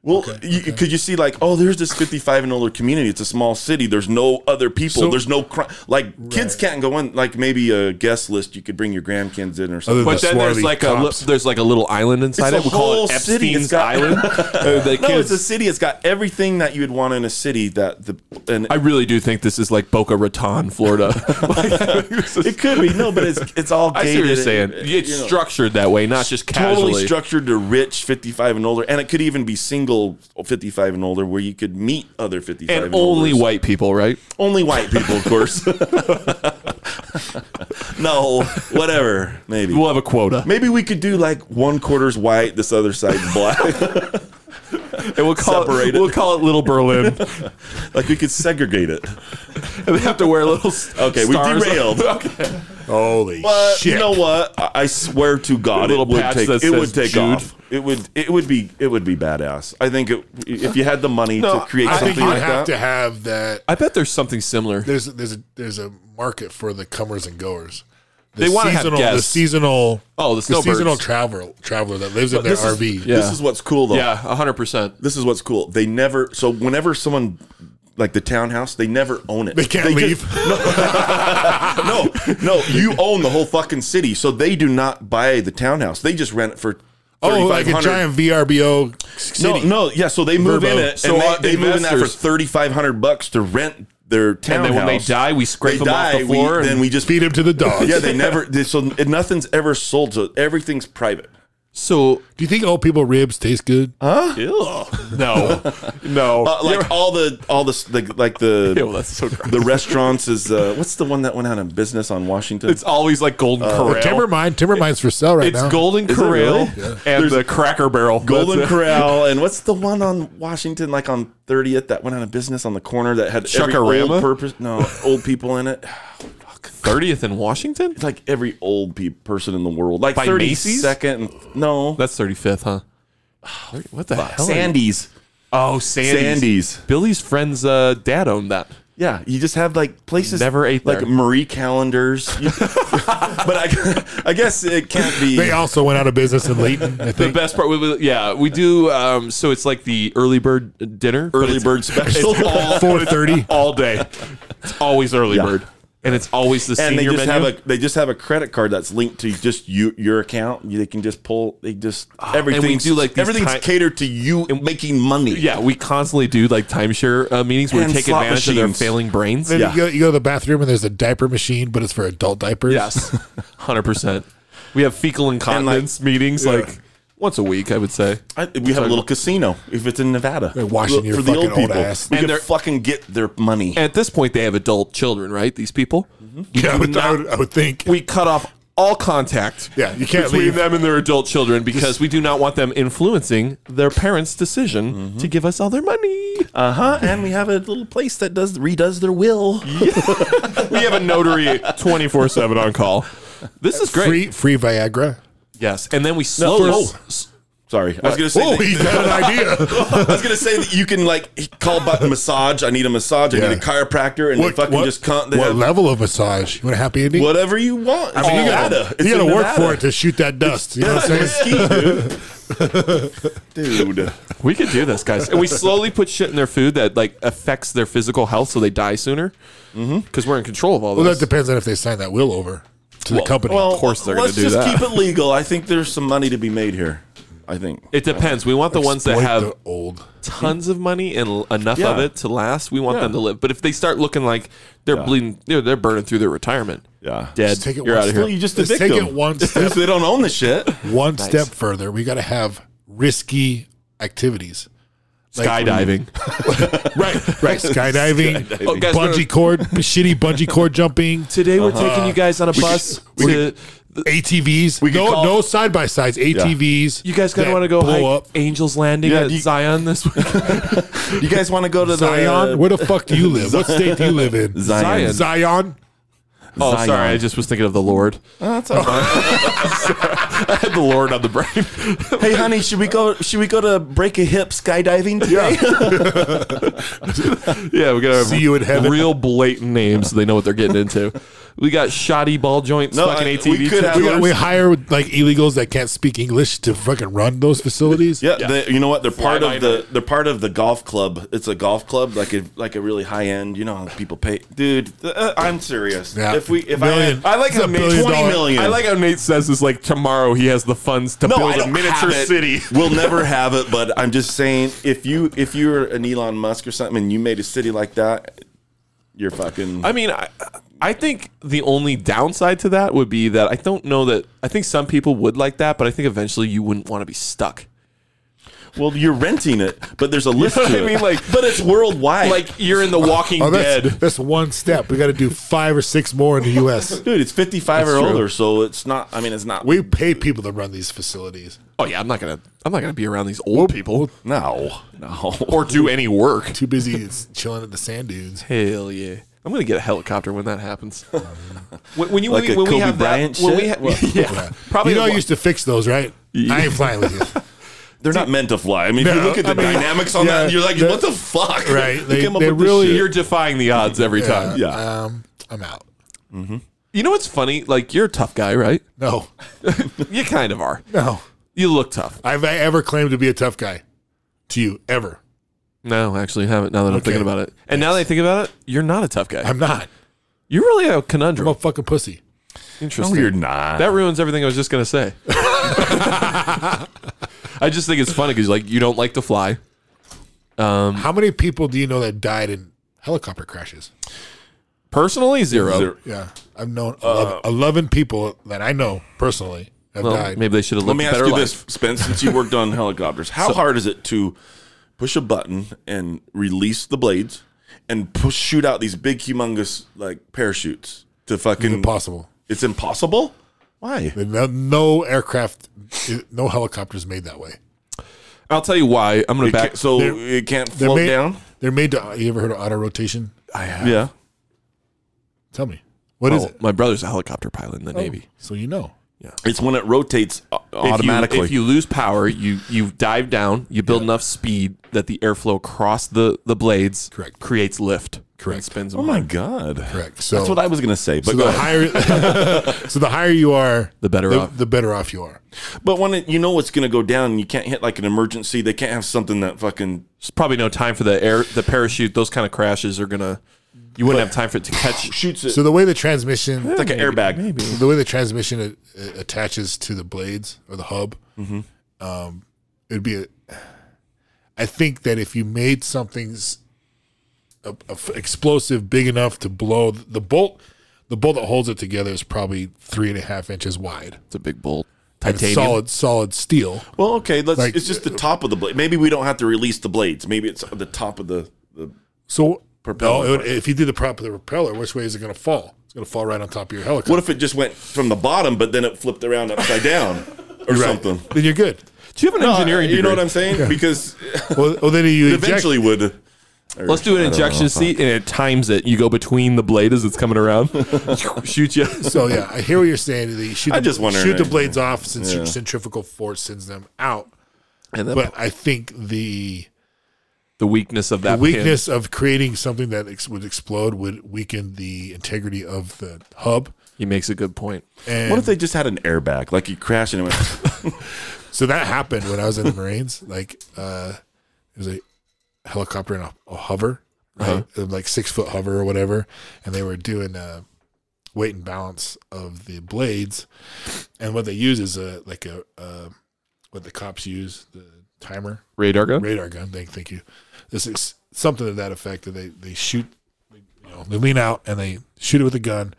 Speaker 2: Well, you, could you see like, oh, there's this 55 and older community. It's a small city. There's no other people.
Speaker 1: So-
Speaker 2: there's no crime. Like kids can't go in. Like maybe a guest list. You could bring your grandkids in or
Speaker 1: Other
Speaker 2: something.
Speaker 1: than
Speaker 3: But then there's
Speaker 1: swarthy
Speaker 3: like a li-
Speaker 1: cops.
Speaker 3: there's like a little island inside
Speaker 2: It's a
Speaker 3: it. We call
Speaker 2: whole
Speaker 3: it
Speaker 2: city. It's
Speaker 3: Epstein's
Speaker 2: got-
Speaker 3: Island. Uh, the
Speaker 2: no, it's
Speaker 3: kids-
Speaker 2: a city. It's got everything that you'd want in a city. That the and
Speaker 3: I really do think this is like Boca Raton, Florida. Like, this is-
Speaker 2: it could be no, but it's it's all.
Speaker 3: I see
Speaker 2: gated
Speaker 3: what you're
Speaker 2: and,
Speaker 3: saying.
Speaker 2: uh,
Speaker 3: It's
Speaker 2: you know,
Speaker 3: structured that way, not just casually.
Speaker 2: Totally structured to rich 55 and older, and it could even be single 55 and older, where you could meet other 55
Speaker 3: and only
Speaker 2: olders.
Speaker 3: white people, right?
Speaker 2: Only white people, of course. no, whatever. Maybe.
Speaker 3: We'll have a quota,
Speaker 2: Maybe we could do like one quarter's white, this other side's black.
Speaker 3: and we'll call
Speaker 2: Separate
Speaker 3: it
Speaker 2: it.
Speaker 3: we'll call it Little Berlin.
Speaker 2: like we could segregate it.
Speaker 3: and they have to wear little. s-
Speaker 2: Okay,
Speaker 3: stars.
Speaker 2: we derailed.
Speaker 1: Holy
Speaker 2: But
Speaker 1: shit!
Speaker 2: you know what? I, I swear to God,
Speaker 3: A little
Speaker 2: it would
Speaker 3: patch
Speaker 2: take
Speaker 3: that
Speaker 2: it would
Speaker 3: says
Speaker 2: take
Speaker 3: Jude.
Speaker 2: off. It would it would be it would be badass. I think it, if you had the money
Speaker 3: No,
Speaker 2: to create
Speaker 1: I think
Speaker 2: something
Speaker 1: you
Speaker 2: like
Speaker 1: have
Speaker 2: that.
Speaker 1: to have that.
Speaker 3: I bet there's something similar.
Speaker 1: There's there's a, there's a market for the comers and goers. the
Speaker 3: They wanna have
Speaker 1: seasonal- the
Speaker 3: guests.
Speaker 1: seasonal
Speaker 3: Oh, the
Speaker 1: the
Speaker 3: snowbirds.
Speaker 1: seasonal traveler traveler that lives in their
Speaker 2: this is-
Speaker 1: RV.
Speaker 3: Yeah.
Speaker 2: This is what's cool though.
Speaker 3: Yeah, hundred percent.
Speaker 2: This is what's cool. They never so whenever someone like the townhouse, they never own it.
Speaker 1: They can't leave.
Speaker 2: just- no, no, you own the whole fucking city. So they do not buy the townhouse. They just rent it for
Speaker 1: oh, like a
Speaker 2: 3,500.
Speaker 1: giant VRBO city.
Speaker 2: No, no, yeah. So they move
Speaker 1: Verbo.
Speaker 2: in it,
Speaker 3: So,
Speaker 2: and they,
Speaker 3: uh,
Speaker 2: they move in that for
Speaker 3: investors-
Speaker 2: thirty five hundred bucks to rent their townhouse.
Speaker 3: then when they die, we scrape
Speaker 2: They
Speaker 3: them off the
Speaker 2: we-
Speaker 3: floor and-
Speaker 2: then we just
Speaker 1: Feed him to the dogs.
Speaker 2: Yeah, they never. They, so nothing's ever sold. So everything's private.
Speaker 3: So
Speaker 1: Do you think old people ribs taste good?
Speaker 3: no, no.
Speaker 2: Uh, like all the all the s- like, like the
Speaker 3: Yeah, well, that's so gross.
Speaker 2: the restaurants is uh, what's the one that went out of business on Washington?
Speaker 3: It's always like Golden Corral.
Speaker 1: Timbermine, Timbermine's for sale right
Speaker 3: it's
Speaker 1: now.
Speaker 3: Golden
Speaker 2: it
Speaker 3: Corral
Speaker 2: really?
Speaker 3: and the Cracker Barrel.
Speaker 2: Golden
Speaker 3: That's it.
Speaker 2: Corral, and what's the one on Washington, like on Thirtieth, that went out of business on the corner that had every
Speaker 3: Chuck-a-rama?
Speaker 2: old purpose? No, old people in it.
Speaker 3: 30th in Washington?
Speaker 2: It's like every old pe- person in the world, like
Speaker 3: By
Speaker 2: thirty
Speaker 3: Macy's?
Speaker 2: second. No,
Speaker 3: That's 35th, huh? What the hell?
Speaker 2: Sandy's.
Speaker 3: Oh, Sandy's.
Speaker 2: Sandy's.
Speaker 3: Billy's friend's uh, dad owned that.
Speaker 2: Yeah, you just have like places
Speaker 3: Never ate
Speaker 2: like
Speaker 3: there.
Speaker 2: Marie calendars, You- but I, I guess it can't be.
Speaker 1: They also went out of business in Leighton, I
Speaker 3: The
Speaker 1: think.
Speaker 3: best part, we- we- yeah, we do. Um, so it's like the early bird dinner. but
Speaker 2: Early
Speaker 3: it's-
Speaker 2: bird special.
Speaker 3: It's all,
Speaker 1: 4:30.
Speaker 3: all day. It's always early
Speaker 2: Yeah.
Speaker 3: bird, and it's always the
Speaker 2: and they
Speaker 3: senior
Speaker 2: just
Speaker 3: menu.
Speaker 2: have a they just have a credit card that's linked to just you your account. You- They can just pull. They just everything.
Speaker 3: Ah, do, like, these
Speaker 2: everything's
Speaker 3: ti-
Speaker 2: catered to you and making money.
Speaker 3: yeah, we constantly do like timeshare uh, meetings where we
Speaker 2: And
Speaker 3: take
Speaker 2: slot
Speaker 3: advantage of their
Speaker 2: machines.
Speaker 3: failing brains.
Speaker 1: Then
Speaker 2: Yeah.
Speaker 1: you, go, you go to the bathroom and there's a diaper machine, but it's for adult diapers.
Speaker 3: Yes, hundred percent. We have fecal incontinence meetings like once a week, I would say.
Speaker 2: I, we have a little casino if it's in Nevada.
Speaker 1: They're washing
Speaker 2: Look,
Speaker 1: your fucking old ass.
Speaker 2: We
Speaker 3: And
Speaker 2: can
Speaker 3: they're-
Speaker 2: fucking get their money.
Speaker 3: At this point, they have adult children, right? These people.
Speaker 2: Mm-hmm.
Speaker 1: Yeah, I, would, I, would, I would think.
Speaker 3: We cut off all contact.
Speaker 1: Yeah, you can't
Speaker 3: between
Speaker 1: leave.
Speaker 3: them and their adult children because we do not want them influencing their parents' decision
Speaker 1: Mm-hmm.
Speaker 3: to give us all their money.
Speaker 2: Uh huh. and we have a little place that does redoes their will.
Speaker 3: we have a notary twenty four seven on call. This is great.
Speaker 1: Free, free Viagra.
Speaker 3: Yes, and then we slowly.
Speaker 2: no. Sorry, I was gonna say.
Speaker 1: Oh,
Speaker 2: that-
Speaker 1: he got an idea.
Speaker 2: I was gonna say that you can like call about the massage. I need a massage. I
Speaker 1: Yeah.
Speaker 2: need a chiropractor, and
Speaker 1: What,
Speaker 2: they fucking
Speaker 1: what,
Speaker 2: just can't. They
Speaker 1: what
Speaker 2: have
Speaker 1: level of massage? You want a happy ending?
Speaker 2: whatever you want.
Speaker 1: I mean, you
Speaker 2: Nevada.
Speaker 1: gotta,
Speaker 2: It's
Speaker 1: you gotta
Speaker 2: in
Speaker 1: work
Speaker 2: Nevada.
Speaker 1: for it to shoot that dust. You know what I'm saying?
Speaker 2: dude. dude.
Speaker 3: We could do this, guys. And we slowly put shit in their food that like affects their physical health, so they die sooner. Because we're in control of all
Speaker 1: Mm-hmm. Well,
Speaker 3: this.
Speaker 1: that depends on if they sign that will over to the company.
Speaker 2: Well,
Speaker 3: course they're
Speaker 2: let's
Speaker 3: gonna
Speaker 2: just
Speaker 3: do that.
Speaker 2: keep it legal. I think there's some money to be made here. I think.
Speaker 3: it depends. We want the ones that
Speaker 1: Exploit
Speaker 3: have
Speaker 1: the old.
Speaker 3: tons of money and l- enough of
Speaker 2: Yeah.
Speaker 3: it to last. We want
Speaker 2: Yeah.
Speaker 3: them to live. But if they start looking like they're bleeding, they're, they're burning through their retirement.
Speaker 2: Yeah.
Speaker 3: Dead.
Speaker 1: Just take it
Speaker 3: You're
Speaker 1: one
Speaker 3: out of
Speaker 1: step.
Speaker 3: here.
Speaker 2: You just
Speaker 1: Let's
Speaker 2: evict
Speaker 1: take
Speaker 2: them.
Speaker 1: it one step,
Speaker 2: Because they don't own the shit.
Speaker 1: one step further. We got to have risky activities. Like-
Speaker 3: Skydiving.
Speaker 1: right? Right. Skydiving,
Speaker 3: Oh, guys, we're-
Speaker 1: bungee cord, shitty bungee cord jumping,
Speaker 3: Today we're
Speaker 2: Uh-huh.
Speaker 3: taking you guys on a bus
Speaker 1: we
Speaker 3: to.
Speaker 1: ATVs. no,
Speaker 2: call-
Speaker 1: no side by sides. ATVs.
Speaker 3: you guys
Speaker 1: that
Speaker 3: gonna want to go
Speaker 1: blow
Speaker 3: hike
Speaker 1: up
Speaker 3: Angels Landing
Speaker 2: Yeah,
Speaker 3: at
Speaker 2: you-
Speaker 3: Zion this week.
Speaker 2: You guys want to go to
Speaker 1: Zion? Where the fuck do you live? What state do you live in?
Speaker 2: Uh, Zion.
Speaker 1: Zion.
Speaker 3: Oh,
Speaker 2: Zion. Oh,
Speaker 3: sorry, I just was thinking of the Lord. I had the Lord on the brain.
Speaker 2: Hey, honey, should we go? Should we go to break a hip skydiving today?
Speaker 3: Yeah, we gotta have
Speaker 1: See you in heaven.
Speaker 3: real blatant names so they know what they're getting into. We got shoddy ball joints,
Speaker 2: No,
Speaker 3: fucking
Speaker 2: I-
Speaker 3: ATV.
Speaker 2: we could have-
Speaker 1: We,
Speaker 3: tips.
Speaker 1: got- we hire like illegals that can't speak English to fucking run those facilities.
Speaker 2: Yeah, They, you know what? They're part
Speaker 3: by
Speaker 2: of the. They're part of the golf club. It's a golf club, like a like a really high end. You know, how people pay, dude. Uh, I'm serious.
Speaker 1: Yeah.
Speaker 2: If we, if
Speaker 1: Million.
Speaker 2: I,
Speaker 3: I like
Speaker 1: It's
Speaker 3: how
Speaker 1: a
Speaker 3: Nate
Speaker 1: billion
Speaker 3: twenty
Speaker 1: dollar-
Speaker 3: million. I like how Nate says is like tomorrow he has the funds to
Speaker 2: No,
Speaker 3: build
Speaker 2: I
Speaker 3: a
Speaker 2: don't
Speaker 3: miniature
Speaker 2: have it.
Speaker 3: city.
Speaker 2: We'll never have it, but I'm just saying, if you if you're an Elon Musk or something, and you made a city like that, you're fucking.
Speaker 3: I mean, I, I think the only downside to that would be that I don't know that I think some people would like that, but I think eventually you wouldn't want to be stuck.
Speaker 2: well, you're renting it, but there's a list.
Speaker 3: know what
Speaker 2: to
Speaker 3: I
Speaker 2: it.
Speaker 3: mean? Like-
Speaker 2: but it's worldwide.
Speaker 3: Like you're in The Walking
Speaker 1: Oh, that's,
Speaker 3: Dead.
Speaker 1: that's one step. We got to do five or six more in the U.S.
Speaker 2: dude, it's 55
Speaker 3: That's
Speaker 2: or
Speaker 3: true.
Speaker 2: older, so it's not. I mean, it's not.
Speaker 1: We pay people to run these facilities.
Speaker 3: Oh yeah, I'm not gonna I'm not gonna be around these old people
Speaker 2: no, no.
Speaker 3: or do any work.
Speaker 1: Too busy s- chilling at the sand dunes.
Speaker 3: Hell yeah. I'm gonna get a helicopter when that happens. when, when you
Speaker 2: Like
Speaker 3: when,
Speaker 2: a
Speaker 3: we- when we
Speaker 2: Kobe
Speaker 3: have
Speaker 2: Bryant
Speaker 3: that, when we
Speaker 2: shit?
Speaker 3: ha-
Speaker 2: What?
Speaker 3: yeah, probably
Speaker 1: you know,
Speaker 3: a
Speaker 1: I
Speaker 3: wa-
Speaker 1: used to fix those, right? I ain't flying with you.
Speaker 2: They're not meant to fly. I mean, if
Speaker 1: No,
Speaker 2: you look at the
Speaker 1: I mean,
Speaker 2: dynamics on
Speaker 1: yeah,
Speaker 2: that, you're like,
Speaker 1: the-
Speaker 2: what the fuck?
Speaker 1: Right,
Speaker 2: Who
Speaker 1: they-
Speaker 2: came up
Speaker 1: they
Speaker 2: with this
Speaker 1: really-
Speaker 2: shit?
Speaker 3: you're defying the odds every time.
Speaker 2: Yeah.
Speaker 1: Um, I'm out.
Speaker 3: You know what's funny? Like you're a tough guy, right?
Speaker 1: No,
Speaker 3: You kind of are.
Speaker 1: no.
Speaker 3: You look tough.
Speaker 1: Have I ever claimed to be a tough guy to you ever?
Speaker 3: No, actually, I haven't. Now that I'm
Speaker 1: Okay.
Speaker 3: thinking about it, and now that I think about it, you're not a tough guy.
Speaker 1: I'm not.
Speaker 3: you're really a
Speaker 1: I'm a
Speaker 3: conundrum.
Speaker 1: fucking pussy.
Speaker 2: No,
Speaker 3: Interesting.
Speaker 2: you're not.
Speaker 3: That ruins everything I was just gonna say. I just think it's funny because like you don't like to fly.
Speaker 1: How many people do you know that died in helicopter crashes?
Speaker 3: Personally, zero.
Speaker 2: Zero.
Speaker 1: Oh, Yeah, I've known 11,
Speaker 2: Uh,
Speaker 1: 11 people that I know personally have
Speaker 3: Well,
Speaker 1: died.
Speaker 3: maybe they should have
Speaker 2: Let
Speaker 3: lived
Speaker 2: me
Speaker 3: a
Speaker 2: ask
Speaker 3: better
Speaker 2: you
Speaker 3: life.
Speaker 2: this, Spence, since you worked on helicopters, how hard is it to push a button and release the blades and push shoot out these big, humongous like parachutes to fucking?
Speaker 1: Impossible.
Speaker 2: It's impossible. Why?
Speaker 1: No, no aircraft, no helicopters made that way.
Speaker 3: I'll tell you why. I'm gonna
Speaker 2: It
Speaker 3: back.
Speaker 2: can't, so
Speaker 1: They're-
Speaker 2: it can't
Speaker 1: They're
Speaker 2: float
Speaker 1: made,
Speaker 2: down.
Speaker 1: They're made to. You ever heard of auto rotation?
Speaker 2: I have.
Speaker 3: yeah.
Speaker 1: Tell me, what is
Speaker 2: Oh,
Speaker 3: Well,
Speaker 1: it?
Speaker 3: My brother's a helicopter pilot in the Navy.
Speaker 1: So you know.
Speaker 2: It's when it rotates uh, au- automatically.
Speaker 3: If you, if you lose power, you you dive down. You build enough speed that the airflow across the the blades
Speaker 1: Correct.
Speaker 3: creates lift.
Speaker 1: Correct.
Speaker 3: And spins them.
Speaker 2: oh my god.
Speaker 1: Correct. So
Speaker 2: That's what I was gonna say, but
Speaker 1: so
Speaker 2: go
Speaker 1: the
Speaker 2: ahead.
Speaker 1: higher, so the higher you are,
Speaker 3: The better
Speaker 1: the,
Speaker 3: off.
Speaker 1: the better off you are.
Speaker 2: but when it, you know it's gonna go down, and you can't hit like an emergency. They can't have something that fucking
Speaker 3: There's probably no time for the air the parachute. Those kind of crashes are gonna. You wouldn't have time for it to catch.
Speaker 2: shoots it
Speaker 1: So the way the transmission,
Speaker 2: like an airbag.
Speaker 1: the way the transmission a- a- attaches to the blades or the hub,
Speaker 2: Mm-hmm.
Speaker 1: um, it'd be. A, I think that if you made something's a, a f- explosive big enough to blow th- the bolt, the bolt that holds it together is probably three and a half inches wide.
Speaker 3: It's a big bolt.
Speaker 1: And it's
Speaker 3: Titanium.
Speaker 1: solid, solid steel.
Speaker 2: Well, okay, let's.
Speaker 1: Like-
Speaker 2: it's just the top of the blade. Maybe we don't have to release the blades. Maybe it's the top of the. the
Speaker 1: So
Speaker 2: Propeller
Speaker 1: no, it would-
Speaker 2: part.
Speaker 1: if you did the prop of the propeller, which way is it going to fall? It's going to fall right on top of your helicopter.
Speaker 2: what if it just went from the bottom, but then it flipped around upside down or something? Uh,
Speaker 1: Then you're good.
Speaker 3: Do you have an engineering?
Speaker 2: you know
Speaker 3: degree?
Speaker 2: what I'm saying? Because
Speaker 1: Well, well then you eject-
Speaker 2: eventually would.
Speaker 3: Let's do an injection seat, and it times it. You go between the blade as it's coming around, shoot you.
Speaker 1: So yeah, I hear what you're saying. They shoot
Speaker 2: I
Speaker 1: the-
Speaker 2: just wonder-
Speaker 1: shoot the blades off since
Speaker 2: Yeah.
Speaker 1: centrifugal force sends them out.
Speaker 3: And then
Speaker 1: But I think the
Speaker 3: the weakness of that pin.
Speaker 1: weakness of creating something that ex- would explode would weaken the integrity of the hub.
Speaker 3: He makes a good point.
Speaker 1: And
Speaker 2: What if they just had an airbag? Like you crash and it went.
Speaker 1: so that happened when I was in the Marines. Like uh, it was a helicopter and a, a hover, right? It was like six foot hover or whatever, and they were doing uh weight and balance of the blades, and what they use is a like a uh, what the cops use the timer
Speaker 3: Radar gun.
Speaker 1: radar gun. Thank, thank you. This is something to that effect that they they shoot, you know, they lean out and they shoot it with a gun,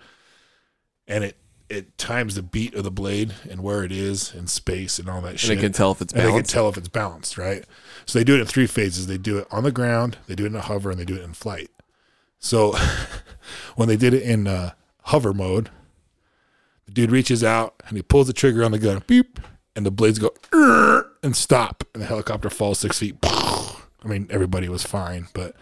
Speaker 1: and it it times the beat of the blade and where it is in space and all that shit.
Speaker 3: And it can tell if it's
Speaker 1: And they can
Speaker 3: balanced.
Speaker 1: tell if it's balanced, right? So they do it in three phases. They do it on the ground, they do it in a hover, and they do it in flight. So when they did it in uh, hover mode, the dude reaches out and he pulls the trigger on the gun, beep, and the blades go "Err," and stop, and the helicopter falls six feet. I mean, everybody was fine, but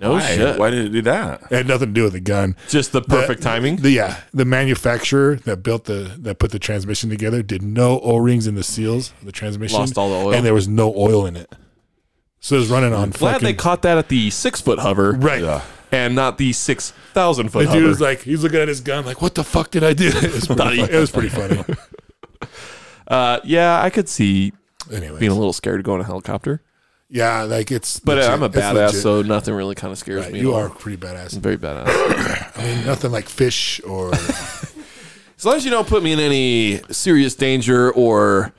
Speaker 3: No
Speaker 2: Why,
Speaker 3: shit.
Speaker 2: why did it do that?
Speaker 1: it had nothing to do with the gun.
Speaker 3: Just the perfect timing.
Speaker 1: The, yeah, the manufacturer that built the that put the transmission together did no O rings in the seals of the transmission.
Speaker 3: Lost all the oil.
Speaker 1: and there was no oil in it, so it was running on.
Speaker 3: Glad
Speaker 1: fucking,
Speaker 3: they caught that at the six foot hover,
Speaker 1: right.
Speaker 3: And not the six thousand foot
Speaker 1: The
Speaker 3: hover.
Speaker 1: dude was like, he's looking at his gun, like, "What the fuck did I do?" It was pretty, fu- it was pretty funny.
Speaker 3: uh, yeah, I could see being a
Speaker 1: Anyway,
Speaker 3: little scared to go in a helicopter,
Speaker 1: yeah, like it's.
Speaker 3: but uh,
Speaker 1: legit.
Speaker 3: I'm a
Speaker 1: It's
Speaker 3: badass,
Speaker 1: legit.
Speaker 3: so nothing really kind of scares
Speaker 1: Right,
Speaker 3: me.
Speaker 1: you
Speaker 3: at all.
Speaker 1: are pretty badass.
Speaker 3: very badass.
Speaker 1: I mean, nothing like fish or
Speaker 3: as long as you don't put me in any serious danger or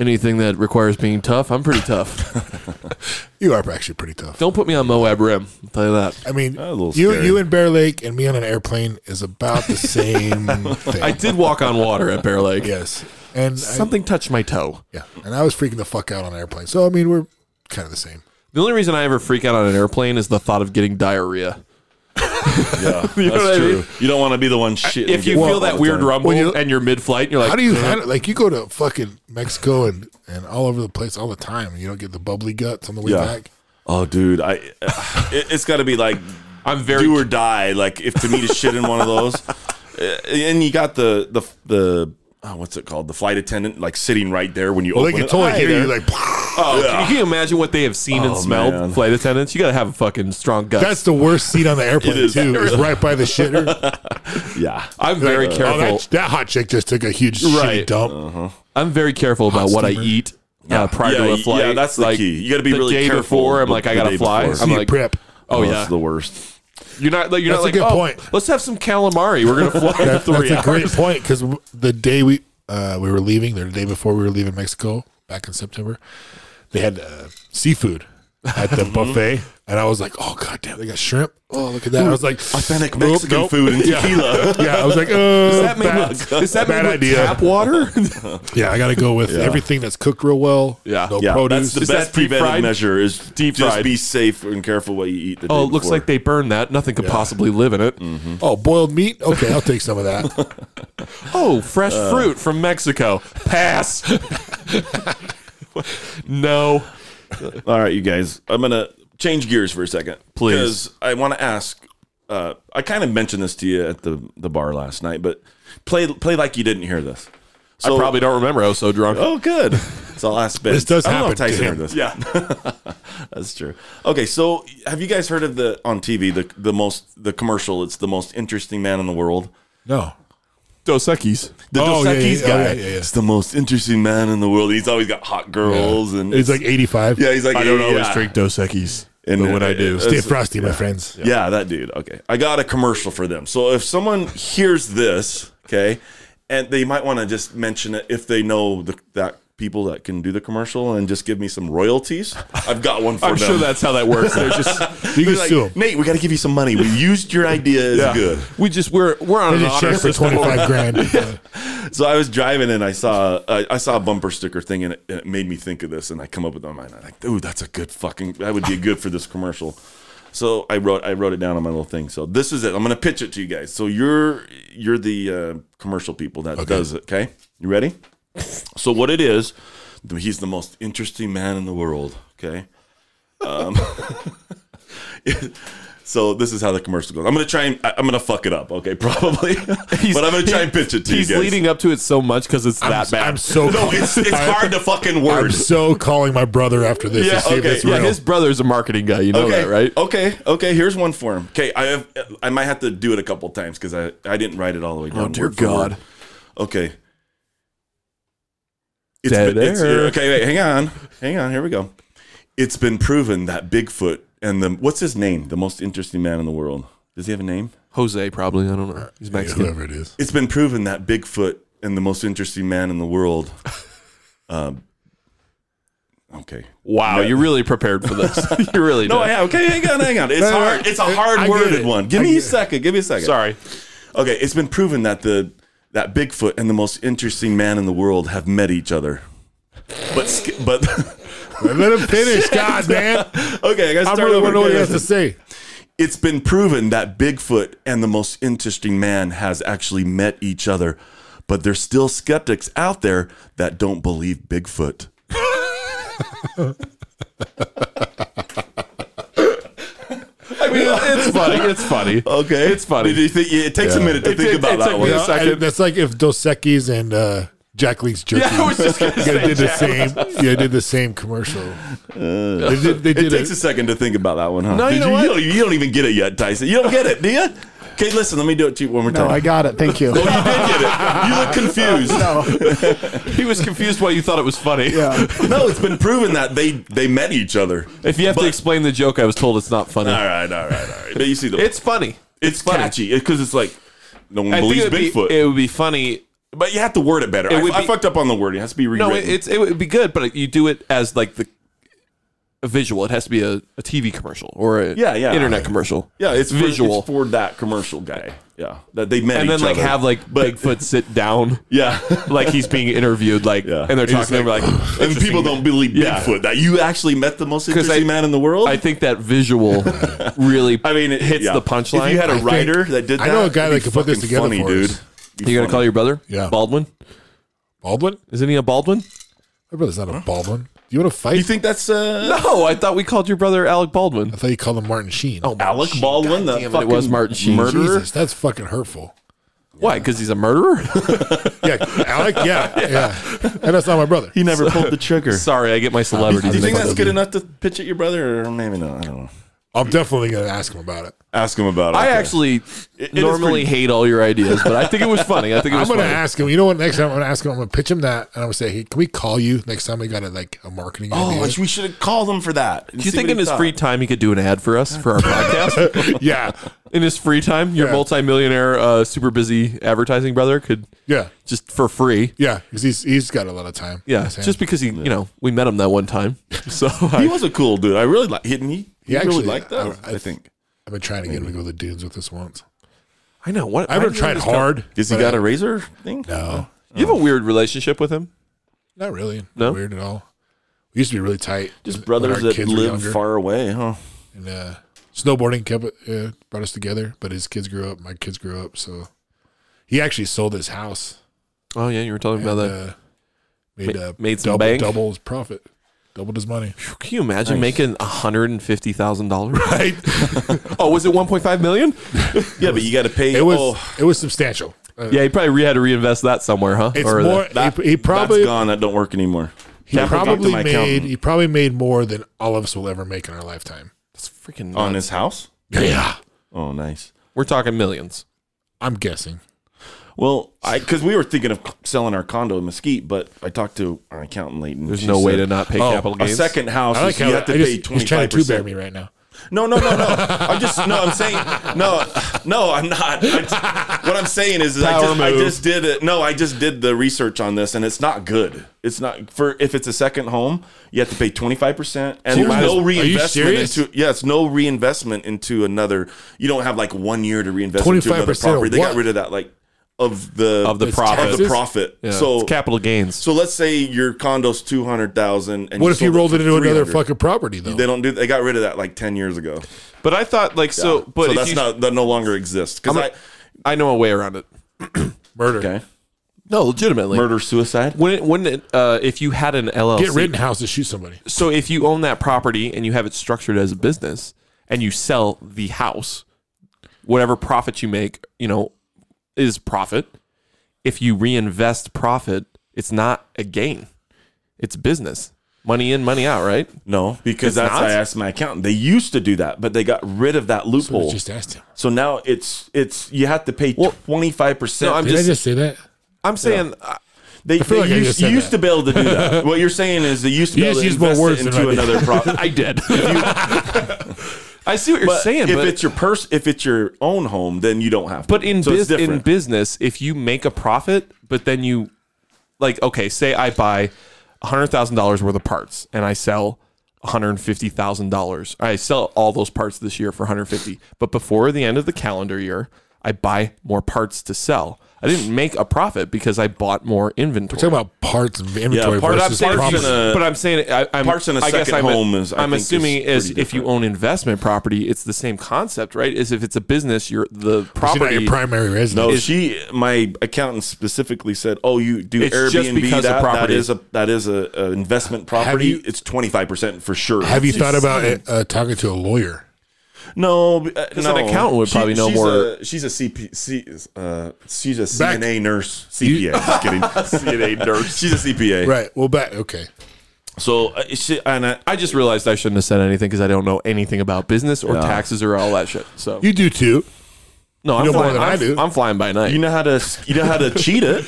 Speaker 3: anything that requires being tough, I'm pretty tough.
Speaker 1: you are actually pretty tough.
Speaker 3: don't put me on Moab Rim. I'll tell you that.
Speaker 1: I mean,
Speaker 2: a little
Speaker 1: you
Speaker 2: scary.
Speaker 1: you in Bear Lake and me on an airplane is about the same thing.
Speaker 3: I did walk on water at Bear Lake.
Speaker 1: yes, and I,
Speaker 3: Something touched my toe.
Speaker 1: yeah, and I was freaking the fuck out on an airplane. So I mean, we're kind of the same.
Speaker 3: The only reason I ever freak out on an airplane is the thought of getting diarrhea.
Speaker 2: Yeah,
Speaker 3: You know
Speaker 2: that's
Speaker 3: what I
Speaker 2: true.
Speaker 3: mean?
Speaker 2: You don't want to be the one shit.
Speaker 3: If you feel that weird rumble
Speaker 1: When you-
Speaker 3: and you're mid flight, you're like,
Speaker 1: How do you how do- like you go to fucking Mexico and and all over the place all the time? and You don't get the bubbly guts on the way
Speaker 2: Yeah.
Speaker 1: back.
Speaker 2: Oh, dude, I. It, it's got to be like
Speaker 3: I'm very
Speaker 2: do or die. Like if to me to shit in one of those, Uh, and you got the uh, the the oh, what's it called? The flight attendant like sitting right there when you
Speaker 1: Well, they can
Speaker 2: open it.
Speaker 1: totally
Speaker 2: Hi
Speaker 1: hear
Speaker 2: there.
Speaker 1: you like.
Speaker 3: Oh, can, can you imagine what they have seen and
Speaker 2: Oh,
Speaker 3: smelled,
Speaker 2: man.
Speaker 3: flight attendants? You got to have a fucking strong gut.
Speaker 1: That's the worst seat on the airplane
Speaker 2: is.
Speaker 1: too. Is right by the shitter.
Speaker 2: yeah.
Speaker 3: I'm very
Speaker 1: Like,
Speaker 3: careful.
Speaker 1: Oh, that, that hot chick just took a huge shitty
Speaker 3: Right.
Speaker 1: dump.
Speaker 2: Uh-huh.
Speaker 3: I'm very careful about what I
Speaker 1: steamer.
Speaker 3: eat uh, prior
Speaker 2: yeah,
Speaker 3: to a
Speaker 2: yeah,
Speaker 3: flight.
Speaker 2: that's the
Speaker 3: Like,
Speaker 2: key. You gotta be
Speaker 3: the
Speaker 2: really
Speaker 3: day
Speaker 2: careful
Speaker 3: Before, I'm
Speaker 2: the-
Speaker 3: like, I
Speaker 2: the
Speaker 3: got
Speaker 2: day
Speaker 3: to fly.
Speaker 2: before.
Speaker 3: I'm
Speaker 1: Need
Speaker 3: like,
Speaker 1: prep.
Speaker 3: oh
Speaker 2: That's
Speaker 3: yeah.
Speaker 2: the worst.
Speaker 3: You're not. like, You're
Speaker 1: That's a
Speaker 3: not
Speaker 1: good
Speaker 3: like, oh,
Speaker 1: point.
Speaker 3: let's have some calamari. We're gonna fly in
Speaker 1: That,
Speaker 3: three
Speaker 1: that's a great
Speaker 3: hours.
Speaker 1: point because the day we uh, we were leaving, the day before we were leaving Mexico back in September, they had uh, seafood at the
Speaker 2: Mm-hmm.
Speaker 1: buffet, and I was like, "Oh god damn, they got shrimp! Oh look at that!" I was like,
Speaker 2: Authentic
Speaker 1: Nope,
Speaker 2: Mexican
Speaker 1: nope.
Speaker 2: food and
Speaker 1: Yeah.
Speaker 2: tequila.
Speaker 1: "Yeah," I was like, "Oh,
Speaker 3: Is that made
Speaker 1: bad,
Speaker 3: with, is that
Speaker 1: bad
Speaker 3: made with
Speaker 1: idea."
Speaker 3: tap water?
Speaker 1: Yeah, I got to go with everything that's cooked real well.
Speaker 3: Yeah.
Speaker 1: no
Speaker 2: Yeah,
Speaker 1: produce.
Speaker 2: that's the
Speaker 3: Is
Speaker 2: best
Speaker 3: that deep
Speaker 2: preventive
Speaker 3: fried?
Speaker 2: measure is
Speaker 3: Deep
Speaker 2: just
Speaker 3: fried.
Speaker 2: be safe and careful what you eat. The
Speaker 3: oh,
Speaker 2: day
Speaker 3: it looks
Speaker 2: before.
Speaker 3: like they burned that. Nothing could possibly live in it.
Speaker 2: Mm.
Speaker 1: oh, boiled meat. Okay, I'll take some of that.
Speaker 3: Oh, fresh
Speaker 2: Uh.
Speaker 3: fruit from Mexico. Pass. no.
Speaker 2: All right, you guys. I'm gonna change gears for a second,
Speaker 3: Please.
Speaker 2: Because I want to ask. Uh, I kind of mentioned this to you at the the bar last night, but play play like you didn't hear this. So,
Speaker 3: I probably don't remember. I was so drunk.
Speaker 2: Oh, good. So I'll ask Ben.
Speaker 1: This does
Speaker 2: I don't know if
Speaker 1: happen to
Speaker 2: Tyson
Speaker 1: him.
Speaker 2: heard this.
Speaker 3: Yeah.
Speaker 2: That's true. Okay, so have you guys heard of the on TV the the most the commercial? It's the most interesting man in the world.
Speaker 1: No,
Speaker 3: Dos Equis.
Speaker 2: The
Speaker 1: Oh,
Speaker 2: Dos
Speaker 1: yeah, yeah,
Speaker 2: Equis
Speaker 1: oh,
Speaker 2: guy.
Speaker 1: yeah, yeah, yeah.
Speaker 2: It's the most interesting man in the world. He's always got hot girls and
Speaker 1: it's like eighty-five.
Speaker 2: yeah, he's like
Speaker 3: I don't
Speaker 2: yeah.
Speaker 3: always drink Dos Equis,
Speaker 2: And,
Speaker 3: but when
Speaker 2: uh,
Speaker 3: I do,
Speaker 1: Stay frosty, my friends.
Speaker 2: Yeah, that dude. Okay. I got a commercial for them. So if someone hears this, okay, and they might want to just mention it if they know the, that people that can do the commercial and just give me some royalties. I've got one for
Speaker 3: I'm
Speaker 2: them.
Speaker 3: sure that's how that works. They're just
Speaker 1: You
Speaker 2: They're
Speaker 1: can
Speaker 2: like,
Speaker 1: sue him.
Speaker 2: Nate, we got to give you some money. We used your idea as good.
Speaker 3: we just we're we're on
Speaker 1: They
Speaker 3: an
Speaker 1: just
Speaker 3: honor
Speaker 1: check for
Speaker 3: system.
Speaker 1: twenty-five grand. Uh,
Speaker 2: So I was driving and I saw I, I saw a bumper sticker thing and it, and it made me think of this and I come up with it in my mind. I'm like, dude, that's a good fucking that would be good for this commercial. So I wrote I wrote it down on my little thing. So this is it. I'm gonna pitch it to you guys. So you're you're the uh, commercial people that does it. Okay, you ready? So what it is, th- he's the most interesting man in the world. Okay. Um, so this is how the commercial goes. I'm gonna try and I- I'm gonna fuck it up. Okay, probably. but I'm gonna try and pitch it to
Speaker 3: he's
Speaker 2: you guys.
Speaker 3: leading up to it so much because it's that bad.
Speaker 1: I'm so
Speaker 2: No, it's, it's hard to fucking
Speaker 1: I'm
Speaker 2: word.
Speaker 1: so calling my brother after this
Speaker 2: Yeah,
Speaker 1: to see
Speaker 2: okay.
Speaker 1: if it's
Speaker 3: yeah,
Speaker 1: real.
Speaker 3: his brother's a marketing guy. You know
Speaker 2: okay, Oh,
Speaker 3: that, right?
Speaker 2: Okay, okay. Here's one for him. Okay, I have. I might have to do it a couple times because I I didn't write it all the way
Speaker 1: Oh,
Speaker 2: down.
Speaker 3: Oh, dear
Speaker 2: word for word.
Speaker 3: God.
Speaker 2: Okay. It's
Speaker 3: Dead
Speaker 2: been- it's-
Speaker 3: air.
Speaker 2: okay, wait, hang on, hang on. Here we go. It's been proven that Bigfoot and the what's his name, the most interesting man in the world. Does he have a name?
Speaker 3: Jose probably. I don't know. He's Mexican.
Speaker 1: Whoever it is.
Speaker 2: It's been proven that Bigfoot and the most interesting man in the world. Um. Okay.
Speaker 3: Wow,
Speaker 2: No.
Speaker 3: you're really prepared for this. you really
Speaker 2: No,
Speaker 3: do.
Speaker 2: yeah, okay, hang on, hang on. It's
Speaker 1: no,
Speaker 2: hard. It's a
Speaker 1: I- I
Speaker 2: hard
Speaker 1: get
Speaker 2: worded
Speaker 1: it.
Speaker 2: one. Give
Speaker 1: I
Speaker 2: me
Speaker 1: get
Speaker 2: a
Speaker 1: it.
Speaker 2: second. Give me a second.
Speaker 3: Sorry.
Speaker 2: Okay, it's been proven that the that Bigfoot and the most interesting man in the world have met each other. But sk- but
Speaker 1: Let him finish, God, man.
Speaker 2: okay, I gotta
Speaker 1: I'm
Speaker 2: start
Speaker 1: really
Speaker 2: over.
Speaker 1: wondering what he
Speaker 2: Okay,
Speaker 1: has to say.
Speaker 2: It's been proven that Bigfoot and the most interesting man has actually met each other, but there's still skeptics out there that don't believe Bigfoot.
Speaker 3: I mean, it's funny. It's funny.
Speaker 2: Okay,
Speaker 3: It's funny.
Speaker 2: Did you think- it takes a minute to
Speaker 3: It
Speaker 2: think
Speaker 3: did-
Speaker 2: about
Speaker 3: it
Speaker 2: that
Speaker 3: took
Speaker 2: one.
Speaker 3: me a
Speaker 1: No,
Speaker 3: second.
Speaker 1: I- that's like if Dos Equis and uh, Jack Lee's jerky.
Speaker 3: Yeah, I was just gonna
Speaker 1: they
Speaker 3: say
Speaker 1: did the same. Yeah, did the same commercial. they did. They
Speaker 2: It
Speaker 1: did
Speaker 2: takes a
Speaker 1: it.
Speaker 2: second to think about that one, huh?
Speaker 3: No, you
Speaker 2: Did
Speaker 3: know what?
Speaker 2: don't, you don't even get it yet, Tyson. You don't get it, do you? Okay, listen, let me do it to you one more
Speaker 4: No,
Speaker 2: time.
Speaker 4: I got it. Thank you.
Speaker 2: you did get it. You look confused.
Speaker 3: He was confused why you thought it was funny.
Speaker 4: Yeah.
Speaker 2: No, it's been proven that they they met each other.
Speaker 3: If you have
Speaker 2: But-
Speaker 3: to explain the joke, I was told it's not funny.
Speaker 2: All right, all right, all right. But you see the
Speaker 3: It's funny.
Speaker 2: it's catchy because it's like no one
Speaker 3: I think
Speaker 2: believes
Speaker 3: it would,
Speaker 2: Bigfoot.
Speaker 3: be, it would be funny.
Speaker 2: but you have to word it better. I,
Speaker 3: would
Speaker 2: I
Speaker 3: be-
Speaker 2: fucked up on the word. It has to be rewritten.
Speaker 3: No, it, it's it would be good, but you do it as like the a visual. It has to be a, a TV commercial or a
Speaker 2: Yeah, yeah.
Speaker 3: internet commercial.
Speaker 2: yeah, it's For,
Speaker 3: visual.
Speaker 2: it's for that commercial guy. Yeah, that they met
Speaker 3: and then
Speaker 2: each
Speaker 3: like
Speaker 2: other.
Speaker 3: have like
Speaker 2: But-
Speaker 3: Bigfoot sit down,
Speaker 2: yeah.
Speaker 3: like he's being interviewed, like
Speaker 2: Yeah.
Speaker 3: and they're
Speaker 2: He's
Speaker 3: talking
Speaker 2: like-
Speaker 3: over like
Speaker 2: and people don't believe
Speaker 3: Yeah.
Speaker 2: Bigfoot that you actually met the most
Speaker 3: 'Cause I-
Speaker 2: interesting man in the world.
Speaker 3: I think that visual really.
Speaker 2: I mean, it
Speaker 3: hits
Speaker 2: yeah.
Speaker 3: the punchline.
Speaker 2: If you had a
Speaker 3: I think-
Speaker 2: writer that did,
Speaker 1: I know a
Speaker 2: that,
Speaker 1: guy
Speaker 2: it'd
Speaker 1: that
Speaker 2: be
Speaker 1: could put this
Speaker 2: fucking
Speaker 1: together
Speaker 2: funny,
Speaker 1: for
Speaker 2: dude.
Speaker 1: us.
Speaker 2: Be
Speaker 3: you gonna
Speaker 2: funny.
Speaker 3: call your brother?
Speaker 1: Yeah.
Speaker 3: Baldwin.
Speaker 1: Baldwin?
Speaker 3: Isn't he a Baldwin?
Speaker 1: My brother's not a Baldwin. Do you want to fight?
Speaker 2: You think that's uh,
Speaker 3: No, I thought we called your brother Alec Baldwin.
Speaker 1: I thought you called him Martin Sheen. Oh,
Speaker 2: Alec Baldwin? The
Speaker 3: it, it was Martin Sheen.
Speaker 2: murderer.
Speaker 1: Jesus, that's fucking hurtful.
Speaker 3: Why? Because he's a murderer?
Speaker 1: Yeah, Alec. Yeah, yeah. And that's not my brother.
Speaker 2: He never pulled the trigger.
Speaker 3: Sorry, I get my celebrities.
Speaker 2: Do you think
Speaker 3: mixed
Speaker 2: that's
Speaker 3: up.
Speaker 2: good enough to pitch at your brother, or maybe not? I don't know.
Speaker 1: I'm definitely gonna ask him about it.
Speaker 2: Ask him about it.
Speaker 3: I
Speaker 2: Okay.
Speaker 3: actually
Speaker 2: is
Speaker 3: normally
Speaker 2: pretty-
Speaker 3: hate all your ideas, but I think it was funny. I think it
Speaker 1: I'm
Speaker 3: was
Speaker 1: gonna
Speaker 3: funny.
Speaker 1: ask him. You know what? Next time I'm gonna ask him. I'm gonna pitch him that, and I'm gonna say, "Hey, can we call you next time we got a like a marketing
Speaker 2: Oh,
Speaker 1: idea?"
Speaker 2: we should have called him for that.
Speaker 3: Do you think in his free time he could do an ad for us for our podcast?
Speaker 1: yeah,
Speaker 3: in his free time, your
Speaker 1: Yeah.
Speaker 3: multimillionaire, uh, super busy advertising brother could
Speaker 1: yeah,
Speaker 3: just for free.
Speaker 1: yeah. Because he's he's got a lot of time.
Speaker 3: Yeah,
Speaker 1: His hand.
Speaker 3: just because he, you know, we met him that one time. So
Speaker 2: He
Speaker 3: I,
Speaker 2: was a cool dude. I really like. Didn't he? He
Speaker 1: actually-
Speaker 2: really liked that.
Speaker 1: I-
Speaker 2: I,
Speaker 1: I-
Speaker 2: think.
Speaker 1: I've been trying to get him to go to the dudes with us once.
Speaker 3: I know what
Speaker 1: I
Speaker 3: why
Speaker 1: haven't
Speaker 3: did I
Speaker 1: tried
Speaker 3: just come-
Speaker 1: hard.
Speaker 2: Is he
Speaker 1: but
Speaker 2: got
Speaker 1: I-
Speaker 2: a razor thing?
Speaker 1: No,
Speaker 3: You have a weird relationship with him.
Speaker 1: not really.
Speaker 3: No?
Speaker 1: weird at all. We used to be really tight.
Speaker 2: Just
Speaker 1: when
Speaker 2: brothers
Speaker 1: our
Speaker 2: that
Speaker 1: kids were
Speaker 2: live
Speaker 1: younger.
Speaker 2: far away, huh?
Speaker 1: And, uh, snowboarding kept it, uh, brought us together, but his kids grew up. My kids grew up, so he actually sold his house.
Speaker 3: Oh yeah, you were talking about
Speaker 1: and,
Speaker 3: that.
Speaker 1: uh, made,
Speaker 3: Ma-
Speaker 1: uh,
Speaker 3: made some
Speaker 1: double,
Speaker 3: bank?
Speaker 1: double his profit, doubled his money.
Speaker 3: Phew, uh, Can you imagine making hundred and fifty thousand dollars? Right. oh, was it one point five million?
Speaker 2: Yeah, but you got to pay.
Speaker 1: It was
Speaker 2: oh,
Speaker 1: it was substantial. Uh,
Speaker 3: Yeah, he probably re- had to reinvest that somewhere, huh?
Speaker 1: it's
Speaker 3: the-
Speaker 1: more.
Speaker 2: that-
Speaker 1: he, he
Speaker 2: that's
Speaker 1: probably
Speaker 2: gone. That don't work anymore.
Speaker 1: he
Speaker 2: Capital got to
Speaker 1: probably
Speaker 2: my
Speaker 1: made
Speaker 2: accountant.
Speaker 1: he probably made more than all of us will ever make in our lifetime.
Speaker 3: That's freaking nuts.
Speaker 2: on his house.
Speaker 1: Yeah,
Speaker 2: Oh, nice.
Speaker 3: We're talking millions.
Speaker 1: I'm guessing.
Speaker 2: Well, I because we were thinking of selling our condo in Mesquite, but I talked to our accountant late. and
Speaker 3: There's
Speaker 2: she
Speaker 3: no way
Speaker 2: said,
Speaker 3: to not pay
Speaker 2: "Oh,
Speaker 3: capital gains.
Speaker 2: A second house,
Speaker 1: I like how
Speaker 2: you have to
Speaker 1: I
Speaker 2: pay
Speaker 1: just, he's
Speaker 2: twenty
Speaker 1: trying
Speaker 2: five
Speaker 1: to two bear
Speaker 2: percent.
Speaker 1: me right now.
Speaker 2: No, no, no, no. I just no. I'm saying no, no. I'm not. I- what I'm saying is, that I
Speaker 3: Power
Speaker 2: just, I
Speaker 3: move.
Speaker 2: just did it. No, I just did the research on this, and it's not good. It's not for if it's a second home, you have to pay 25 percent, and
Speaker 1: Jeez.
Speaker 2: there's
Speaker 1: Are
Speaker 2: no
Speaker 1: you
Speaker 2: reinvestment
Speaker 1: serious?
Speaker 2: into. Yeah, it's no reinvestment into another. You don't have like one year to reinvest into another
Speaker 1: 25% of
Speaker 2: property. They
Speaker 1: what?
Speaker 2: got rid of that, like of the
Speaker 3: Of the
Speaker 2: of
Speaker 3: profit.
Speaker 2: the profit.
Speaker 3: Yeah,
Speaker 2: So
Speaker 3: it's capital gains.
Speaker 2: So let's say your condo's 200 thousand, and
Speaker 1: What if you
Speaker 2: sold
Speaker 1: rolled
Speaker 2: for
Speaker 1: it into another
Speaker 2: 300?
Speaker 1: fucking property though?
Speaker 2: They don't do. They got rid of that like 10 years ago.
Speaker 3: but I thought like so. But
Speaker 2: so
Speaker 3: if
Speaker 2: that's
Speaker 3: you-
Speaker 2: not that no longer exists because
Speaker 3: I'm
Speaker 2: I
Speaker 3: a- I know a way around it.
Speaker 1: Murder.
Speaker 2: okay
Speaker 3: No, legitimately.
Speaker 2: murder suicide.
Speaker 3: When it, when it, uh, if you had an LLC,
Speaker 1: Get Rittenhouse to shoot somebody.
Speaker 3: so if you own that property and you have it structured as a business and you sell the house, whatever profit you make, you know, is profit. If you reinvest profit, it's not a gain. It's business. Money in, money out, right?
Speaker 2: No,
Speaker 3: It's
Speaker 2: because that's
Speaker 3: not?
Speaker 2: I asked my accountant. They used to do that, but they got rid of that
Speaker 1: I
Speaker 2: loophole. So,
Speaker 1: just asked him.
Speaker 2: now it's it's you have to pay twenty five
Speaker 3: No, I'm
Speaker 2: percent.
Speaker 1: Did I
Speaker 3: just,
Speaker 1: just say that?
Speaker 3: I'm saying uh,
Speaker 2: They,
Speaker 1: feel
Speaker 2: they
Speaker 1: like I just
Speaker 2: used,
Speaker 1: said
Speaker 2: you used
Speaker 1: that.
Speaker 2: to be able to do that. what you're saying is they used to
Speaker 1: You
Speaker 2: be able
Speaker 1: just
Speaker 2: to
Speaker 1: used more
Speaker 2: invest
Speaker 1: words
Speaker 2: it
Speaker 1: than
Speaker 2: into
Speaker 1: I did.
Speaker 2: another property.
Speaker 3: I did. I see what you're saying,
Speaker 2: if
Speaker 3: but
Speaker 2: it's your pers- if it's your own home, then you don't have. To.
Speaker 3: But in
Speaker 2: So it's
Speaker 3: bus- in
Speaker 2: different.
Speaker 3: business, if you make a profit, but then you like okay, say I buy hundred thousand dollars worth of parts and I sell hundred and fifty thousand dollars. I sell all those parts this year for hundred fifty. But before the end of the calendar year, I buy more parts to sell. I didn't make a profit because I bought more inventory.
Speaker 1: Talking about parts and inventory
Speaker 2: part-
Speaker 1: versus
Speaker 2: I'm saying
Speaker 1: property.
Speaker 2: it's in a-
Speaker 3: but I'm saying I, I'm
Speaker 2: parts in a
Speaker 3: I guess
Speaker 2: second
Speaker 3: I'm-
Speaker 2: home is, I
Speaker 3: I'm
Speaker 2: think, is
Speaker 3: assuming is,
Speaker 2: pretty
Speaker 3: if you own investment property, it's the same concept, right? Is if it's a business, you're the
Speaker 1: It's not
Speaker 3: property.
Speaker 1: your primary residence.
Speaker 2: No, she. My accountant specifically said, "Oh, you do
Speaker 3: It's
Speaker 2: Airbnb.
Speaker 3: just because of
Speaker 2: that, that
Speaker 3: property.
Speaker 2: is a that is a, a investment property.
Speaker 1: you-
Speaker 2: it's twenty five percent for sure.
Speaker 1: Have you thought about it, uh, talking to a lawyer?
Speaker 2: No, because
Speaker 3: an accountant would probably know
Speaker 2: she's
Speaker 3: more.
Speaker 2: A, she's a CP. C, uh, she's a
Speaker 1: Back-
Speaker 2: CNA nurse. CPA. Just kidding. CNA nurse. She's a CPA.
Speaker 1: Right. Well, back. Okay.
Speaker 2: So uh, she and I,
Speaker 3: I just realized I shouldn't have said anything because I don't know anything about business or
Speaker 2: Yeah.
Speaker 3: taxes or all that shit. So
Speaker 1: You do too.
Speaker 3: no, I'm
Speaker 1: know more
Speaker 3: flying,
Speaker 1: than I
Speaker 3: I'm,
Speaker 1: do.
Speaker 3: I'm flying by night.
Speaker 2: you know how to you know how to cheat it.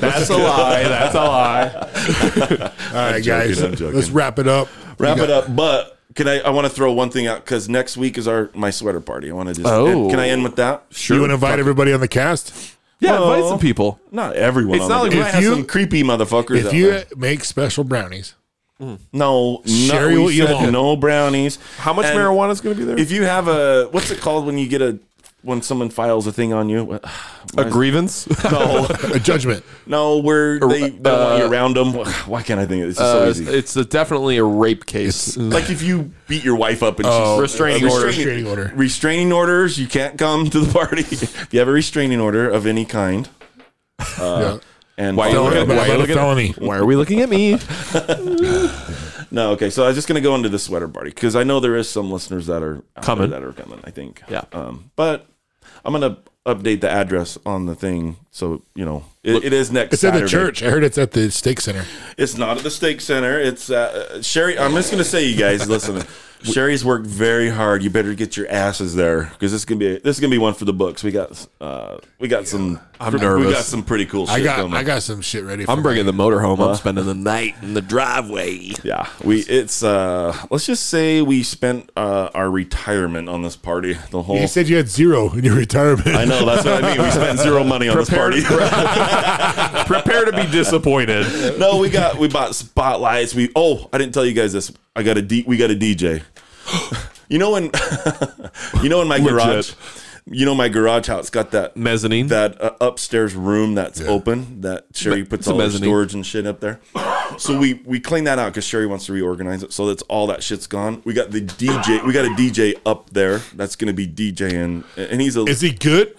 Speaker 3: that's a lie. That's a lie.
Speaker 1: All right, guys.
Speaker 2: joking, I'm joking.
Speaker 1: Let's wrap it up.
Speaker 2: Wrap
Speaker 1: We
Speaker 2: it
Speaker 1: got-
Speaker 2: up. But can I? I want to throw one thing out because next week is our my sweater party. I want to just.
Speaker 3: Oh.
Speaker 2: Can I end with that?
Speaker 1: You want to invite everybody on the cast?
Speaker 3: Yeah, invite
Speaker 2: Well,
Speaker 3: some people.
Speaker 2: Not everyone.
Speaker 3: It's
Speaker 2: on
Speaker 3: not
Speaker 2: the
Speaker 3: like
Speaker 2: group.
Speaker 1: we
Speaker 2: Might
Speaker 1: if
Speaker 2: have
Speaker 1: you-
Speaker 2: some creepy motherfuckers.
Speaker 1: If
Speaker 2: out
Speaker 1: you
Speaker 2: there.
Speaker 1: make special brownies,
Speaker 2: no,
Speaker 1: Sherry
Speaker 2: no,
Speaker 1: will
Speaker 2: we
Speaker 1: eat 'em all.
Speaker 2: said no brownies.
Speaker 3: How much
Speaker 2: And
Speaker 3: marijuana is going to be there?
Speaker 2: If you have a what's it called when you get a when someone files a thing on you? What-
Speaker 3: a grievance.
Speaker 2: No,
Speaker 1: a judgment.
Speaker 2: no, where they don't want
Speaker 1: uh,
Speaker 2: you around them. Why can't I think of this? It's so
Speaker 3: Uh,
Speaker 2: easy.
Speaker 3: it's a, definitely a rape case.
Speaker 2: like if you beat your wife up and she's
Speaker 3: Restraining
Speaker 2: uh,
Speaker 3: order.
Speaker 1: Oh, Restraining order.
Speaker 2: Restraining orders. You can't come to the party. if you have a restraining order of any kind,
Speaker 1: yeah.
Speaker 2: and
Speaker 3: Why you
Speaker 1: Felony,
Speaker 3: look at-
Speaker 1: about-
Speaker 3: why you
Speaker 1: about a
Speaker 3: look at-
Speaker 1: felony.
Speaker 3: Why are we looking at me?
Speaker 2: No, okay. So I was just gonna go into the sweater party because I know there is some listeners that are out there
Speaker 3: Coming.
Speaker 2: that are coming. I think.
Speaker 3: Yeah.
Speaker 2: Um, but I'm gonna update the address on the thing, so you know it, it is next.
Speaker 1: It's at
Speaker 2: Saturday.
Speaker 1: the church. I heard it's at the stake center.
Speaker 2: It's not at the stake center. It's uh, Sherry. I'm just gonna say, you guys, listen. Sherry's worked very hard. You better get your asses there because this is gonna be this is gonna be one for the books. We got uh, we got some.
Speaker 3: I'm
Speaker 2: We
Speaker 3: nervous.
Speaker 2: got some pretty cool. Shit
Speaker 1: I got
Speaker 2: coming.
Speaker 1: I got some shit ready. For
Speaker 3: I'm
Speaker 1: me.
Speaker 3: bringing the motor home. I'm spending the night in the driveway.
Speaker 2: Yeah, we it's uh let's just say we spent uh our retirement on this party. The whole
Speaker 1: You said you had zero in your retirement.
Speaker 2: I know that's what I mean. We spent zero money on this party.
Speaker 3: Prepare to be disappointed.
Speaker 2: no, we got we bought spotlights. We oh I didn't tell you guys this. I got a D. We got a DJ. you know when you know in my garage.
Speaker 3: Legit.
Speaker 2: You know my garage house got that
Speaker 3: Mezzanine.
Speaker 2: that uh, upstairs room that's open that Sherry puts
Speaker 3: it's a
Speaker 2: all her
Speaker 3: mezzanine.
Speaker 2: storage and shit up there. so we we clean that out because Sherry wants to reorganize it. So that's all that shit's gone. We got the DJ. We got a DJ up there that's gonna be DJing, and he's a.
Speaker 1: Is he good?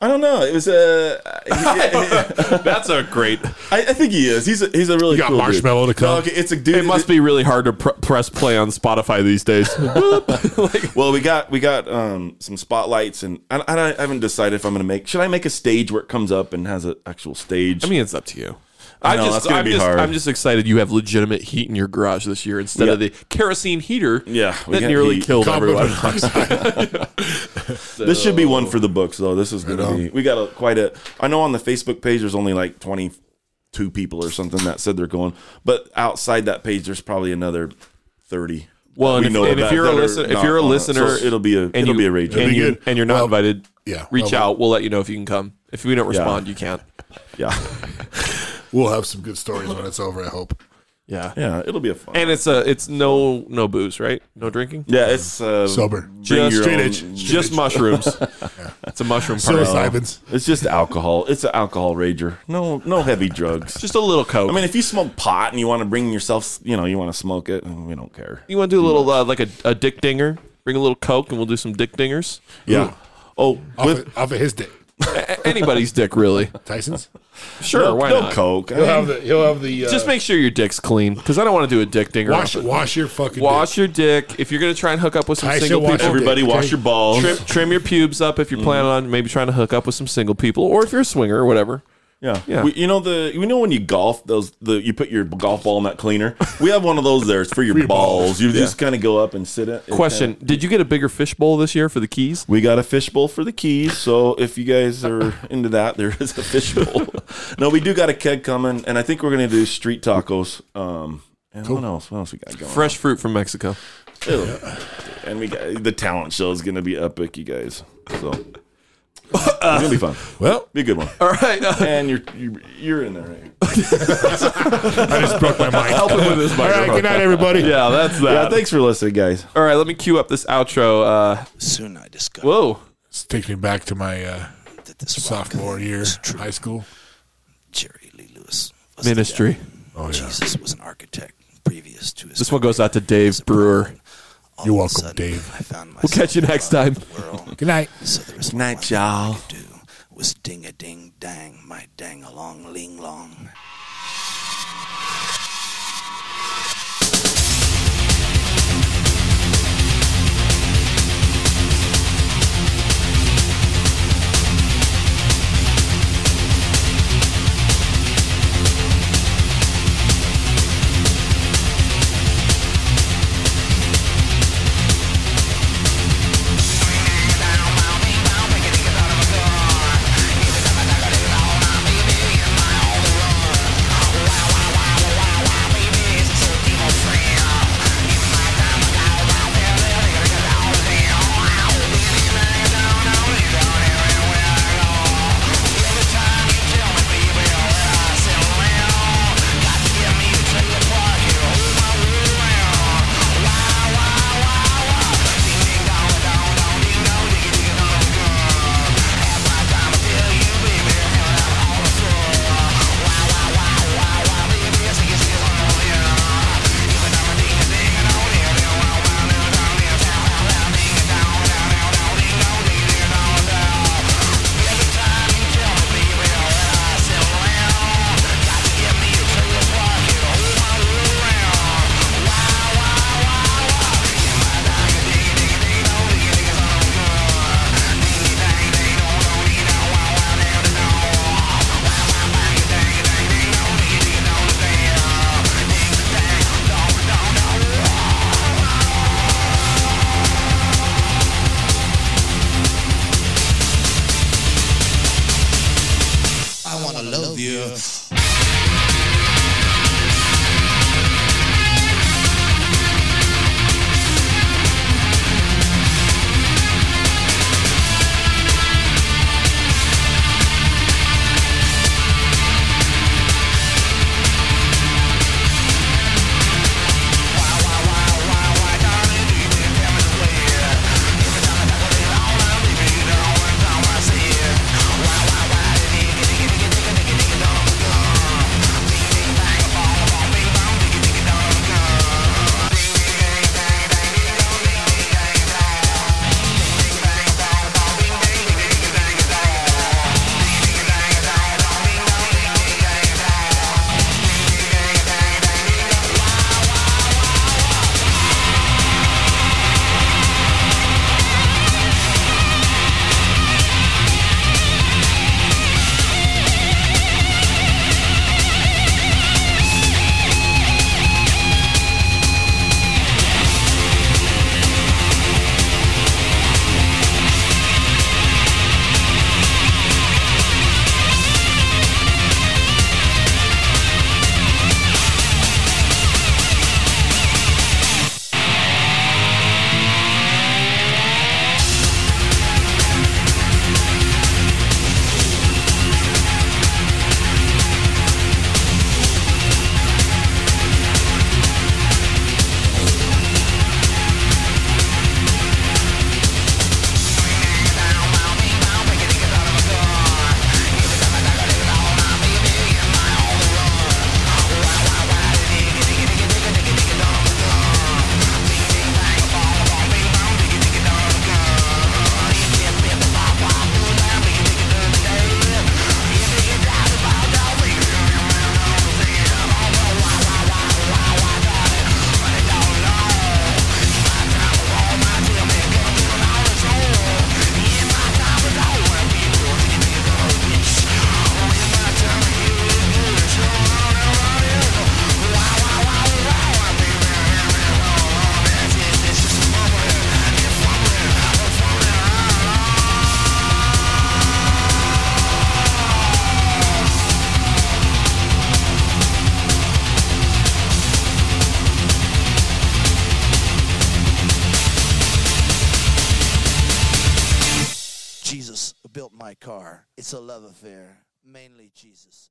Speaker 2: I don't know. It was a. I
Speaker 3: That's a great.
Speaker 2: I think he is. He's a, he's a really
Speaker 1: You got
Speaker 2: cool dude.
Speaker 1: Marshmello to come?
Speaker 2: No, okay, it's a dude.
Speaker 3: It must be really hard to pr- press play on Spotify these days. Boop. Like,
Speaker 2: Well, we got we got um, some spotlights, and I, I, I haven't decided if I'm gonna make. Should I make a stage where it comes up and has an actual stage?
Speaker 3: I mean, it's up to you.
Speaker 2: I
Speaker 3: I
Speaker 2: know,
Speaker 3: just,
Speaker 2: that's gonna
Speaker 3: I'm
Speaker 2: be
Speaker 3: just,
Speaker 2: hard.
Speaker 3: I'm just excited you have legitimate heat in your garage this year instead of
Speaker 2: Yeah.
Speaker 3: the kerosene heater
Speaker 2: Yeah, we
Speaker 3: that
Speaker 2: got
Speaker 3: nearly
Speaker 2: heat.
Speaker 3: killed
Speaker 1: Carbon
Speaker 3: everyone.
Speaker 1: monoxide.
Speaker 2: This should be one for the books, though. This is going to be. We got a, quite a. I know on the Facebook page there's only like 22 people or something that said they're going, but outside that page there's probably another 30.
Speaker 3: Well, and
Speaker 2: we
Speaker 3: if,
Speaker 2: know
Speaker 3: and if
Speaker 2: about
Speaker 3: you're a
Speaker 2: that are
Speaker 3: listener, if
Speaker 2: not
Speaker 3: you're a
Speaker 2: on it. So
Speaker 3: listener,
Speaker 2: it'll be a
Speaker 3: and
Speaker 2: it'll
Speaker 3: you-
Speaker 2: be a rage.
Speaker 3: and,
Speaker 1: be
Speaker 3: you,
Speaker 1: good.
Speaker 3: and you're not
Speaker 1: Well,
Speaker 3: invited.
Speaker 1: yeah,
Speaker 3: reach
Speaker 1: well,
Speaker 3: out. We'll let you know if you can come. If we don't respond, you can't.
Speaker 2: yeah,
Speaker 1: We'll have some good stories when it's over. I hope.
Speaker 3: Yeah,
Speaker 2: yeah, it'll be a fun.
Speaker 3: and it's a it's no no booze, right? No drinking.
Speaker 2: yeah, it's uh,
Speaker 1: Sober.
Speaker 2: Just
Speaker 3: Just
Speaker 1: straight edge.
Speaker 3: Just mushrooms. It's a mushroom party.
Speaker 1: Psilocybins.
Speaker 2: It's just alcohol. It's an alcohol rager. No, no heavy drugs.
Speaker 3: Just a little coke.
Speaker 2: I mean, if you smoke pot and you want to bring yourself, you know, you want to smoke it, we don't care.
Speaker 3: you want to do a little uh, like a, a dick dinger? Bring a little coke, and we'll do some dick dingers.
Speaker 2: Yeah. Oh,
Speaker 1: Off,
Speaker 2: with
Speaker 1: of, off of his dick.
Speaker 3: A- anybody's dick, really.
Speaker 1: Tyson's.
Speaker 3: Sure,
Speaker 2: no,
Speaker 3: why
Speaker 2: no
Speaker 3: not?
Speaker 2: coke. I
Speaker 1: He'll
Speaker 2: mean,
Speaker 1: have the. He'll have the. Uh,
Speaker 3: Just make sure your dick's clean, because I don't want to do a dick dinger.
Speaker 1: wash.
Speaker 3: off it.
Speaker 1: Wash your fucking. Dick.
Speaker 3: Wash your dick. If you're gonna try and hook up with some
Speaker 1: I
Speaker 3: single
Speaker 1: should wash
Speaker 3: people,
Speaker 1: your
Speaker 2: Everybody,
Speaker 1: Okay.
Speaker 2: wash your balls.
Speaker 3: trim, trim your pubes up if you're planning on maybe trying to hook up with some single people, or if you're a swinger or whatever.
Speaker 2: Yeah,
Speaker 3: Yeah.
Speaker 2: We, you know the you know when you golf those the you put your golf ball in that cleaner. We have one of those there. It's for your balls. You just kind of go up and sit it. It
Speaker 3: Question:
Speaker 2: kinda-
Speaker 3: Did you get a bigger fishbowl this year for the keys?
Speaker 2: we got a fishbowl for the keys, so if you guys are into that, there is a fishbowl. no, we do got a keg coming, and I think we're gonna do street tacos. Um, and what else? What else we got going?
Speaker 3: Fresh fruit from Mexico.
Speaker 2: Ew. And we got the talent show is gonna be epic, you guys. So it's gonna be fun.
Speaker 1: Well,
Speaker 2: Be a good one.
Speaker 3: All right, uh,
Speaker 2: And you're you're, you're in there, right?
Speaker 1: I just broke my mic.
Speaker 3: help him with this
Speaker 1: All right.
Speaker 3: microphone.
Speaker 1: Good night, everybody.
Speaker 3: Yeah, that's that.
Speaker 2: Yeah. Thanks for listening, guys.
Speaker 3: All right, let me cue up this outro. Uh,
Speaker 5: Soon I discovered
Speaker 3: whoa,
Speaker 1: This takes me back to my uh,
Speaker 5: that this
Speaker 1: sophomore
Speaker 5: rock
Speaker 1: year,
Speaker 5: was true.
Speaker 1: high school.
Speaker 5: Jerry Lee Lewis was the
Speaker 3: ministry.
Speaker 1: Oh yeah.
Speaker 5: devil. Jesus was an architect previous to his.
Speaker 3: This one goes out to Dave Brewer.
Speaker 5: All
Speaker 1: You're
Speaker 5: of a
Speaker 1: welcome,
Speaker 5: sudden,
Speaker 1: Dave.
Speaker 5: I found myself
Speaker 3: We'll catch you next time.
Speaker 5: World.
Speaker 1: Good night.
Speaker 5: So there was
Speaker 2: Night,
Speaker 5: one thing
Speaker 2: y'all.
Speaker 5: I could do was ding a ding dang, my dang along ling long.
Speaker 6: Thank you.
Speaker 5: Jesus built my car. It's a love affair, mainly Jesus.